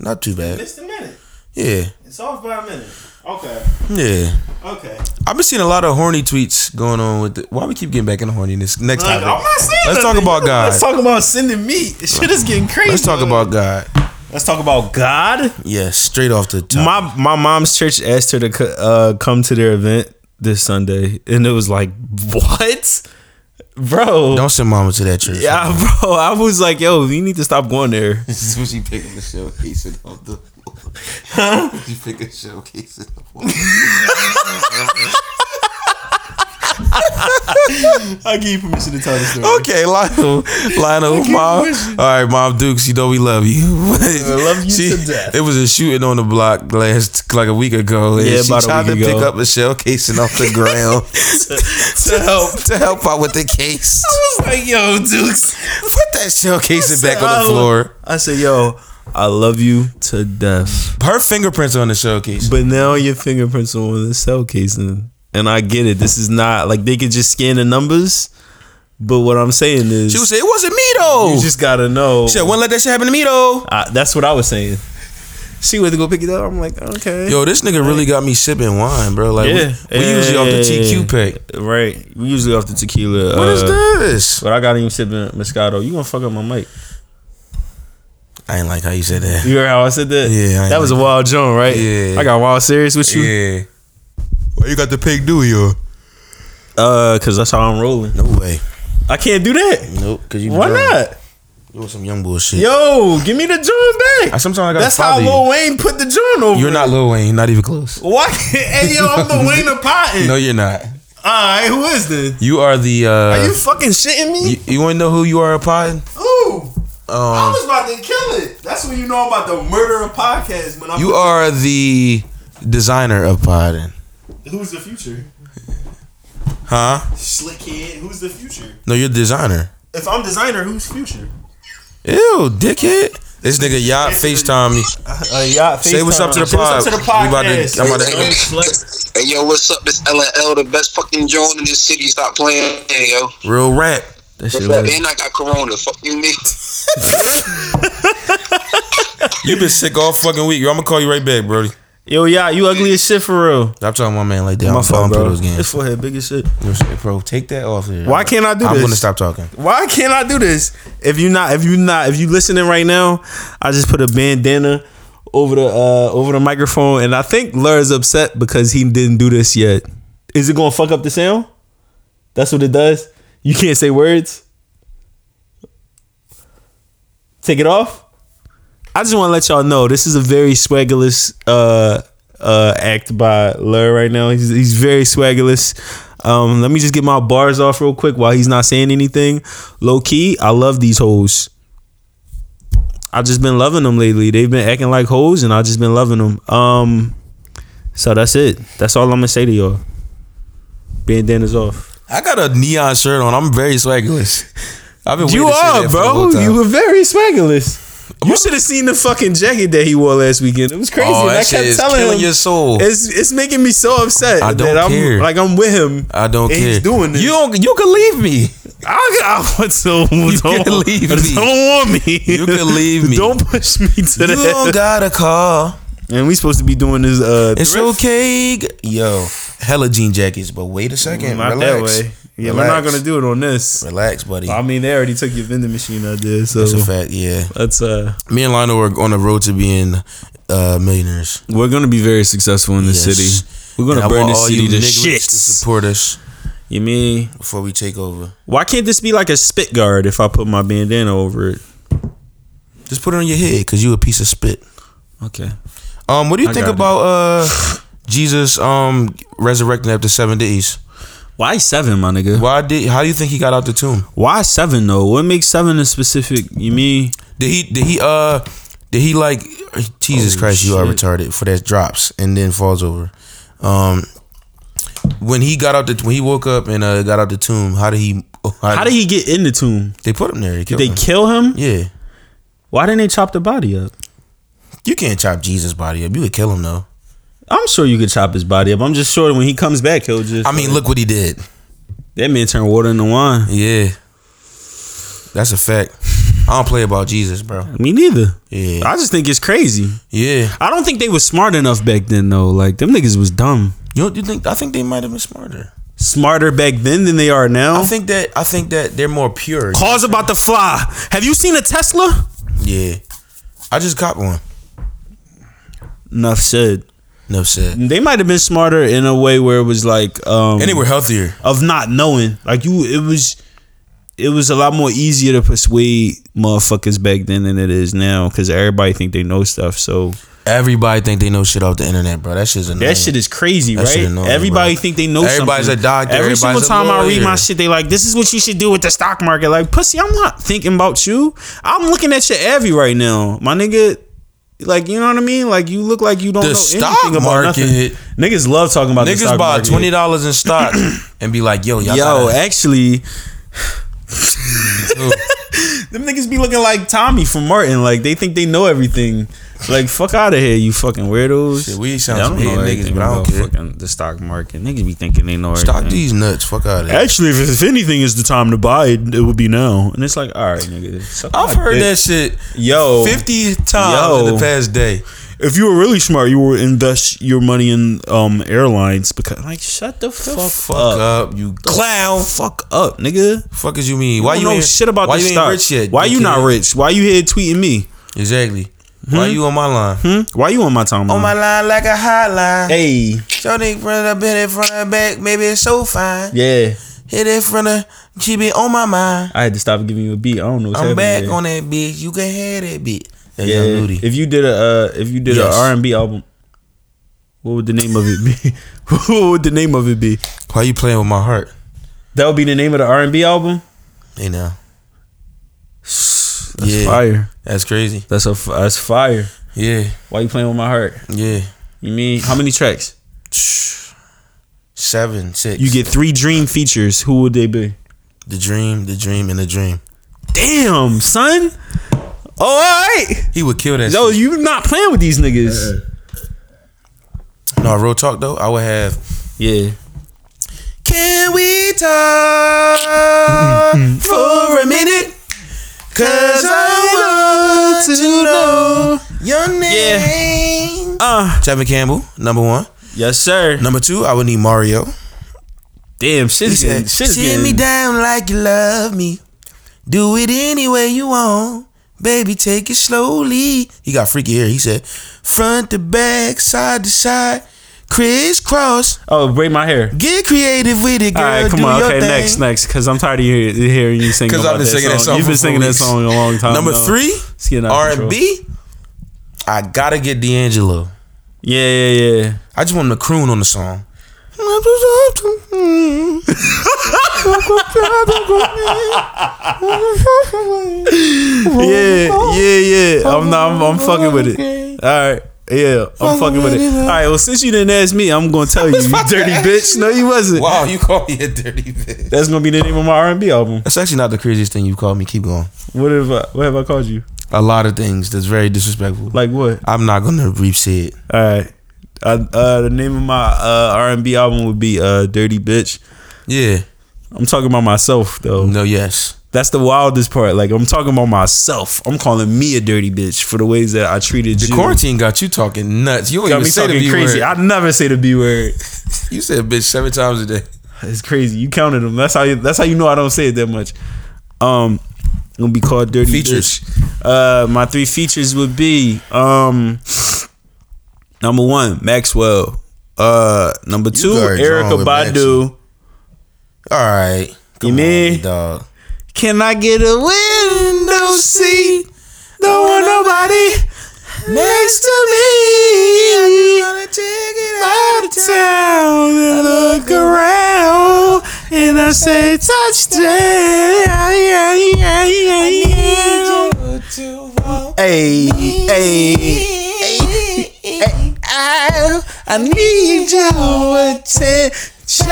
Speaker 1: Not too bad.
Speaker 2: It's a minute.
Speaker 1: Yeah.
Speaker 2: It's off by a minute. Okay.
Speaker 1: Yeah.
Speaker 2: Okay.
Speaker 1: I've been seeing a lot of horny tweets going on with. The, why we keep getting back into horniness? Next
Speaker 2: Like,
Speaker 1: time,
Speaker 2: I'm not saying
Speaker 1: let's talk
Speaker 2: nothing.
Speaker 1: about God.
Speaker 3: Let's talk about sending meat. This shit is getting crazy.
Speaker 1: Let's talk about God.
Speaker 3: Let's talk about God.
Speaker 1: Yeah, straight off the top.
Speaker 3: My my mom's church asked her to co- uh, come to their event this Sunday, and it was like, what, bro? <laughs>
Speaker 1: Don't send mama to that church. <laughs>
Speaker 3: yeah, bro. I was like, yo, you need to stop going there.
Speaker 1: this is when she picking the showcase and off the. <laughs> She picking showcase and
Speaker 2: I give you permission to tell the
Speaker 3: <laughs>
Speaker 2: story.
Speaker 1: Okay, Lionel, Lionel, mom. All right, mom Dukes, you know we love you. <laughs> I
Speaker 3: love you to death.
Speaker 1: It was a shooting on the block last like a week ago, and
Speaker 3: Yeah,
Speaker 1: she
Speaker 3: about a
Speaker 1: tried
Speaker 3: week
Speaker 1: to
Speaker 3: ago.
Speaker 1: pick up the shell casing off <laughs> the ground
Speaker 3: to help.
Speaker 1: to help out with the case.
Speaker 3: <laughs> I was like, yo, Dukes.
Speaker 1: Put that shell casing back on
Speaker 3: Oh.
Speaker 1: the floor.
Speaker 3: I said, yo, I love you to death.
Speaker 1: Her fingerprints are on the shell case.
Speaker 3: But now your fingerprints are on the cell casing. And I get it. This is not like they could just scan the numbers. But what I'm saying is,
Speaker 1: She would say it wasn't me though.
Speaker 3: you just gotta know.
Speaker 1: she said, "Wouldn't let that shit happen to me though."
Speaker 3: I, that's what I was saying. She went to go pick it up. I'm like, okay.
Speaker 1: Yo, this nigga really got me sipping wine, bro. Like,
Speaker 3: Yeah.
Speaker 1: we, we usually off the TQ pack.
Speaker 3: Right. We usually off the tequila.
Speaker 1: What is
Speaker 3: uh,
Speaker 1: this?
Speaker 3: But I got him sipping Moscato. You gonna fuck up my mic.
Speaker 1: I ain't like how you said that.
Speaker 3: You heard how I said that?
Speaker 1: Yeah, I
Speaker 3: That was a
Speaker 1: know.
Speaker 3: wild joint, right?
Speaker 1: Yeah.
Speaker 3: I got wild serious with you.
Speaker 1: Yeah. Why you got the pig do you?
Speaker 3: Uh, cause that's how I'm rolling.
Speaker 1: No way.
Speaker 3: I can't do that.
Speaker 1: Nope. Cause you
Speaker 3: Why
Speaker 1: drunk.
Speaker 3: not?
Speaker 1: It was some young bullshit.
Speaker 3: Yo, give me the joint
Speaker 1: I
Speaker 3: back.
Speaker 1: sometimes I gotta
Speaker 3: That's how
Speaker 1: follow you.
Speaker 3: Lil Wayne put the joint over.
Speaker 1: You're
Speaker 3: it.
Speaker 1: not Lil Wayne, not even close.
Speaker 2: <laughs>
Speaker 3: Why? Hey, yo,
Speaker 1: <laughs>
Speaker 3: I'm the Wayne of potting.
Speaker 1: No, you're not.
Speaker 3: All right, who is this?
Speaker 1: You are the. uh
Speaker 3: Are you fucking shitting me?
Speaker 1: You, you want to know who you are, Pod?
Speaker 2: Ooh, I
Speaker 1: Um,
Speaker 2: was about to kill it. That's when you know I'm about to murder a podcast. When I'm
Speaker 1: you are the designer of Pod.
Speaker 2: who's the future?
Speaker 1: Huh?
Speaker 2: Slick head. Who's the future?
Speaker 1: No, you're the designer.
Speaker 2: If I'm designer, who's future?
Speaker 1: Ew, dickhead. This nigga yacht FaceTime me.
Speaker 3: Uh, y'all
Speaker 1: Say what's up to the
Speaker 3: FaceTime.
Speaker 1: pod.
Speaker 2: what's up to the
Speaker 1: We about to,
Speaker 2: podcast.
Speaker 1: I'm about
Speaker 5: Hey,
Speaker 1: to,
Speaker 5: Hey yo, what's up? This LNL, the best fucking joint in this city. Stop playing, hey, yo.
Speaker 1: real rap. That shit was-
Speaker 5: And I got corona. Fuck you, nigga.
Speaker 1: You been sick all fucking week. I'm gonna call you right back, Brody.
Speaker 3: Yo, y'all, you ugly as shit for real.
Speaker 1: Stop talking to my man like that.
Speaker 3: My
Speaker 1: I'm going
Speaker 3: fault, bro.
Speaker 1: play those
Speaker 3: This
Speaker 1: games.
Speaker 3: forehead big as shit.
Speaker 1: Yo, shit, Bro, take that off. Here.
Speaker 3: Why can't I do
Speaker 1: I'm
Speaker 3: this?
Speaker 1: I'm gonna stop talking.
Speaker 3: Why can't I do this? If you not, if you not, if you listening right now, I just put a bandana over the uh over the microphone, and I think Lur's upset because he didn't do this yet. Is it gonna fuck up the sound? That's what it does. You can't say words. Take it off. I just want to let y'all know this is a very swaggerless uh, uh, act by Lur right now. He's, he's very swaggerless. Um, let me just get my bars off real quick while he's not saying anything. Low key, I love these hoes. I've just been loving them lately. They've been acting like hoes, and I've just been loving them. Um, so that's it. That's all I'm gonna say to y'all. Bandanas off.
Speaker 1: I got a neon shirt on. I'm very swaggerless. I've been.
Speaker 3: You
Speaker 1: waiting to say that
Speaker 3: are,
Speaker 1: for the whole
Speaker 3: bro.
Speaker 1: time.
Speaker 3: You were very swaggerless. You should have seen the fucking jacket that he wore last weekend. It was crazy.
Speaker 1: Oh,
Speaker 3: and I
Speaker 1: that shit
Speaker 3: kept
Speaker 1: is
Speaker 3: telling
Speaker 1: killing
Speaker 3: him,
Speaker 1: your soul.
Speaker 3: It's it's making me so upset.
Speaker 1: I don't
Speaker 3: that I'm,
Speaker 1: care.
Speaker 3: Like I'm with him.
Speaker 1: I don't
Speaker 3: And
Speaker 1: care.
Speaker 3: he's doing this.
Speaker 1: You don't. You can leave me.
Speaker 3: I, <laughs> I want so
Speaker 1: You
Speaker 3: don't,
Speaker 1: can leave
Speaker 3: don't
Speaker 1: me.
Speaker 3: want me.
Speaker 1: You can leave me.
Speaker 3: Don't push me
Speaker 1: <laughs>
Speaker 3: to
Speaker 1: You don't
Speaker 3: that.
Speaker 1: gotta call.
Speaker 3: And we supposed to be doing this. Uh,
Speaker 1: It's
Speaker 3: thrift.
Speaker 1: okay. g- Yo, hella jean jackets, but wait a second.
Speaker 3: not
Speaker 1: relax.
Speaker 3: that way. Yeah, we're not
Speaker 1: Relax.
Speaker 3: gonna do it on this.
Speaker 1: Relax, buddy.
Speaker 3: I mean, they already took your vending machine idea, so
Speaker 1: That's a fact. Yeah,
Speaker 3: that's uh,
Speaker 1: me and Lionel are on the road to being uh, millionaires.
Speaker 3: we're gonna be very successful in this
Speaker 1: Yes.
Speaker 3: We're
Speaker 1: And I want all you niggas to support us
Speaker 3: You mean
Speaker 1: before we take over.
Speaker 3: why can't this be like a spit guard if I put my bandana over it?
Speaker 1: Just put it on your head, cause you a piece of spit.
Speaker 3: Okay.
Speaker 1: Um, what do you
Speaker 3: I
Speaker 1: think
Speaker 3: got it.
Speaker 1: about uh Jesus um resurrecting after seven days?
Speaker 3: Why seven, my nigga?
Speaker 1: Why did? How do you think he got out the tomb?
Speaker 3: Why seven though? What makes seven a specific? You mean?
Speaker 1: Did he? Did he? Uh, did he like? Jesus
Speaker 3: Oh,
Speaker 1: Christ, you are
Speaker 3: shit.
Speaker 1: retarded for that drops and then falls over. Um, when he got out the when he woke up and uh, got out the tomb, how did he?
Speaker 3: How did he get in the tomb?
Speaker 1: They put him there. They killed
Speaker 3: They
Speaker 1: him.
Speaker 3: kill him?
Speaker 1: yeah,
Speaker 3: Why didn't they chop the body up?
Speaker 1: you can't chop Jesus' body up. You could kill him though.
Speaker 3: I'm sure you could chop his body up. I'm just sure when he comes back, he'll just.
Speaker 1: I mean, look what he did.
Speaker 3: that man turned water into wine.
Speaker 1: Yeah, that's a fact. I don't play about Jesus, bro.
Speaker 3: Me neither.
Speaker 1: Yeah,
Speaker 3: I just think it's crazy.
Speaker 1: yeah.
Speaker 3: I don't think they was smart enough back then though. Like them niggas was dumb.
Speaker 1: You don't, you think? I think they might have been smarter.
Speaker 3: Smarter back then than they are now.
Speaker 1: I think that I think that they're more pure.
Speaker 3: Cars about to fly. Have you seen a Tesla?
Speaker 1: Yeah, I just caught one.
Speaker 3: Enough said.
Speaker 1: Enough said.
Speaker 3: They might have been smarter in a way where it was like um
Speaker 1: And they were healthier.
Speaker 3: of not knowing. Like you, it was, it was a lot more easier to persuade motherfuckers back then than it is now because everybody think they know stuff. So
Speaker 1: Everybody think they know shit off the internet, bro. That shit's
Speaker 3: that
Speaker 1: annoying.
Speaker 3: shit is crazy,
Speaker 1: That
Speaker 3: right?
Speaker 1: shit annoying,
Speaker 3: everybody
Speaker 1: bro.
Speaker 3: think they know.
Speaker 1: Everybody's
Speaker 3: something.
Speaker 1: a doctor,
Speaker 3: Every single
Speaker 1: everybody's a
Speaker 3: time I read my
Speaker 1: lawyer.
Speaker 3: shit, they like, this is what you should do with the stock market. Like, pussy, I'm not thinking about you. I'm looking at your Avi right now, my nigga. Like you know what I mean? Like you look like you don't
Speaker 1: The
Speaker 3: know
Speaker 1: stock
Speaker 3: anything about nothing.
Speaker 1: market.
Speaker 3: Niggas love talking about <laughs> the
Speaker 1: Niggas
Speaker 3: stock
Speaker 1: buy
Speaker 3: market.
Speaker 1: twenty dollars in stock and be like, "Yo, y'all
Speaker 3: Yo,
Speaker 1: gotta-
Speaker 3: <laughs> actually,
Speaker 1: Ooh.
Speaker 3: Them niggas be looking like Tommy from Martin. Like they think they know everything. Like fuck out of here, you fucking weirdos.
Speaker 1: Shit, we sound
Speaker 3: Yeah,
Speaker 1: some hating niggas,
Speaker 3: everything
Speaker 1: but I don't
Speaker 3: about
Speaker 1: care.
Speaker 3: Fucking the stock market. Niggas be thinking they know
Speaker 1: stock
Speaker 3: everything.
Speaker 1: these nuts. Fuck out of here."
Speaker 3: Actually, if, if anything is the time to buy it, it would be now. And it's like, all right, nigga. suck
Speaker 1: I've
Speaker 3: my
Speaker 1: heard
Speaker 3: dick.
Speaker 1: that shit
Speaker 3: Yo,
Speaker 1: fifty times in
Speaker 3: Yo.
Speaker 1: the past day.
Speaker 3: if you were really smart, you would invest your money in um airlines because like shut the fuck,
Speaker 1: Fuck,
Speaker 3: up.
Speaker 1: up, you clown.
Speaker 3: Fuck up, nigga.
Speaker 1: Fuck is you mean? Why
Speaker 3: you
Speaker 1: you
Speaker 3: don't know
Speaker 1: ain't-
Speaker 3: shit about
Speaker 1: why
Speaker 3: this
Speaker 1: you ain't
Speaker 3: stock?
Speaker 1: rich yet?
Speaker 3: Why you not
Speaker 1: dickhead?
Speaker 3: rich? Hmm? Why you here tweeting me?
Speaker 1: Exactly. Why you on my line?
Speaker 3: Why you on Oh my timeline?
Speaker 1: On my line like a hotline. Hey.
Speaker 3: Hey,
Speaker 1: Show nigga front of the bed in front of the back. Maybe it's so fine.
Speaker 3: yeah.
Speaker 1: Hit it from the She been on my mind.
Speaker 3: I had to stop giving you a beat. I don't know. What's
Speaker 1: I'm back
Speaker 3: happening there.
Speaker 1: on that bitch. You can have that bitch. That
Speaker 3: Yeah,
Speaker 1: young Nudie.
Speaker 3: if you did a uh, if you did
Speaker 1: Yes.
Speaker 3: a R and B album, what would the name of it be? <laughs> what would the name of it be?
Speaker 1: Why you playing with my heart?
Speaker 3: That would be the name of the R and B album.
Speaker 1: You know.
Speaker 3: That's
Speaker 1: Yeah.
Speaker 3: fire.
Speaker 1: That's crazy.
Speaker 3: That's a f- that's fire.
Speaker 1: Yeah.
Speaker 3: Why you playing with my heart?
Speaker 1: Yeah.
Speaker 3: You mean how many tracks?
Speaker 1: Seven, six.
Speaker 3: You get three dream features. Who would they be?
Speaker 1: the dream, the dream, and the dream.
Speaker 3: Damn, son. Oh, All right.
Speaker 1: He would kill that.
Speaker 3: Yo, you not playing with these niggas.
Speaker 1: shit. No, real talk though. I would have.
Speaker 3: Yeah.
Speaker 1: Can we
Speaker 3: <laughs>
Speaker 1: talk for a minute? Cause I want to know your name.
Speaker 3: Uh.
Speaker 1: Tevin Campbell, number one.
Speaker 3: Yes, sir.
Speaker 1: Number two, I would need Mario.
Speaker 3: Damn, shit's getting, shit's
Speaker 1: Sit
Speaker 3: getting.
Speaker 1: me down like you love me. Do it any way you want. Baby, take it slowly. He got freaky hair. He said, front to back, side to side, crisscross.
Speaker 3: Oh, braid my hair.
Speaker 1: Get creative with it, girl.
Speaker 3: All right, come
Speaker 1: Do
Speaker 3: on.
Speaker 1: your
Speaker 3: Okay,
Speaker 1: thing.
Speaker 3: next, next, because I'm tired of hear, hearing you
Speaker 1: <laughs>
Speaker 3: sing.
Speaker 1: 'Cause
Speaker 3: about
Speaker 1: I've been singing that song
Speaker 3: You've
Speaker 1: for
Speaker 3: been singing
Speaker 1: four
Speaker 3: that
Speaker 1: weeks.
Speaker 3: song a long time.
Speaker 1: Number
Speaker 3: dog.
Speaker 1: three,
Speaker 3: It's getting out
Speaker 1: R
Speaker 3: of
Speaker 1: and
Speaker 3: control.
Speaker 1: B. I gotta get D'Angelo.
Speaker 3: Yeah, yeah, yeah.
Speaker 1: I just want him to croon on the song.
Speaker 3: Yeah,
Speaker 1: Oh,
Speaker 3: yeah, yeah. I'm not. I'm, I'm fucking with it. All right. Yeah, I'm fucking with it. All right. Well, since you didn't ask me, I'm gonna tell you,
Speaker 1: <laughs>
Speaker 3: you
Speaker 1: about to
Speaker 3: dirty
Speaker 1: ask
Speaker 3: bitch. No, you
Speaker 1: <laughs>
Speaker 3: wasn't.
Speaker 1: Wow, you call me a dirty bitch.
Speaker 3: That's gonna be the name of my R&B album.
Speaker 1: That's actually not the craziest thing you've called me. Keep going.
Speaker 3: What have I, what have I called you?
Speaker 1: A lot of things that's very disrespectful.
Speaker 3: Like what?
Speaker 1: I'm not gonna re say it.
Speaker 3: All right. I, uh, the name of my uh, R&B album would be uh, "Dirty Bitch."
Speaker 1: Yeah.
Speaker 3: I'm talking about myself though.
Speaker 1: No. Yes.
Speaker 3: That's the wildest part. Like I'm talking about myself. I'm calling me a dirty bitch for the ways that I treated you.
Speaker 1: Quarantine got you talking nuts. You don't
Speaker 3: got
Speaker 1: even
Speaker 3: me
Speaker 1: say the
Speaker 3: talking
Speaker 1: B
Speaker 3: crazy.
Speaker 1: word.
Speaker 3: I never say the B word.
Speaker 1: you said bitch seven times a day.
Speaker 3: It's crazy. You counted them. That's how. You, that's how you know I don't say it that much. Um, I'm gonna be called dirty
Speaker 1: Features.
Speaker 3: bitch. Uh, my three features would be um, number one, Maxwell. Uh, number two,
Speaker 1: guys
Speaker 3: Erica
Speaker 1: wrong with
Speaker 3: Badu.
Speaker 1: All right. Come
Speaker 3: mean?
Speaker 1: on, dog.
Speaker 3: Can I get a window seat? Don't want nobody next to me. I take it out of town and look around, and I say, touchdown. Hey, hey, hey, hey, I, I need your attention.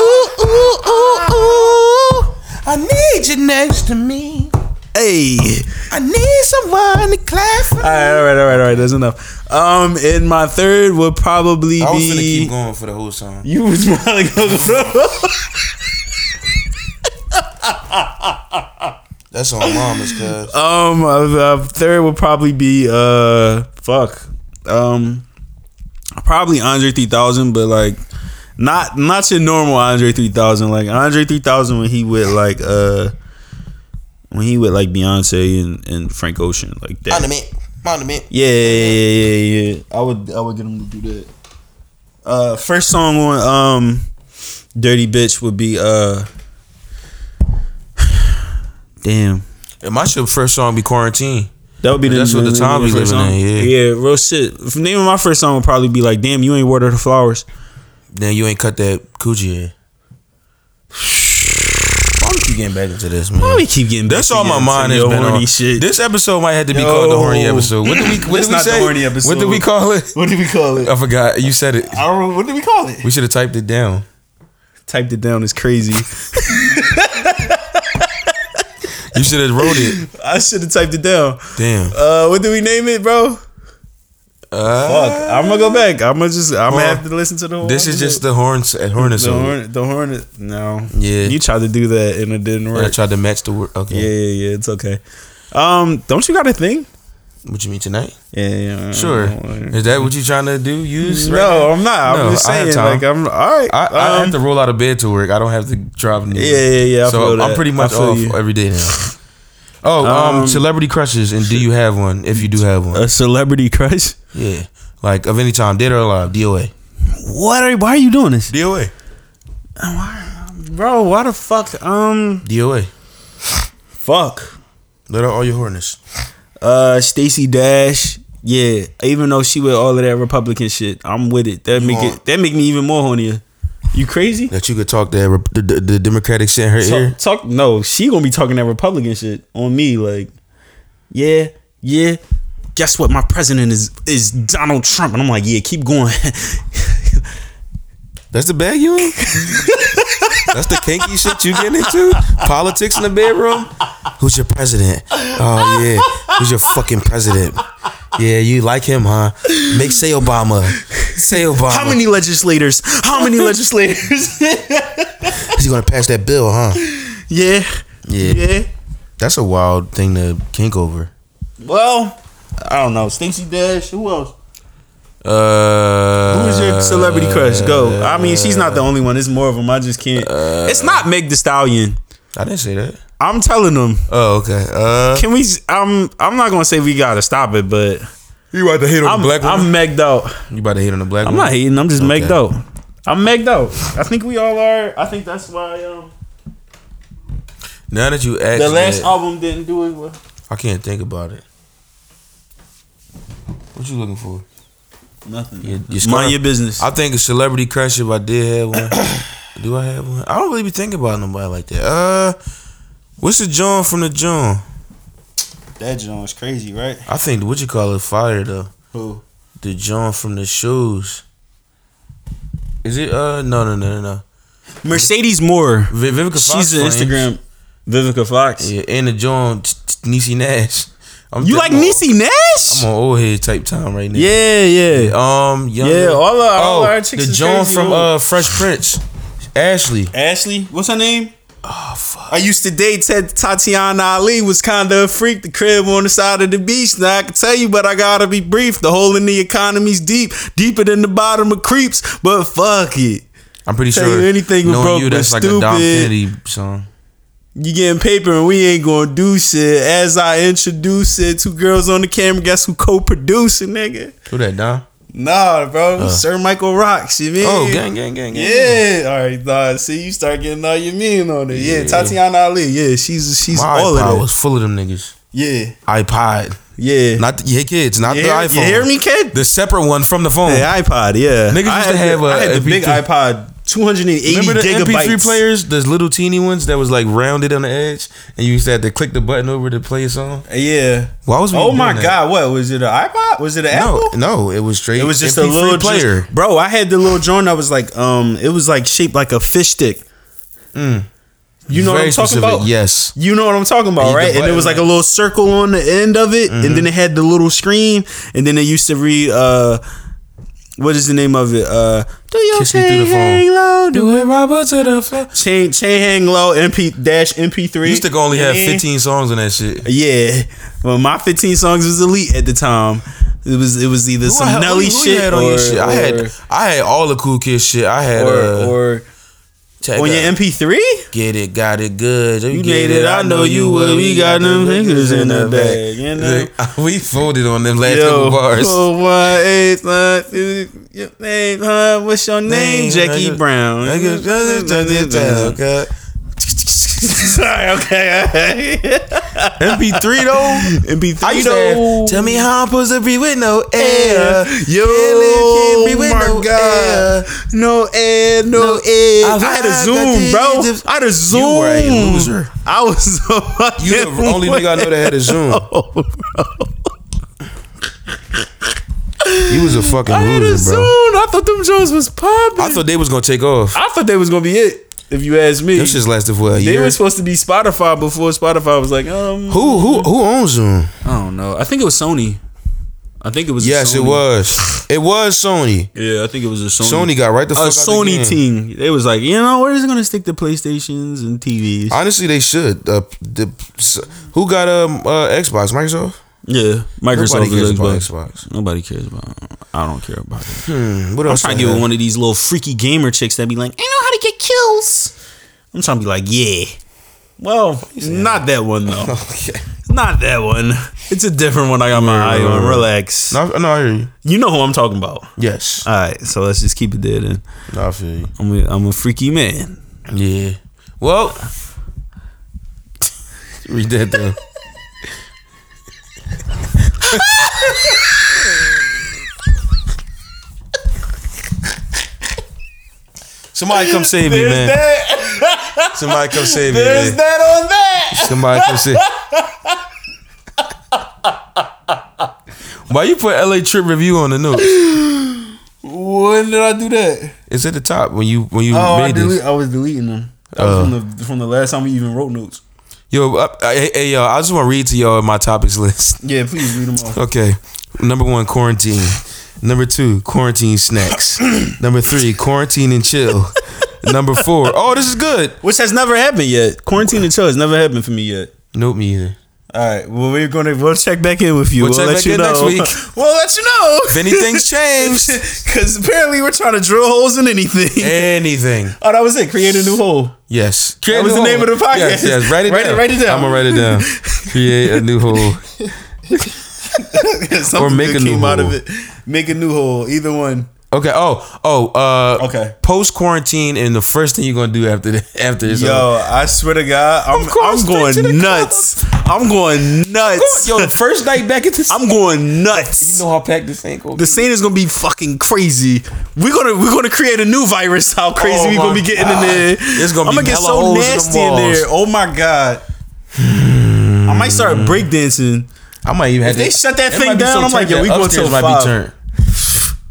Speaker 3: Ooh, ooh, ooh, ooh.
Speaker 1: I need you next to me.
Speaker 3: Hey.
Speaker 1: I need someone to clap for.
Speaker 3: All right, all right, all right, all right. That's enough. Um, and my third would probably
Speaker 1: I was gonna keep
Speaker 3: be
Speaker 1: going for the whole song. <laughs>
Speaker 3: you was smiling.
Speaker 1: That's on mama's cuz.
Speaker 3: um, uh, uh, third would probably be uh, fuck. Um, probably Andre three thousand, but like not not your normal Andre three thousand. Like Andre three thousand when he with like uh when he with like Beyonce and, and Frank Ocean like that.
Speaker 1: Monument. Monument.
Speaker 3: Yeah, yeah, yeah, yeah, yeah. I would, I would get him to do that. Uh, first song on um, "Dirty Bitch" would be uh, <sighs> damn.
Speaker 1: And my shit first song be quarantine.
Speaker 3: That would be the
Speaker 1: That's what the
Speaker 3: name of
Speaker 1: time
Speaker 3: my
Speaker 1: we
Speaker 3: first
Speaker 1: living
Speaker 3: song.
Speaker 1: in, yeah.
Speaker 3: yeah, real shit. If the name of my first song would probably be like, "Damn, you ain't watered the flowers."
Speaker 1: Then you ain't cut that coochie hair. Why we keep getting back into this, man?
Speaker 3: Why we keep getting back
Speaker 1: That's all my
Speaker 3: together
Speaker 1: mind
Speaker 3: to
Speaker 1: has
Speaker 3: your
Speaker 1: been
Speaker 3: horny
Speaker 1: on.
Speaker 3: shit?
Speaker 1: This episode might have to be called the horny
Speaker 3: Yo.
Speaker 1: episode. What did we? What
Speaker 3: It's
Speaker 1: did we
Speaker 3: not the
Speaker 1: say?
Speaker 3: horny
Speaker 1: What did
Speaker 3: episode.
Speaker 1: we call it?
Speaker 3: what do we call it?
Speaker 1: I forgot. You said it.
Speaker 2: I don't remember. What did we call it?
Speaker 1: We should have typed it down.
Speaker 3: Typed it down. It's crazy. <laughs>
Speaker 1: You should have wrote it.
Speaker 3: I should have typed it down.
Speaker 1: Damn.
Speaker 3: Uh, what do we name it, bro?
Speaker 1: Uh,
Speaker 3: Fuck, I'm gonna go back. I'm gonna just. I'm gonna
Speaker 1: Well,
Speaker 3: have to listen to the. whole
Speaker 1: this is
Speaker 3: episode.
Speaker 1: just the horns uh, at horn
Speaker 3: the
Speaker 1: episode.
Speaker 3: horn. The horn. No.
Speaker 1: Yeah.
Speaker 3: You tried to do that and it didn't
Speaker 1: I
Speaker 3: work.
Speaker 1: tried to match the word. Okay.
Speaker 3: Yeah, yeah, yeah. It's okay. Um, don't you got a thing?
Speaker 1: What you mean tonight?
Speaker 3: Yeah, yeah.
Speaker 1: Sure. Is that what you trying to do? Use right now?
Speaker 3: No, I'm not.
Speaker 1: No,
Speaker 3: I'm just
Speaker 1: I have
Speaker 3: saying.
Speaker 1: time.
Speaker 3: like, I'm all right.
Speaker 1: I, I
Speaker 3: um,
Speaker 1: have to roll out of bed to work. I don't have to drive. Anywhere.
Speaker 3: Yeah, yeah, yeah, I
Speaker 1: so
Speaker 3: feel
Speaker 1: I'm
Speaker 3: that.
Speaker 1: pretty
Speaker 3: I
Speaker 1: much
Speaker 3: feel
Speaker 1: off
Speaker 3: you.
Speaker 1: every day now. Oh, um,
Speaker 3: Um, Uh,
Speaker 1: celebrity crushes, and do you have one? If you do have one,
Speaker 3: a celebrity crush.
Speaker 1: yeah, like of any time, dead or alive, DOA,
Speaker 3: What? Are, why are you doing this?
Speaker 1: DOA.
Speaker 3: Bro, why the fuck? Um,
Speaker 1: DOA.
Speaker 3: fuck.
Speaker 1: Let out all your horniness.
Speaker 3: Uh, Stacey Dash. Yeah, even though she with all of that Republican shit, I'm with it. That make
Speaker 1: want-
Speaker 3: it. That make me even more hornier. You crazy?
Speaker 1: That you could talk to that rep- the, the, the Democratic shit in her ear.
Speaker 3: Talk, talk. No, she gonna be talking that Republican shit on me. Like, yeah, yeah. Guess what? My president is is Donald Trump, and I'm like, yeah, keep going. <laughs>
Speaker 1: That's the bag you in? That's the kinky shit you getting into? Politics in the bedroom? Who's your president? Oh, yeah. Who's your fucking president? Yeah, you like him, huh? Make say Obama. Say Obama.
Speaker 3: How many legislators? How <laughs> many legislators?
Speaker 1: He's going to pass that bill, huh?
Speaker 3: yeah,
Speaker 1: Yeah.
Speaker 3: yeah.
Speaker 1: That's a wild thing to kink over.
Speaker 3: Well, I don't know. Stacey Dash. Who else?
Speaker 1: Uh,
Speaker 3: Who's your celebrity crush? Go. I mean, she's not the only one. It's more of them. I just can't. it's not Meg The Stallion.
Speaker 1: I didn't say that.
Speaker 3: I'm telling them.
Speaker 1: Oh, okay. Uh,
Speaker 3: Can we? s- I'm. I'm not gonna say we gotta stop it, but
Speaker 1: you about to hate on
Speaker 3: I'm. I'm megged out.
Speaker 1: You about to hate on the black
Speaker 3: I'm
Speaker 1: woman?
Speaker 3: not hating. I'm just
Speaker 1: Okay.
Speaker 3: megged out. I'm megged out. I think we all are. I think that's why um,
Speaker 1: Now that you asked
Speaker 3: the last
Speaker 1: that,
Speaker 3: album didn't do it. Well.
Speaker 1: I can't think about it. What you looking for?
Speaker 3: Nothing.
Speaker 1: Your- your scarf?
Speaker 3: Mind your business.
Speaker 1: I think a celebrity crush if I did have one. <coughs> Do I have one? I don't really be thinking about nobody like that. Uh, what's the John from the John?
Speaker 2: That John is crazy, right?
Speaker 1: I think what you call it fire though.
Speaker 2: Who?
Speaker 1: The John from the shoes. Is it? Uh, no, no, no, no, no.
Speaker 3: Mercedes Moore.
Speaker 1: Vi- Vivica Fox.
Speaker 3: She's an
Speaker 1: Flames.
Speaker 3: Instagram. Vivica Fox.
Speaker 1: Yeah, and the John t- t- Niecy Nash. I'm
Speaker 3: You
Speaker 1: th-
Speaker 3: like
Speaker 1: I'm on-
Speaker 3: Niecy Nash?
Speaker 1: I'm on old head type time right now.
Speaker 3: Yeah, yeah.
Speaker 1: Um. Young
Speaker 3: Yeah, all our- all
Speaker 1: oh,
Speaker 3: our chicks
Speaker 1: the
Speaker 3: is
Speaker 1: John
Speaker 3: crazy
Speaker 1: from
Speaker 3: old.
Speaker 1: uh Fresh Prince, Ashley.
Speaker 3: Ashley, what's her name? Oh fuck! I used to date Ted, Tatiana Ali. Was kind of a freak. The crib on the side of the beach. Now I can tell you, but I gotta be brief. The hole in the economy's deep, deeper than the bottom of creeps. But fuck it,
Speaker 1: I'm pretty
Speaker 3: Tell
Speaker 1: sure
Speaker 3: you anything we
Speaker 1: knowing
Speaker 3: broke
Speaker 1: you,
Speaker 3: was
Speaker 1: that's like a Dom
Speaker 3: stupid.
Speaker 1: Kennedy song.
Speaker 3: you getting paper and we ain't gonna do shit. As I introduce it, two girls on the camera. Guess who co-producing, nigga?
Speaker 1: Who that Dom?
Speaker 3: Nah, bro, Sir Michael Rocks. You mean?
Speaker 1: Uh. Oh, gang, gang, gang, gang.
Speaker 3: Yeah, all right, nah, see, you start getting all your mean on it. Yeah,
Speaker 1: Yeah.
Speaker 3: Tatiana Ali. Yeah, she's she's
Speaker 1: My
Speaker 3: all
Speaker 1: iPod
Speaker 3: of it.
Speaker 1: was full of them niggas.
Speaker 3: Yeah,
Speaker 1: iPod,
Speaker 3: yeah.
Speaker 1: not the, yeah, kids, not
Speaker 3: You
Speaker 1: the
Speaker 3: hear,
Speaker 1: iPhone.
Speaker 3: you hear me, kid?
Speaker 1: The separate one from the phone.
Speaker 3: The iPod, yeah.
Speaker 1: Niggas used to
Speaker 3: had
Speaker 1: have
Speaker 3: the-
Speaker 1: a
Speaker 3: I had the big
Speaker 1: MP3.
Speaker 3: iPod, 280
Speaker 1: Remember the
Speaker 3: gigabytes.
Speaker 1: MP3 players, those little teeny ones that was like rounded on the edge, and you used to have to click the button over to play a song.
Speaker 3: Yeah.
Speaker 1: Why was we
Speaker 3: Oh
Speaker 1: doing
Speaker 3: my
Speaker 1: that?
Speaker 3: God! What was it? An iPod? Was it an
Speaker 1: No,
Speaker 3: Apple?
Speaker 1: no, it was straight.
Speaker 3: It was just a
Speaker 1: MP3
Speaker 3: little
Speaker 1: player.
Speaker 3: just- bro, I had the little joint that was like, um, it was like shaped like a fish stick.
Speaker 1: Mm.
Speaker 3: You know what I'm talking about?
Speaker 1: Yes.
Speaker 3: You know what I'm talking
Speaker 1: You
Speaker 3: about,
Speaker 1: could
Speaker 3: right? And it
Speaker 1: button Mm-hmm.
Speaker 3: was like
Speaker 1: it.
Speaker 3: a little circle on the end of it, and then it had the little screen, and then they used to read uh what is the name of it? Uh Do your
Speaker 1: Kiss me through
Speaker 3: chain
Speaker 1: the phone.
Speaker 3: hang low, do
Speaker 1: it, Robert, to the floor.
Speaker 3: chain chain hang low MP dash MP3.
Speaker 1: Used to only have
Speaker 3: Yeah.
Speaker 1: 15 songs on that shit.
Speaker 3: Yeah. Well my fifteen songs was elite at the time. It was it was either
Speaker 1: Who I-
Speaker 3: some
Speaker 1: who
Speaker 3: Nelly
Speaker 1: you
Speaker 3: shit,
Speaker 1: had
Speaker 3: or,
Speaker 1: on your shit? I
Speaker 3: or-
Speaker 1: had I had all the cool kid shit. I had uh,
Speaker 3: or,
Speaker 1: check
Speaker 3: or on
Speaker 1: out.
Speaker 3: your MP3
Speaker 1: get it, got it good. You,
Speaker 3: You
Speaker 1: get
Speaker 3: made it, I know you would. We got them fingers in the bag, you know? oh,
Speaker 1: Look, we folded on them last couple bars.
Speaker 3: four, one, eight, nine, two, your name, huh? What's your name? Jackie Brown. <laughs> Sorry, <laughs> okay.
Speaker 1: MP3 though.
Speaker 3: MP3.
Speaker 1: I used to have, tell me how I'm supposed to be with no air.
Speaker 3: Yo,
Speaker 1: can't be with
Speaker 3: my
Speaker 1: no
Speaker 3: God.
Speaker 1: air.
Speaker 3: No air, no,
Speaker 1: No,
Speaker 3: air.
Speaker 1: I
Speaker 3: I, had a
Speaker 1: got
Speaker 3: Zoom,
Speaker 1: the
Speaker 3: bro.
Speaker 1: digits.
Speaker 3: I had a Zoom.
Speaker 1: You were a loser.
Speaker 3: I was so
Speaker 1: You the
Speaker 3: <laughs>
Speaker 1: only nigga I know that had a Zoom. <laughs> You was a fucking
Speaker 3: I had a
Speaker 1: loser,
Speaker 3: Zoom.
Speaker 1: bro.
Speaker 3: I thought them Jones was popping.
Speaker 1: I thought they was gonna take off.
Speaker 3: I thought they was gonna be it. If you ask me,
Speaker 1: Them shits lasted for a
Speaker 3: they
Speaker 1: year.
Speaker 3: were supposed to be Spotify before Spotify was like, um,
Speaker 1: who who who owns Zoom?
Speaker 3: I don't know. I think it was Sony. I think it was. a
Speaker 1: Yes, it
Speaker 3: Sony.
Speaker 1: was. It was Sony.
Speaker 3: Yeah, I think it was a Sony.
Speaker 1: Sony got right the
Speaker 3: a
Speaker 1: fuck out the
Speaker 3: Sony
Speaker 1: game.
Speaker 3: team. They was like, you know, we're just gonna stick to PlayStations and TVs.
Speaker 1: Honestly, they should. Uh, the, s- who got um uh, Xbox? Microsoft.
Speaker 3: yeah, Microsoft
Speaker 1: Nobody
Speaker 3: is
Speaker 1: cares about
Speaker 3: Xbox.
Speaker 1: Xbox.
Speaker 3: Nobody cares about. it. I don't care about it.
Speaker 1: What
Speaker 3: I'm
Speaker 1: else?
Speaker 3: trying
Speaker 1: I
Speaker 3: to get
Speaker 1: have?
Speaker 3: with one of these little freaky gamer chicks that be like, I know how to get kills. I'm trying to be like, yeah. Well, not that one though. <laughs>
Speaker 1: <laughs> Okay.
Speaker 3: Not that one. It's a different one I got my eye on. Relax.
Speaker 1: No, no, I hear you.
Speaker 3: You know who I'm talking about.
Speaker 1: Yes,
Speaker 3: All right, so let's just keep it there then.
Speaker 1: no, I feel you.
Speaker 3: I'm a, I'm a freaky man.
Speaker 1: Yeah. Well, <laughs> read that down. Somebody come save me, man. Somebody come save me, man.
Speaker 3: that on that.
Speaker 1: Somebody come save. Why you put LA trip review on the news?
Speaker 2: When did I do that?
Speaker 1: It's at the top when you when you
Speaker 2: Oh, I,
Speaker 1: made this.
Speaker 2: delete, I was deleting them. That was
Speaker 3: Uh.
Speaker 2: from the from the last time we even wrote notes.
Speaker 1: Yo, uh, hey, hey, y'all, I just want to read to y'all my topics list. <laughs>
Speaker 2: Yeah, please read them off.
Speaker 1: Okay. Number one, quarantine. Number two, quarantine snacks. <clears throat> Number three, quarantine and chill. <laughs> Number four, oh, this is good.
Speaker 3: Which has never happened yet. Quarantine and chill has never happened for me yet.
Speaker 1: Nope, me either.
Speaker 3: All right. Well, we're gonna we'll check back in with you.
Speaker 1: We'll
Speaker 3: We'll,
Speaker 1: check
Speaker 3: let
Speaker 1: back
Speaker 3: you
Speaker 1: in next
Speaker 3: know.
Speaker 1: week.
Speaker 3: <laughs> We'll let you know
Speaker 1: If
Speaker 3: <laughs>
Speaker 1: anything's changed,
Speaker 3: Because apparently we're trying to drill holes in anything.
Speaker 1: anything.
Speaker 3: <laughs> oh, that was it. Create a new hole.
Speaker 1: Yes.
Speaker 3: That was the name of the podcast.
Speaker 1: Yes, yes. Write it
Speaker 3: Write it-
Speaker 1: down.
Speaker 3: write it down.
Speaker 1: I'm going to write it
Speaker 3: <laughs>
Speaker 1: down. Create a new hole.
Speaker 3: <laughs> Something
Speaker 1: make
Speaker 3: good
Speaker 1: a new
Speaker 3: came out of
Speaker 1: hole.
Speaker 3: it. Make a new hole. Either one.
Speaker 1: Okay. Oh, oh, uh,
Speaker 2: Okay.
Speaker 1: Post quarantine, and the first thing you're going to do after the, <laughs> after this.
Speaker 3: Yo, I swear to God, I'm,
Speaker 1: course,
Speaker 3: I'm
Speaker 1: straight to the
Speaker 3: going nuts. I'm going nuts.
Speaker 1: yo, the first night back into.
Speaker 3: I'm going nuts.
Speaker 1: know how packed this thing
Speaker 3: The scene is gonna be fucking crazy. We're gonna we're gonna create a new virus. How crazy
Speaker 1: Oh
Speaker 3: we
Speaker 1: my
Speaker 3: gonna be getting
Speaker 1: God.
Speaker 3: in there?
Speaker 1: It's gonna
Speaker 3: I'm
Speaker 1: be
Speaker 3: gonna get
Speaker 1: hella
Speaker 3: so
Speaker 1: holes in them
Speaker 3: nasty in, there. Oh my God. I might start breakdancing.
Speaker 1: I might even have
Speaker 3: If they
Speaker 1: to-
Speaker 3: shut that
Speaker 1: it
Speaker 3: thing
Speaker 1: might be
Speaker 3: down, I'm like,
Speaker 1: turned
Speaker 3: yo, we
Speaker 1: that
Speaker 3: going
Speaker 1: upstairs might
Speaker 3: till five.
Speaker 1: be turned.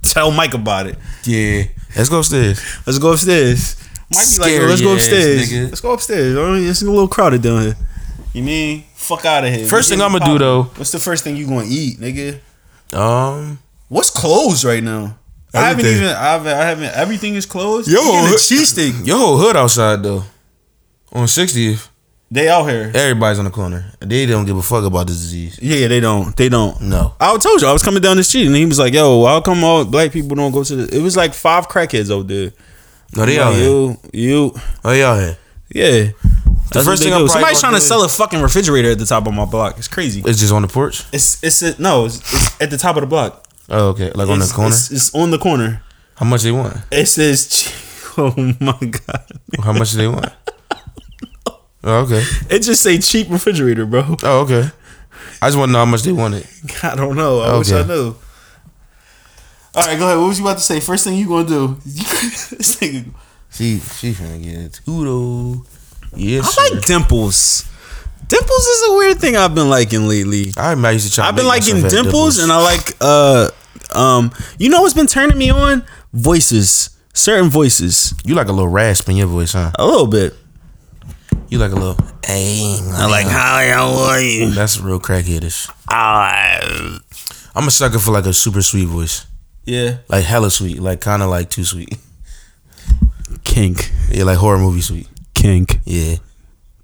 Speaker 3: Tell Mike about it.
Speaker 1: Yeah. Let's go upstairs.
Speaker 3: Let's go upstairs. Mike be like, yo,
Speaker 1: Scary
Speaker 3: let's go
Speaker 1: ass
Speaker 3: upstairs.
Speaker 1: nigga.
Speaker 3: Let's go upstairs. I mean, it's a little crowded down here. You mean? Fuck out of here.
Speaker 1: First
Speaker 3: You
Speaker 1: thing
Speaker 3: get
Speaker 1: I'ma
Speaker 3: me
Speaker 1: do,
Speaker 3: poppin'.
Speaker 1: though-
Speaker 3: What's the first thing you gonna eat, nigga?
Speaker 1: Um,
Speaker 3: What's closed right now? I haven't
Speaker 1: Everything.
Speaker 3: even. I haven't. I haven't. Everything is closed.
Speaker 1: Yo,
Speaker 3: You getting a <laughs>
Speaker 1: what-
Speaker 3: cheesesteak.
Speaker 1: your whole hood outside though. On 60th,
Speaker 3: They out here.
Speaker 1: everybody's on the corner. They don't give a fuck about this disease.
Speaker 3: Yeah, they don't. They don't.
Speaker 1: No.
Speaker 3: I told you I was coming down the street and he was like, "Yo, how come all black people don't go to the?" It was like five crackheads out there.
Speaker 1: No, they
Speaker 3: I'm
Speaker 1: out
Speaker 3: like,
Speaker 1: here.
Speaker 3: You, you,
Speaker 1: Oh, they out here.
Speaker 3: yeah. The
Speaker 1: first thing I'm probably
Speaker 3: somebody's
Speaker 1: gonna
Speaker 3: trying to
Speaker 1: do-
Speaker 3: sell a fucking refrigerator at the top of my block. It's crazy.
Speaker 1: It's just on the porch.
Speaker 3: It's it's a, no, it's, it's at the top of the block.
Speaker 1: Oh, okay. Like on the
Speaker 3: It's-
Speaker 1: corner.
Speaker 3: It's, it's on the corner.
Speaker 1: How much they want?
Speaker 3: It says, <laughs> che- "Oh my god."
Speaker 1: How much do they
Speaker 3: <laughs>
Speaker 1: want? Oh, okay.
Speaker 3: It just say cheap refrigerator, bro.
Speaker 1: Oh, okay. I just want to know how much they wanted.
Speaker 2: <laughs>
Speaker 3: I don't know. I wish
Speaker 1: Okay.
Speaker 3: I knew.
Speaker 2: All right, go ahead. What was you about to say? First thing you gonna do? <laughs> This nigga-
Speaker 1: She she finna get kudo. Yes.
Speaker 3: I like dimples. Dimples is a weird thing I've been liking lately.
Speaker 1: I might used to try. to
Speaker 3: I've been
Speaker 1: make myself
Speaker 3: liking
Speaker 1: have
Speaker 3: dimples, and I like uh um you know what's been turning me on? Voices. Certain voices.
Speaker 1: you like a little rasp in your voice, huh?
Speaker 3: A little bit.
Speaker 1: You like a little. Hey,
Speaker 3: I like how y'all are you?
Speaker 1: That's real crackheadish.
Speaker 3: Ah.
Speaker 1: I'm a sucker for like a super sweet voice,
Speaker 3: Yeah.
Speaker 1: like hella sweet, like kind of like too sweet. <laughs>
Speaker 3: Kink.
Speaker 1: Yeah, like horror movie sweet.
Speaker 3: Kink.
Speaker 1: Yeah,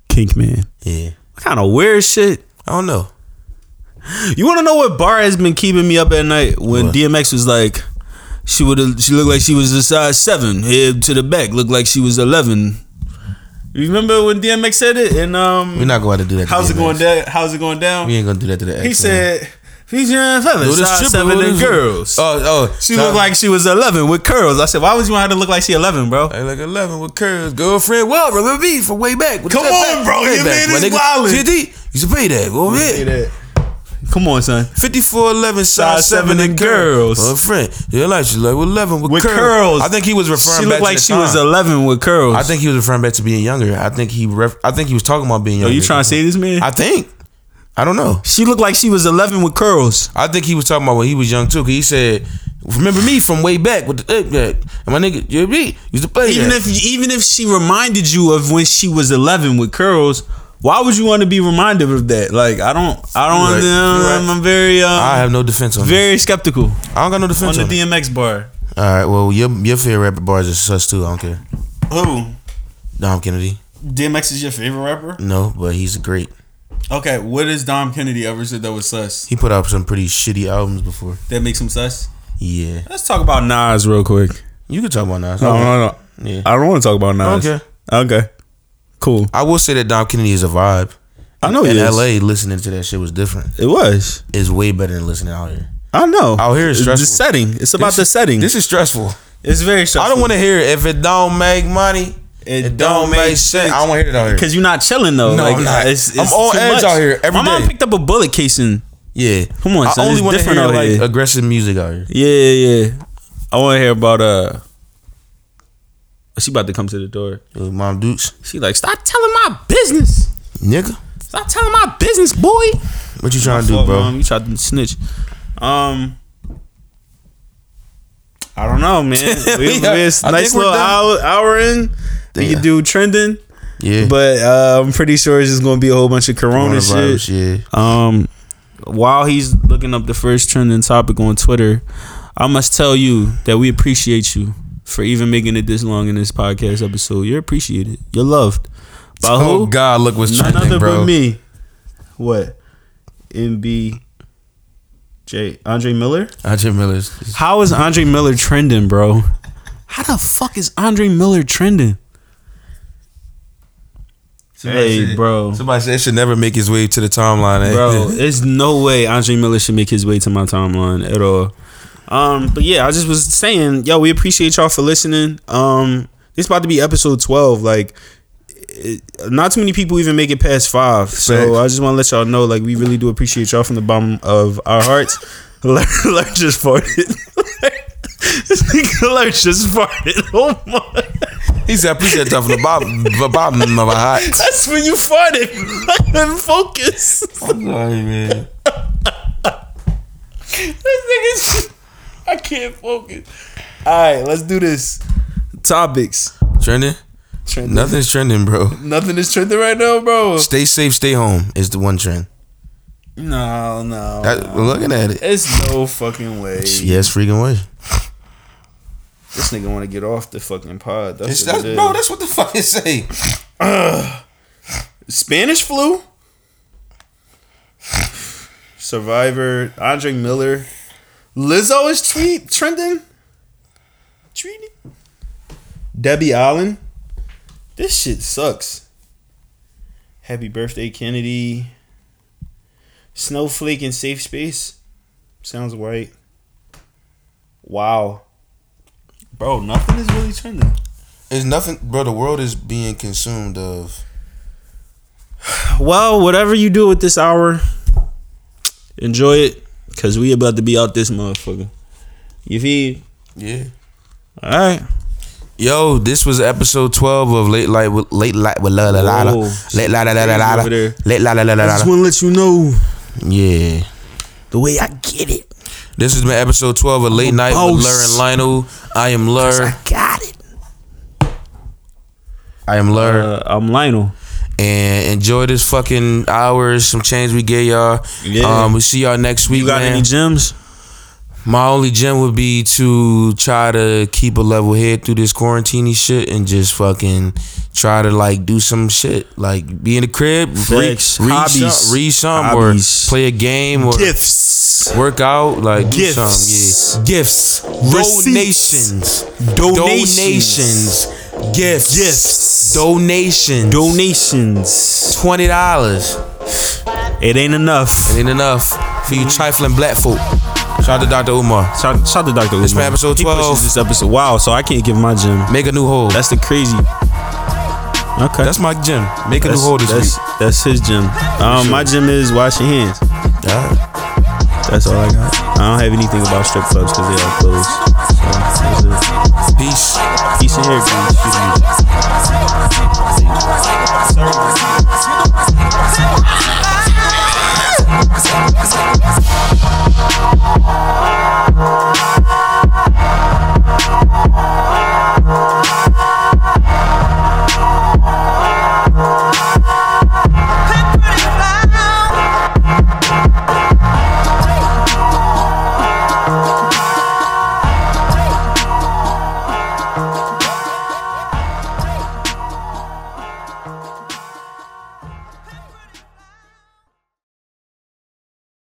Speaker 3: Kink man.
Speaker 1: yeah.
Speaker 3: What kind of weird shit?
Speaker 1: I don't know.
Speaker 3: You want to know what bar has been keeping me up at night? When
Speaker 1: What?
Speaker 3: DMX was like, she would she looked like she was a size seven head to the back, looked like she was eleven. You remember when DMX said it? And
Speaker 1: We're
Speaker 3: um,
Speaker 1: not going to do that. to
Speaker 3: how's it
Speaker 1: DMX.
Speaker 3: going down? How's it going down?
Speaker 1: We ain't gonna do that to the. X,
Speaker 3: He
Speaker 1: man.
Speaker 3: said, featuring seven,
Speaker 1: "Yo, this
Speaker 3: size
Speaker 1: stripper,
Speaker 3: seven
Speaker 1: who
Speaker 3: and
Speaker 1: this-
Speaker 3: girls.
Speaker 1: "Oh, oh,
Speaker 3: she looked like she was eleven with curls. I said, why would you want her to look like she eleven, bro?
Speaker 1: I like eleven with curves, girlfriend. Well, remember me from way back. What
Speaker 3: Come
Speaker 1: that
Speaker 3: on,
Speaker 1: back?
Speaker 3: bro,
Speaker 1: Way
Speaker 3: your
Speaker 1: back,
Speaker 3: man
Speaker 1: my
Speaker 3: is
Speaker 1: nigga.
Speaker 3: wildin'.
Speaker 1: CD, you should pay that. Go ahead.
Speaker 3: Come on, son.
Speaker 1: Fifty four eleven size seven and girls. Girlfriend, your life she like eleven with,
Speaker 3: With
Speaker 1: curves.
Speaker 3: curls.
Speaker 1: I think he was referring.
Speaker 3: She
Speaker 1: back
Speaker 3: looked
Speaker 1: to
Speaker 3: like
Speaker 1: the
Speaker 3: she
Speaker 1: time.
Speaker 3: was eleven with curls.
Speaker 1: I think he was referring back to being younger. I think he ref- I think he was talking about being
Speaker 3: Are
Speaker 1: younger.
Speaker 3: you trying to say this, man?
Speaker 1: I think. I don't know.
Speaker 3: She looked like she was 11 with curls.
Speaker 1: I think he was talking about when he was young too. 'cause he said, "Remember me from way back with the uh, uh, and my nigga you me used to play
Speaker 3: Even
Speaker 1: that."
Speaker 3: if even if she reminded you of when she was 11 with curls, why would you want to be reminded of that? Like I don't I
Speaker 1: You're right.
Speaker 3: don't
Speaker 1: You're right.
Speaker 3: I'm, I'm very um,
Speaker 1: I have no defense on it.
Speaker 3: very skeptical
Speaker 1: I don't got no
Speaker 3: on
Speaker 1: defense
Speaker 3: the
Speaker 1: on, it.
Speaker 3: DMX bar.
Speaker 1: All right, well your your favorite rapper bars is sus too. I don't care.
Speaker 2: Who?
Speaker 1: Dom Kennedy,
Speaker 2: DMX is your favorite rapper?
Speaker 1: no, but he's great.
Speaker 2: Okay, what has Dom Kennedy ever said that was sus?
Speaker 1: He put out some pretty shitty albums before.
Speaker 2: That makes him sus?
Speaker 1: Yeah,
Speaker 3: Let's talk about Nas real quick.
Speaker 1: you can talk about Nas.
Speaker 3: No, no, no.
Speaker 1: Yeah.
Speaker 3: Uh-huh. I don't want to talk about Nas.
Speaker 1: Okay.
Speaker 3: Okay. Cool.
Speaker 1: I will say that Dom Kennedy is a vibe.
Speaker 3: I know
Speaker 1: In
Speaker 3: he is.
Speaker 1: LA, listening to that shit was different.
Speaker 3: It was.
Speaker 1: It's way better than listening out here.
Speaker 3: I know.
Speaker 1: Out here is
Speaker 3: It's
Speaker 1: stressful.
Speaker 3: The setting. It's about the setting.
Speaker 1: This is stressful.
Speaker 3: it's very
Speaker 1: I
Speaker 3: stressful.
Speaker 1: don't want to hear it. if it don't make money.
Speaker 3: It,
Speaker 1: don't make sense. I don't want to hear that out here.
Speaker 3: Cause you're not chilling though.
Speaker 1: No,
Speaker 3: like,
Speaker 1: I'm not.
Speaker 3: It's,
Speaker 1: I'm
Speaker 3: it's
Speaker 1: all
Speaker 3: too
Speaker 1: edge
Speaker 3: much.
Speaker 1: out here every
Speaker 3: My mom
Speaker 1: day.
Speaker 3: picked up a bullet casing.
Speaker 1: Yeah.
Speaker 3: Come on, son,
Speaker 1: I only
Speaker 3: it's
Speaker 1: want to
Speaker 3: different
Speaker 1: hear
Speaker 3: out
Speaker 1: like
Speaker 3: here.
Speaker 1: aggressive music out here.
Speaker 3: Yeah, yeah. yeah. I want to hear about uh. She about to come to the door.
Speaker 1: Little Mom Dukes.
Speaker 3: She like, stop telling my business.
Speaker 1: Nigga.
Speaker 3: Stop telling my business, boy.
Speaker 1: What you trying to do,
Speaker 3: Fuck,
Speaker 1: bro?
Speaker 3: Mom, you tried to snitch. Um. I don't know, <laughs> man.
Speaker 1: We
Speaker 3: We,
Speaker 1: are-
Speaker 3: we- it's
Speaker 1: I
Speaker 3: nice
Speaker 1: think we're
Speaker 3: little hour,
Speaker 1: done.
Speaker 3: hour in. We
Speaker 1: Yeah.
Speaker 3: can do trending,
Speaker 1: Yeah.
Speaker 3: but uh, I'm pretty sure it's just gonna be a whole bunch of Corona shit.
Speaker 1: Coronavirus, yeah.
Speaker 3: Um, while he's looking up the first trending topic on Twitter, I must tell you that we appreciate you for even making it this long in this podcast episode. You're appreciated. You're loved. By
Speaker 1: Oh,
Speaker 3: who?
Speaker 1: God, look what's
Speaker 3: None
Speaker 1: trending,
Speaker 3: other
Speaker 1: bro.
Speaker 3: but me. What? MB. J. Andre Miller.
Speaker 1: Andre Miller's.
Speaker 3: How is Andre Miller trending, bro? How the fuck is Andre Miller trending? Hey, bro.
Speaker 1: Somebody said it should never make his way to the timeline. eh? <laughs>
Speaker 3: bro. There's no way Andre Miller should make his way to my timeline at all. Um, but yeah, I just was saying, yo, we appreciate y'all for listening. Um, this about to be episode twelve. Like, it, not too many people even make it past five. So
Speaker 1: Facts.
Speaker 3: I just want to let y'all know, like, we really do appreciate y'all from the bottom of our hearts. <laughs> Lurch Lurch just farted. <laughs> this nigga Lurch just farted. <laughs> Oh my.
Speaker 1: He said, I appreciate that from the bottom, the bottom of my
Speaker 3: <laughs>
Speaker 1: heart.
Speaker 3: That's when you farted. <laughs> Focus. <laughs>
Speaker 1: Sorry, man.
Speaker 3: This nigga's. <laughs> I can't focus. All right, let's do this. Topics.
Speaker 1: Trending?
Speaker 3: Trending.
Speaker 1: Nothing's trending, bro.
Speaker 3: Nothing is trending right now, bro.
Speaker 1: Stay safe, stay home is the one trend.
Speaker 3: No, no.
Speaker 1: I, looking at it.
Speaker 3: it's no fucking way.
Speaker 1: Yes, freaking way.
Speaker 3: This nigga want to get off the fucking pod. That's,
Speaker 1: It's-
Speaker 3: what
Speaker 1: that's-
Speaker 3: it is.
Speaker 1: bro, that's what the <laughs> fuck it say.
Speaker 3: Spanish flu. Survivor. Andre Miller. Lizzo is tweet trending. Trending. Debbie Allen. This shit sucks. Happy birthday, Kennedy. Snowflake in safe space. Sounds white. Wow. Bro, nothing is really trending.
Speaker 1: It's nothing, bro. The world is being consumed of.
Speaker 3: Well, whatever you do with this hour, enjoy it because we about to be out this motherfucker. You feel?
Speaker 1: Yeah.
Speaker 3: All right.
Speaker 1: Yo, this was episode twelve of late light with late light with la la la la
Speaker 3: Whoa.
Speaker 1: late la la la la la la
Speaker 3: Oh, Over there.
Speaker 1: late la la la la la la.
Speaker 3: want to let you know
Speaker 1: Yeah.
Speaker 3: the way I get it.
Speaker 1: This has been episode twelve of late night with
Speaker 3: boss.
Speaker 1: Lur and Lionel. I am Lur.
Speaker 3: got it.
Speaker 1: I am Lur.
Speaker 3: Uh, I'm Lionel.
Speaker 1: and enjoy this fucking hours, some change we get y'all.
Speaker 3: Yeah.
Speaker 1: Um, we see y'all next week,
Speaker 3: You got
Speaker 1: man.
Speaker 3: any gems?
Speaker 1: My only gem would be to try to keep a level head through this quarantine shit and just fucking try to like do some shit, like be in the crib, read, read,
Speaker 3: Facts. Hobbies.
Speaker 1: some, read some,
Speaker 3: Hobbies.
Speaker 1: or play a game, or
Speaker 3: Gifts.
Speaker 1: work out, like
Speaker 3: Gifts.
Speaker 1: do something. Yeah. Gifts,
Speaker 3: Receipts.
Speaker 1: donations,
Speaker 3: Donations.
Speaker 1: donations, gifts,
Speaker 3: Gifts.
Speaker 1: donations,
Speaker 3: Donations.
Speaker 1: twenty dollars.
Speaker 3: It ain't enough.
Speaker 1: Ain't enough for you trifling black folk. Shout out to Dr. Umar.
Speaker 3: Shout, shout to Dr. This
Speaker 1: been episode 12.
Speaker 3: This episode. Wow, so I can't give my gem.
Speaker 1: Make a new hole. That's,
Speaker 3: That's the crazy. Okay.
Speaker 1: that's my gym. Make a new hole this
Speaker 3: that's,
Speaker 1: week.
Speaker 3: that's his gym. Um, My gym is wash your hands.
Speaker 1: Alright.
Speaker 3: That's all I got. I don't have anything about strip clubs because they all closed. So, that's
Speaker 1: Peace.
Speaker 3: it. Peace and hair grease.
Speaker 7: Thank you.